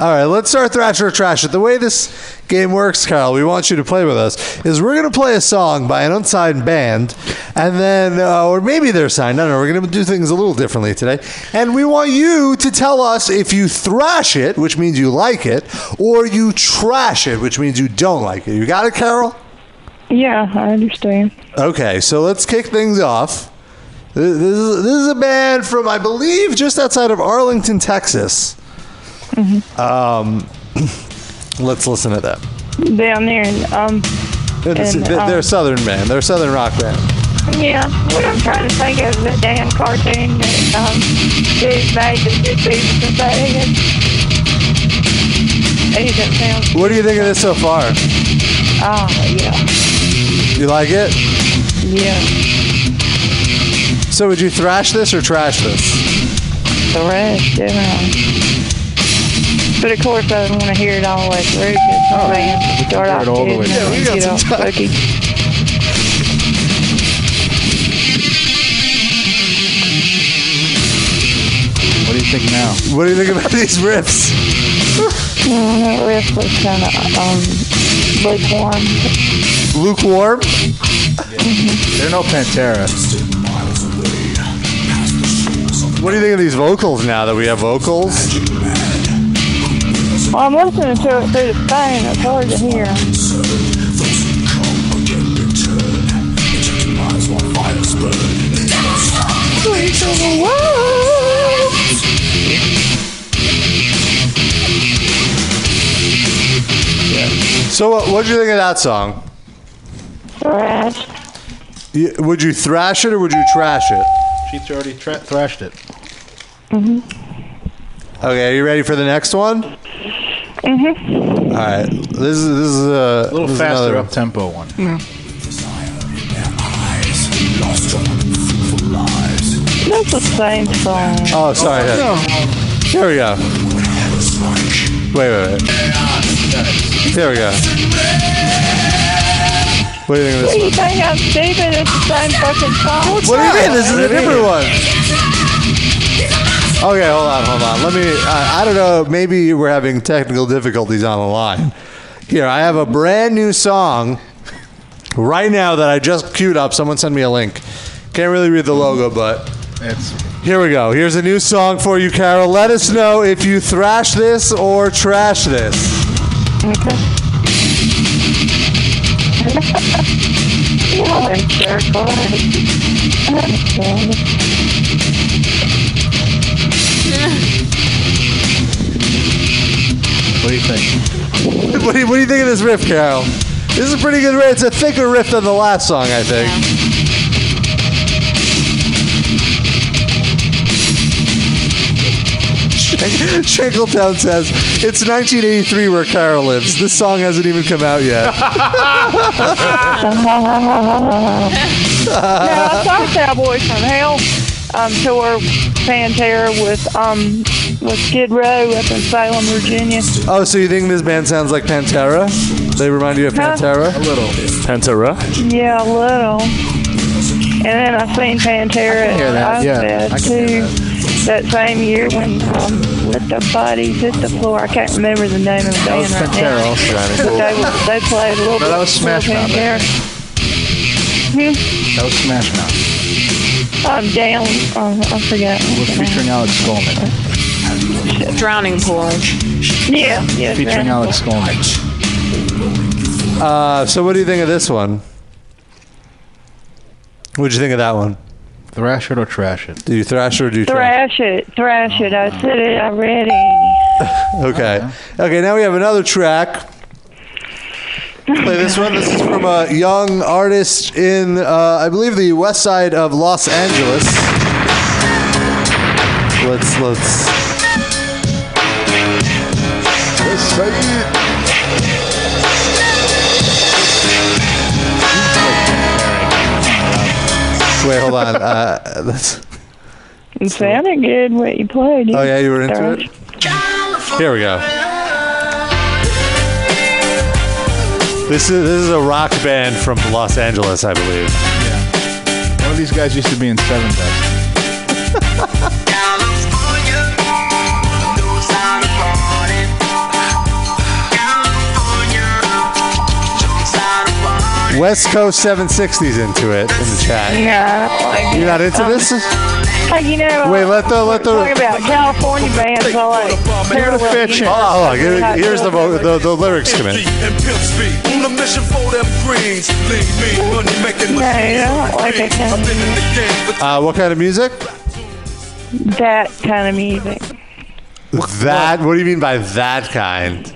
S2: right, let's start Thrasher or Trash It. The way this game works, Carl, we want you to play with us, is we're going to play a song by an unsigned band, and then, uh, or maybe they're signed. I don't know. We're going to do things a little differently today. And we want you to tell us if you thrash it, which means you like it, or you trash it, which means you don't like it. You got it, Carol?
S7: Yeah, I understand.
S2: Okay, so let's kick things off. Th- This is, this is a band from, I believe, just outside of Arlington, Texas.
S7: Mm-hmm.
S2: Um, let's listen to them.
S7: Down there and um.
S2: They're, the-
S7: and,
S2: they're-
S7: um,
S2: they're a southern band. They're a southern rock band.
S7: Yeah, what I'm trying to think of is the damn cartoon that um, Dave made that two people can say it. Agent sounds.
S2: What do you think of this so far?
S7: Oh yeah,
S2: You like it?
S7: yeah.
S2: So would you thrash this or trash this?
S7: The rest, yeah. But of course, I don't want to hear it all the way through. 'cause the band start
S2: Oh, hear
S7: off
S2: it all the
S7: good and
S2: way through.
S7: then
S2: Yeah, we got
S7: get
S2: some
S7: off
S2: time.
S7: funky.
S3: What do you think now?
S2: What do you think about these riffs?
S7: Mm, that riff was kind of um, lukewarm.
S2: Lukewarm?
S3: They're no Pantera.
S2: What do you think of these vocals now that we have vocals?
S7: Well, I'm listening to it through the phone. It's hard to hear.
S2: So what what do you think of that song?
S7: Thrash.
S2: You- Would you thrash it or would you trash it?
S3: She's already tra- thrashed it.
S7: Mm-hmm.
S2: Okay, are you ready for the next one? Mm-hmm. All right, this is this is a,
S3: A little
S2: Uh, this is
S3: faster
S2: another-
S3: up tempo one.
S7: That's the same song.
S2: Oh, sorry. Here we go. Wait, wait, wait. There we go. What do you think
S7: What
S2: of this
S7: do
S2: one?
S7: you think I'm stupid? It's the same fucking song.
S2: What do you mean? This is a different one. Okay, hold on, hold on. Let me. I I don't know. Maybe we're having technical difficulties on the line. Here, I have a brand new song right now that I just queued up. Someone sent me a link. Can't really read the logo, but
S3: It's
S2: here we go. Here's a new song for you, Carol. Let us know if you thrash this or trash this.
S7: Y'all are jerk-offs. I understand.
S3: What do you think?
S2: what, do you, what do you think of this riff, Carol? This is a pretty good riff. It's a thicker riff than the last song, I think. Shank- Shankletown says, It's 1983 where Carol lives. This song hasn't even come out yet.
S7: now, I saw Cowboy from Hell um, tour Pantera with um, with Skid Row up in Salem, Virginia.
S2: oh, so you think this band sounds like Pantera? They remind you of
S7: Huh?
S2: Pantera?
S7: A
S2: little. Pantera?
S7: Yeah, a little. And then I seen Pantera
S2: I can hear that,
S7: at
S2: yeah, I
S7: Ozfest,
S2: can hear
S7: too. That. same year when um, with the bodies hit the floor. I can't remember the name of the
S3: That
S7: band
S3: was
S7: right
S3: Pantera
S7: now.
S3: also.
S7: But they, were- they played a little
S3: No,
S7: bit.
S3: that was Smash
S7: of
S3: Mouth, I
S7: Pantera. Hmm?
S3: That was Smash Mouth.
S7: I'm down. Um, I forgot.
S3: It was featuring Alex Skolnick.
S5: Drowning pool.
S7: Yeah, yeah.
S3: Featuring
S7: yeah.
S3: Alex Skolnick.
S2: Uh, so what do you think of this one? What'd you think of that one?
S3: Thrash it or trash it.
S2: Do you thrash or do you trash?
S7: Thrash it, thrash it. I said it already.
S2: Okay. Okay, now we have another track. Play this one. This is from a young artist in, uh, I believe, the west side of Los Angeles. Let's, let's. Wait, hold on. Uh, that's,
S7: It sounded good what you played.
S2: oh, yeah, you were into it? Here we go. This is, this is a rock band from Los Angeles, I believe.
S3: One of these guys used to be in Seven Dust.
S2: West Coast 760s into it in the chat.
S7: Yeah, I don't like
S2: You're
S7: it.
S2: not into this?
S7: Um, Hey, you know,
S2: Wait, let the- let the-
S7: talking about California bands. I like Parallel
S2: Hold
S7: Universe.
S2: on, Oh, hold on. Here- Here's the, vo- the the lyrics come in.
S9: and pimp speed. On a mission for them greens. Lean, mean, money making machines. I've been in the game for
S2: Uh, what kind of music?
S7: That kind of music.
S2: That. What do you mean by that kind?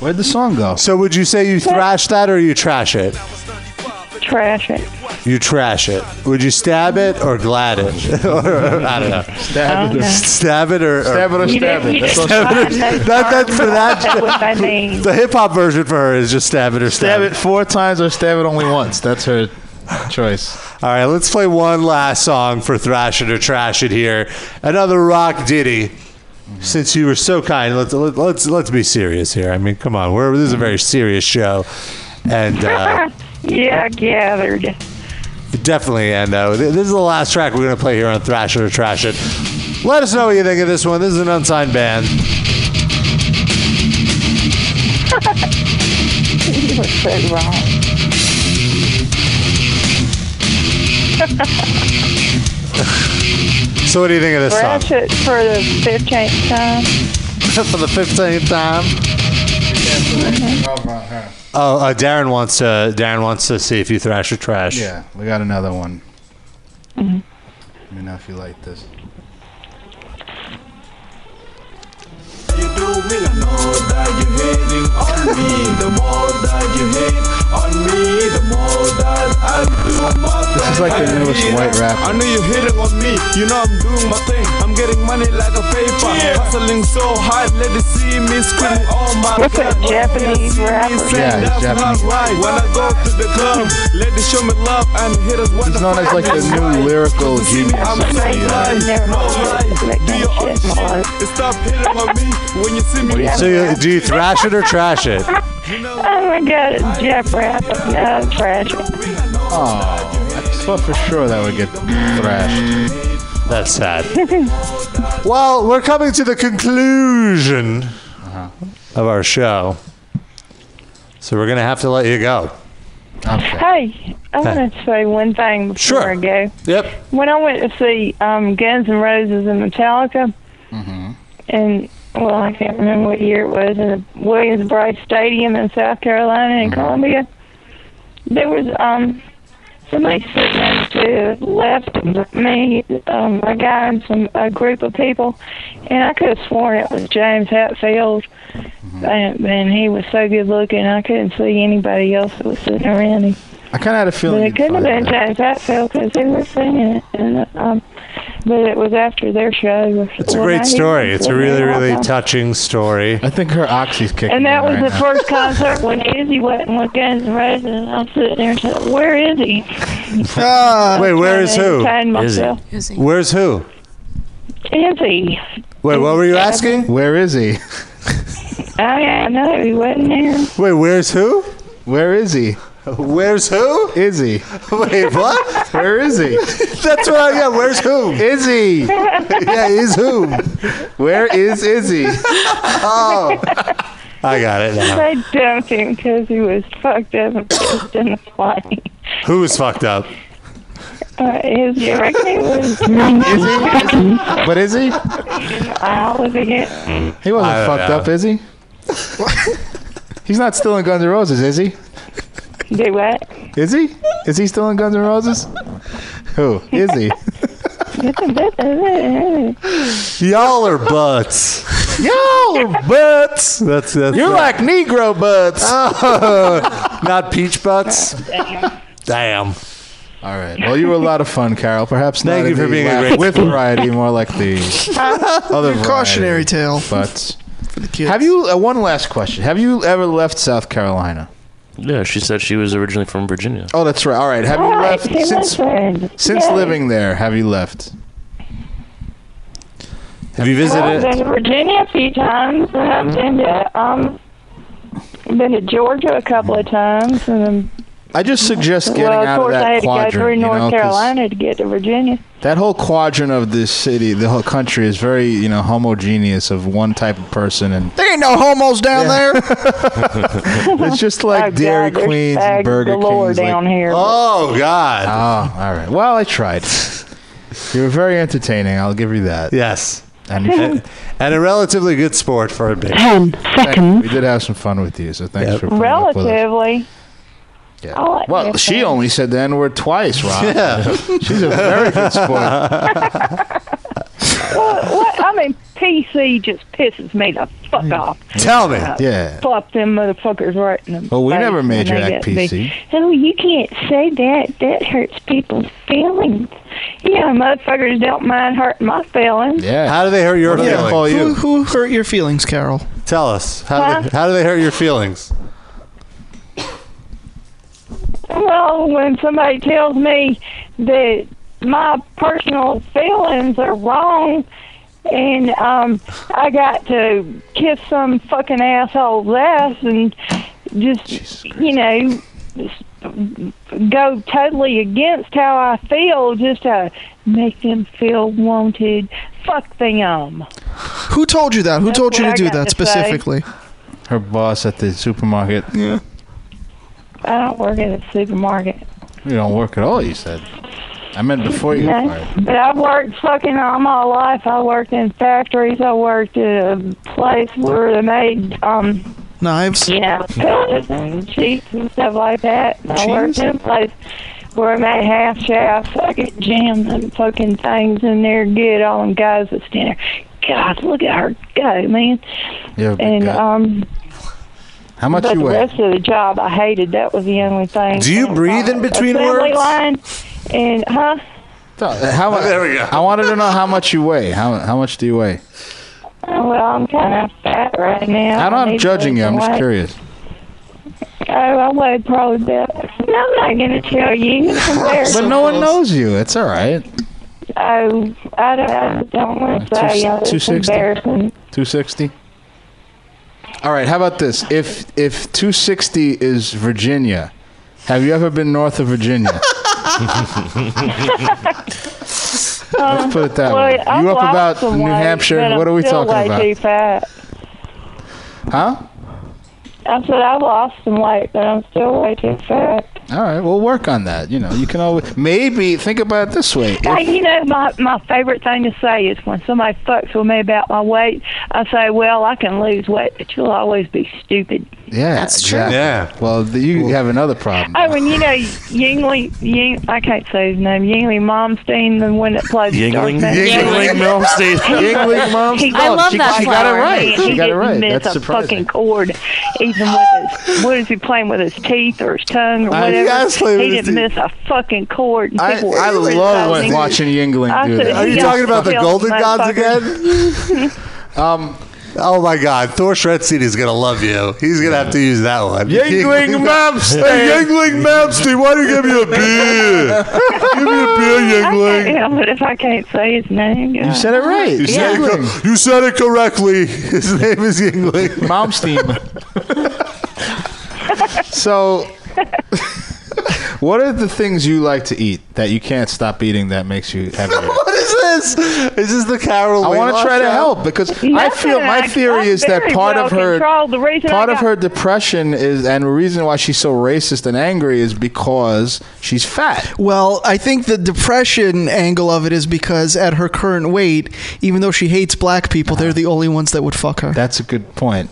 S3: Where'd the song go?
S2: So would you say you thrash that or you trash it?
S7: Trash it.
S2: You trash it. Would you stab it or glad it? Or- I don't know.
S7: Stab it or-
S2: stab it or
S3: Stab it or You stab didn't- it. you That's didn't all-
S2: Stab it or-
S3: find
S2: that, that, for that,
S7: That was my name.
S2: the hip hop version for her is just stab it or stab,
S3: Stab it four times or stab it only once. That's her choice.
S2: All right, let's play one last song for Thrash It or Trash It here. Another rock ditty. Since you were so kind, let's let, let's let's be serious here. I mean, come on, we're this is a very serious show, and uh,
S7: yeah, gathered.
S2: definitely, and uh, th- this is the last track we're gonna play here on Thrash It or Trash It. Let us know what you think of this one. This is an unsigned band.
S7: you were so wrong.
S2: So, what do you think of this song?
S7: Trash it for the fifteenth time.
S2: for the fifteenth time. Oh, uh, Darren wants to. Darren wants to see if you thrash or trash.
S3: Yeah, we got another one.
S2: Mm-hmm.
S3: Let me know if you like this.
S9: You do me know that you hating on me. The more that you hate on me, the more that I do my thing.
S3: This is like the newest white rapper.
S9: I know you hating on me. You know I'm doing my thing. I'm getting money like a paper. Hustling so hard, let it see me screaming all my
S7: What's that Japanese rapper?
S9: Yeah, that's
S3: he's
S9: not
S3: Japanese.
S9: right. When I go to the club, ladies show me love and hit us one.
S3: He's known as like the new lyrical genius.
S9: I'm so right.
S7: Never mind.
S9: Do your own shit. Stop hitting on me when you see me.
S2: So, you, do you thrash it or trash it?
S7: Oh my God, it's Jeff Rapp. Yeah, trash it.
S3: Oh, I thought for sure that would get thrashed.
S2: That's sad. Well, we're coming to the conclusion Uh-huh. of our show, so we're gonna have to let you go.
S7: Hey, I want to say one thing before I go.
S2: Yep.
S7: When I went to see um, Guns N' Roses and Metallica, Mm-hmm. and well, I can't remember what year it was, in the Williams Bryce Stadium in South Carolina and Columbia, there was um somebody sitting next to the left of me, um, a guy and some a group of people, and I could have sworn it was James Hatfield. And, and he was so good looking, I couldn't see anybody else that was sitting around him.
S3: I kind of had a
S7: But
S3: feeling.
S7: it
S3: you'd
S7: couldn't have
S3: find
S7: been
S3: that.
S7: James Hetfield because they were singing it, and um, but it was after their show.
S2: It's a great story. It's a really, really touching story. I
S3: think her oxy's kicking.
S7: And that was the first concert when Izzy went and with Guns N' Roses, and I'm sitting there saying, "Where is he?"
S2: Uh,
S3: Ah.
S2: Wait, where is who?
S7: Entertain myself.
S2: Where's who?
S7: Izzy.
S2: Wait, what were you asking?
S3: Where is he?
S7: I, I know he wasn't there.
S2: Wait, where's who?
S3: Where is he?
S2: Where's who?
S3: Izzy.
S2: Wait, what?
S3: Where is he?
S2: That's what I yeah, where's who?
S3: Izzy.
S2: Yeah, is who?
S3: Where is Izzy?
S2: Oh. I got it now.
S7: They dumped him because he was fucked up and pissed in the flight.
S2: Who was fucked up?
S7: Uh, Izzy, I reckon it was.
S3: But is he?
S7: I was again.
S3: He wasn't
S2: I don't
S3: fucked
S2: know.
S3: up, is he? He's not still in Guns N' Roses, is he?
S7: Do what?
S3: Is he? Is he still in Guns N' Roses? Who? Is he?
S2: Y'all are butts.
S3: Yo, butts.
S2: That's that's
S3: You're like
S2: that-
S3: Negro butts.
S2: Oh, not peach butts. Damn.
S3: All right. Well, you were a lot of fun, Carol. Perhaps
S2: Thank
S3: not
S2: you
S3: in
S2: for
S3: the
S2: being a
S3: laugh
S2: great-
S3: with variety, more like the other
S4: Cautionary
S3: tale. But have you? Uh, one last question. Have you ever left South Carolina?
S6: Yeah, she said she was originally from Virginia.
S3: Oh, that's right. All right. Have you
S7: All right,
S3: left
S7: she
S3: since
S7: listened.
S3: since
S7: Yay.
S3: living there? Have you left?
S2: Have you
S7: I've
S2: visited?
S7: been to Virginia a few times, and I've been to
S3: Mm-hmm.
S7: um, been to Georgia a couple of times, and then,
S3: I just suggest getting
S7: well, of
S3: out of
S7: course, I
S3: that
S7: had to go through
S3: quadrant. you
S7: North
S3: know, 'cause
S7: Carolina to get to Virginia.
S3: That whole quadrant of this city, the whole country, is very you know homogeneous of one type of person, and
S4: There ain't no homos down there.
S3: it's just like Dairy
S7: Oh, God, there's
S3: Queens
S7: fags
S3: and Burger
S7: galore
S3: Kings. like-
S7: down here.
S2: Oh God.
S3: Oh, all right. Well, I tried. You were very entertaining. I'll give you that.
S2: Yes.
S3: And,
S2: and, and a relatively good sport for a big.
S3: Ten
S7: seconds.
S3: We did have some fun with you, so thanks for putting up with us.
S7: Relatively.
S3: Yeah.
S7: I'll let
S3: Well,
S7: you
S3: she
S7: finish.
S3: only said the N word twice, Rob.
S2: Yeah.
S3: She's a very good sport.
S7: What, what? I mean, PC just pisses me the fuck off.
S2: Tell me.
S3: Yeah.
S7: Uh, Flop them motherfuckers right in the
S3: Well, we
S7: face
S3: never
S7: when
S3: made you
S7: they
S3: act
S7: get big.
S3: PC.
S10: Oh, you can't say that. That hurts people's feelings.
S7: Yeah, motherfuckers don't mind hurting my feelings.
S3: Yeah.
S2: How do they hurt your
S4: Yeah,
S2: feelings?
S4: Who, who hurt your feelings, Carol?
S2: Tell us. How, do they, how do they hurt your feelings?
S7: Well, when somebody tells me that my personal feelings are wrong and um, I got to kiss some fucking asshole's ass and just, you know, just go totally against how I feel just to make them feel wanted, fuck them.
S4: Who told you that? Who
S7: That's
S4: told you
S7: what
S4: to
S7: I
S4: do
S7: got
S4: that
S7: to say.
S4: specifically?
S3: Her boss at the supermarket. Yeah.
S7: I don't work at a supermarket.
S3: You don't work at all, you said. I meant before you got fired.
S7: Okay. But I've worked fucking all my life. I worked in factories. I worked at a place where they made, um,
S4: Knives.
S7: you know, pellets and sheets and stuff like that. And I worked
S4: Cheese?
S7: in a place where they made half shafts. I could jam them fucking things in there good. All them guys that stand there. God, look at her go, man.
S3: You have a big
S7: And,
S3: gut.
S7: um,
S3: How much
S7: but
S3: you
S7: the
S3: weigh?
S7: rest of the job I hated. That was the only thing.
S3: Do you breathe in between
S7: Assembly
S3: words?
S7: line and, huh?
S3: How much? There we go. I wanted to know how much you weigh. How how much do you weigh?
S7: Oh, Well, I'm kind of fat right now.
S3: I know I'm
S7: need to
S3: judging
S7: lose
S3: you. I'm
S7: some
S3: just
S7: weight.
S3: curious.
S7: Oh, I weigh probably about. I'm not going to tell you. It's embarrassing.
S3: But no one knows you. It's all right.
S7: Oh, I don't, I don't want to
S3: Two-
S7: say. uh, It's
S3: 260?
S7: embarrassing.
S3: 260. All right. How about this? If if 260 is Virginia, have you ever been north of Virginia?
S7: Let's
S3: put it that
S7: well,
S3: way.
S7: I've
S3: You up
S7: lost
S3: about
S7: some
S3: New
S7: weight,
S3: Hampshire?
S7: but I'm
S3: What are we
S7: still
S3: talking
S7: way
S3: about?
S7: Too fat.
S3: Huh?
S7: I said I lost some weight, but I'm still way too fat.
S3: All right. We'll work on that. You know, you can always maybe think about it this way.
S7: Now,
S3: If-
S7: you know, my my favorite thing to say is when somebody fucks with me about my weight, I say, "Well, I can lose weight, but you'll always be stupid."
S3: yeah,
S7: That's true.
S3: exactly.
S2: Yeah.
S3: Well, th- you have another problem.
S7: Oh, and you know Yingling, Ying, I can't say his name. Yingling Malmsteen, the one that plays
S6: Yingling?
S7: Yingling
S6: Yingling Malmsteen. Yingling
S3: Malmsteen.
S7: I
S3: Oh,
S7: love
S3: she-
S7: that
S3: she got it
S7: flower,
S3: right.
S7: man.
S3: She
S7: he
S3: got it
S7: didn't
S3: right.
S7: Miss
S3: That's
S7: a
S3: surprising.
S7: fucking chord, even with his. What is he playing with his teeth or his tongue or
S3: I-
S7: whatever?
S3: yeah, I was playing
S7: he
S3: with his
S7: didn't miss a fucking chord. And
S3: I,
S7: people were
S3: I love when
S7: criticizing him.
S3: watching Yingling
S7: I
S3: do
S7: said,
S3: that.
S7: Are you "Yeah, talking about the yeah, Golden Gods motherfucker."
S2: again? um, oh my God, Thor Shredseed is gonna love you. He's gonna have to use that one.
S9: Yingling Malmsteen.
S2: Hey, Yingling Malmsteen, why do you give me a beer? give me a beer, Yingling.
S7: Yeah, but if I can't say his name, you
S3: said it right.
S2: You, said, it co- you said it correctly. His name is Yingling.
S3: Malmsteen. so, what are the things you like to eat that you can't stop eating that makes you happy? I
S2: What is this? Is this the Carol?
S3: want to try to help because I feel
S7: Nothing.
S3: my
S7: I-
S3: theory
S7: I'm
S3: is that
S7: very
S3: part
S7: well
S3: of her
S7: controlled. The reason I
S3: part of
S7: got-
S3: her depression is and the reason why she's so racist and angry is because she's fat.
S4: Well, I think the depression angle of it is because at her current weight, even though she hates black people, they're the only ones that would fuck her.
S3: That's a good point.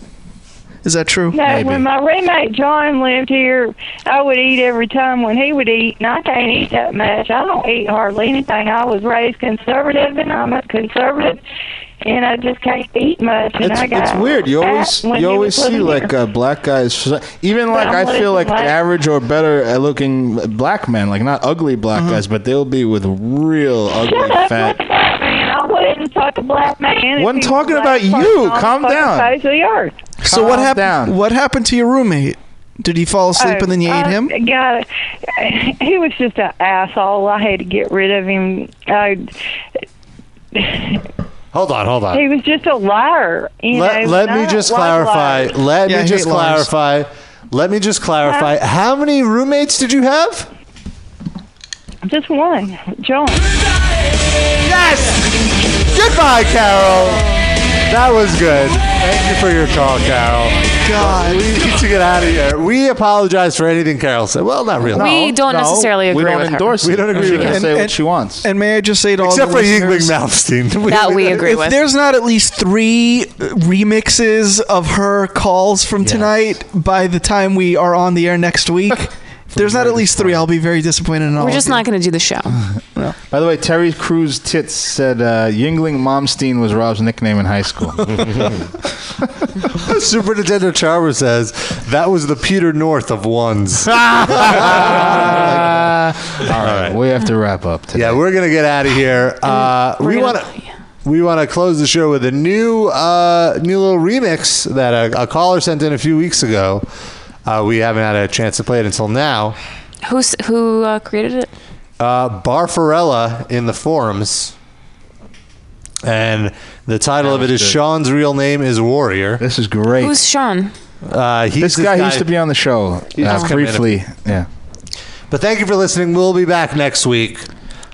S4: Is that true?
S7: No, when my roommate John lived here, I would eat every time when he would eat, and I can't eat that much. I don't eat hardly anything. I was raised conservative, and I'm a conservative, and I just can't eat much. And
S3: It's,
S7: I got
S3: it's weird. You
S7: fat
S3: always
S7: when
S3: you
S7: he
S3: always
S7: was
S3: see
S7: living
S3: like
S7: here.
S3: uh, black guys. Even like
S7: I'm
S3: I feel
S7: living
S3: like
S7: life.
S3: average or better uh, looking black men, like not ugly black
S2: Uh-huh.
S3: guys, but they'll be with real ugly fat.
S7: man, I wouldn't fuck a black man. if
S3: Wasn't
S7: he was
S3: talking
S7: a black
S3: about
S7: person
S3: you.
S7: on the
S3: Calm
S7: fucking
S3: down.
S7: Face of the earth.
S4: So what happened? What happened to your roommate? Did he fall asleep
S7: Uh,
S4: and then you ate
S7: I
S4: him?
S7: Got it. He was just an asshole. I had to get rid of him. I,
S2: Hold on, hold on.
S7: he was just a liar. You
S2: let,
S7: know,
S2: let
S7: and I
S2: me
S7: don't
S2: just
S7: like
S2: clarify.
S7: liars.
S2: Let me just clarify. Let me just clarify. How many roommates did you have?
S7: Just one, John.
S2: Yes. Goodbye, Carol. That was good. Thank you for your call, Carol.
S4: God.
S2: We need to get out of here. We apologize for anything Carol said. Well, not really.
S5: We don't No, necessarily we agree don't with her. endorse
S2: We
S5: it.
S2: don't agree
S5: She
S2: with
S5: can
S2: her.
S5: say what
S3: she wants.
S4: And may I just say to all
S2: Except
S4: the
S2: for Yingling
S4: listeners-
S2: Malmsteen.
S4: if there's not at least three uh, remixes of her calls from tonight by the time we are on the air next week, if there's not at least three, I'll be very disappointed in all
S5: We're
S4: of
S5: just
S4: you.
S5: not going to do the show.
S3: By the way, Terry Crews Tits said uh, Yingling Momstein was Rob's nickname in high school.
S2: Super Nintendo Charmer says that was the Peter North of ones.
S3: All right, we have to wrap up.
S2: Yeah, we're gonna get out of here. Uh, we want to. We want to close the show with a new, uh, new little remix that a, a caller sent in a few weeks ago. Uh, we haven't had a chance to play it until now.
S5: Who's who uh, created it?
S2: Uh, Barfarella in the forums, and the title of it is Sean's real name is Warrior.
S3: This is great.
S5: Who's Sean?
S2: Uh,
S3: this
S2: he's
S3: guy, used to be on the show
S2: He's
S3: uh,
S2: just come in and-
S3: briefly. Yeah.
S2: But thank you for listening. We'll be back next week.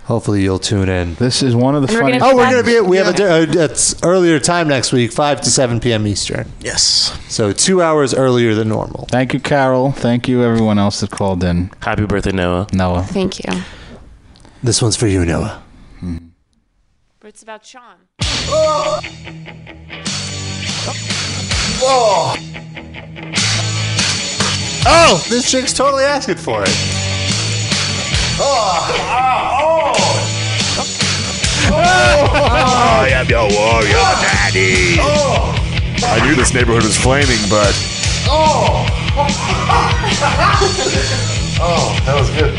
S2: Hopefully you'll tune in.
S3: This is one of the
S2: Oh,
S3: funniest.
S2: we're gonna be. at- We have a, di- uh it's earlier time next week, five to seven p.m. Eastern.
S4: Yes.
S2: So two hours earlier than normal.
S3: Thank you, Carol. Thank you, everyone else that called in.
S6: Happy birthday, Noah.
S3: Noah.
S5: Thank you.
S2: This one's for you, Noah.
S5: But it's about Sean.
S2: Whoa! Oh, this chick's totally asking for it.
S9: I am your warrior, daddy.
S11: I knew this neighborhood was flaming, but
S9: Oh!
S11: oh, that was good.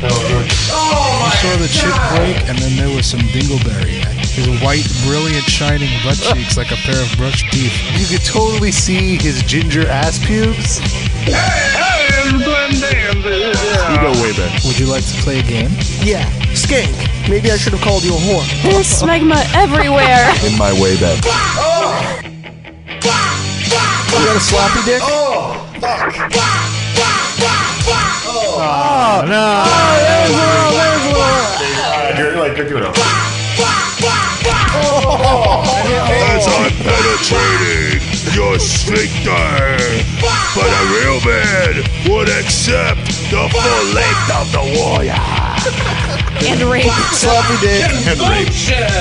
S11: That was good.
S2: Oh
S14: I saw the chick break, and then there was some dingleberry. His white, brilliant, shining butt cheeks like a pair of brushed teeth.
S2: You could totally see his ginger ass pubes.
S11: You go way back.
S14: Would you like to play a game?
S4: Yeah. Skank. Maybe I should have called you a whore.
S5: There's smegma everywhere.
S11: In my way back.
S4: You got a sloppy dick?
S11: Oh, no! there's Laura, there's Laura! You're Uh, like, you're doing it.
S9: As I'm penetrating your sphincter, but a real man would accept the full length of the warrior.
S5: and rape.
S9: Sloppy dick.
S11: And rape.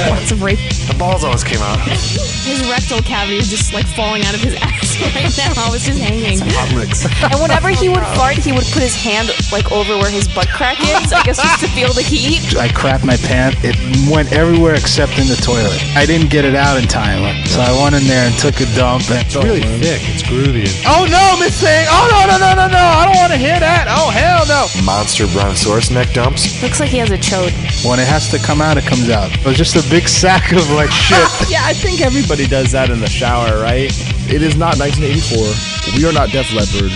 S5: Lots of rape.
S11: The balls always came out.
S5: His rectal cavity is just like falling out of his ass right now. It's just hanging.
S11: Hot licks.
S5: And whenever he would fart, he would put his hand like over where his butt crack is, I guess just to feel the heat.
S3: I crapped my pants. It went everywhere except in the toilet. I didn't get it out in
S14: uh,
S3: time, so I went in there and took a dump. And it's
S14: Oh,
S3: really thick.
S2: It's groovy.
S9: Oh no, Miss Thing! Oh no, no, no, no, no! I don't want to hear that. Oh hell no!
S11: Monster brontosaurus neck dumps.
S5: Looks like he has a chode.
S3: When it has to come out, it comes out. It was just a big sack of like shit.
S15: yeah, I think everybody does that in the shower, right? It is not 1984. We are not Def Leppard.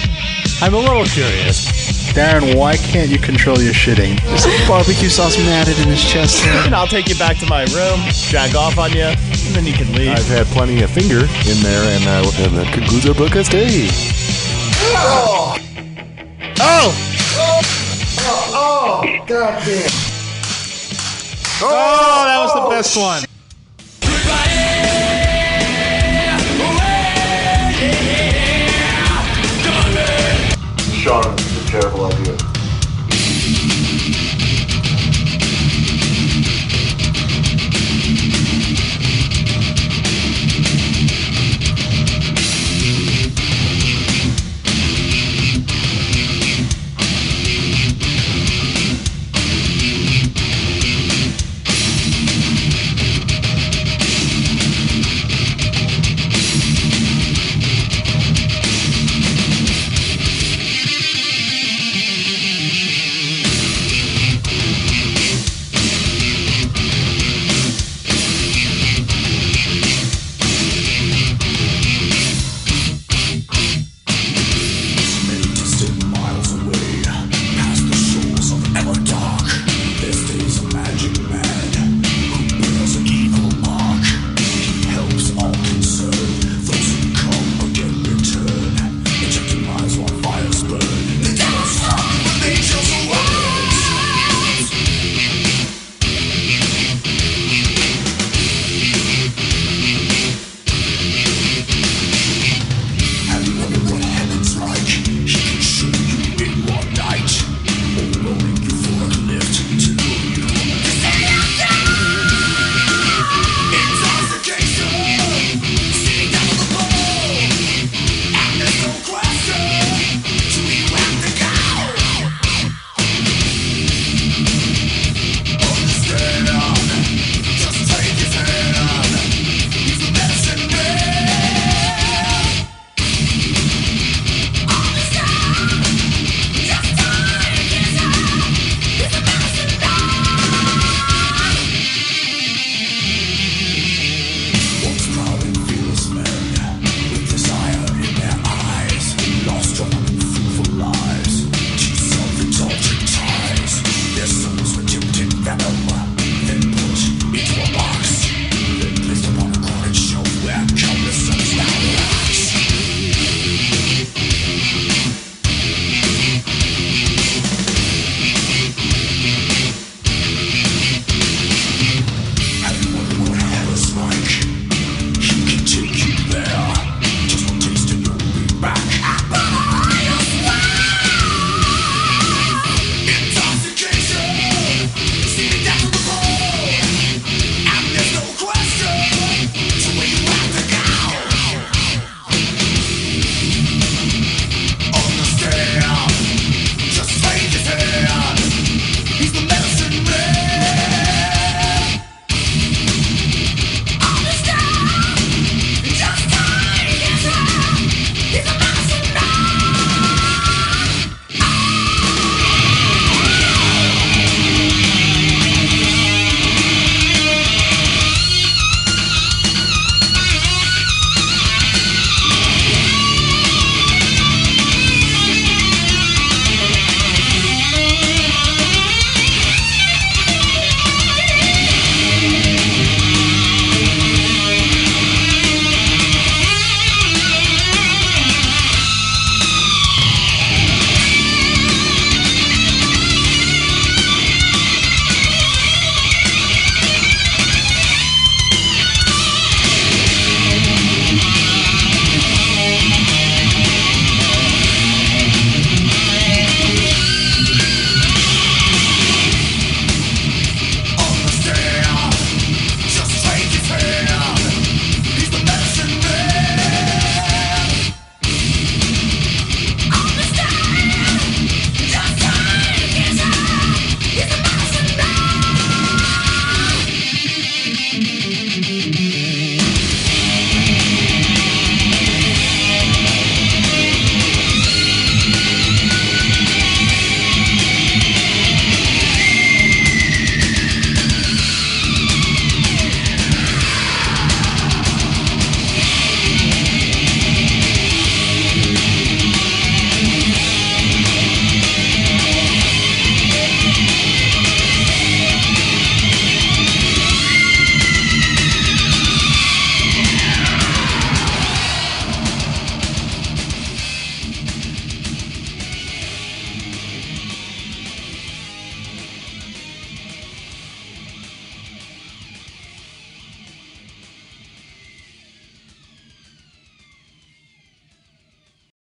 S2: I'm a little curious.
S3: Darren, why can't you control your shitting?
S4: There's some barbecue sauce matted in his chest.
S15: and I'll take you back to my room, drag off on you, and then you can leave.
S11: I've had plenty of finger in there, and, uh, and that concludes our podcast day.
S9: Oh! Oh! Oh! oh. God damn! Oh, that was the best one.
S11: Sean, it's a terrible idea.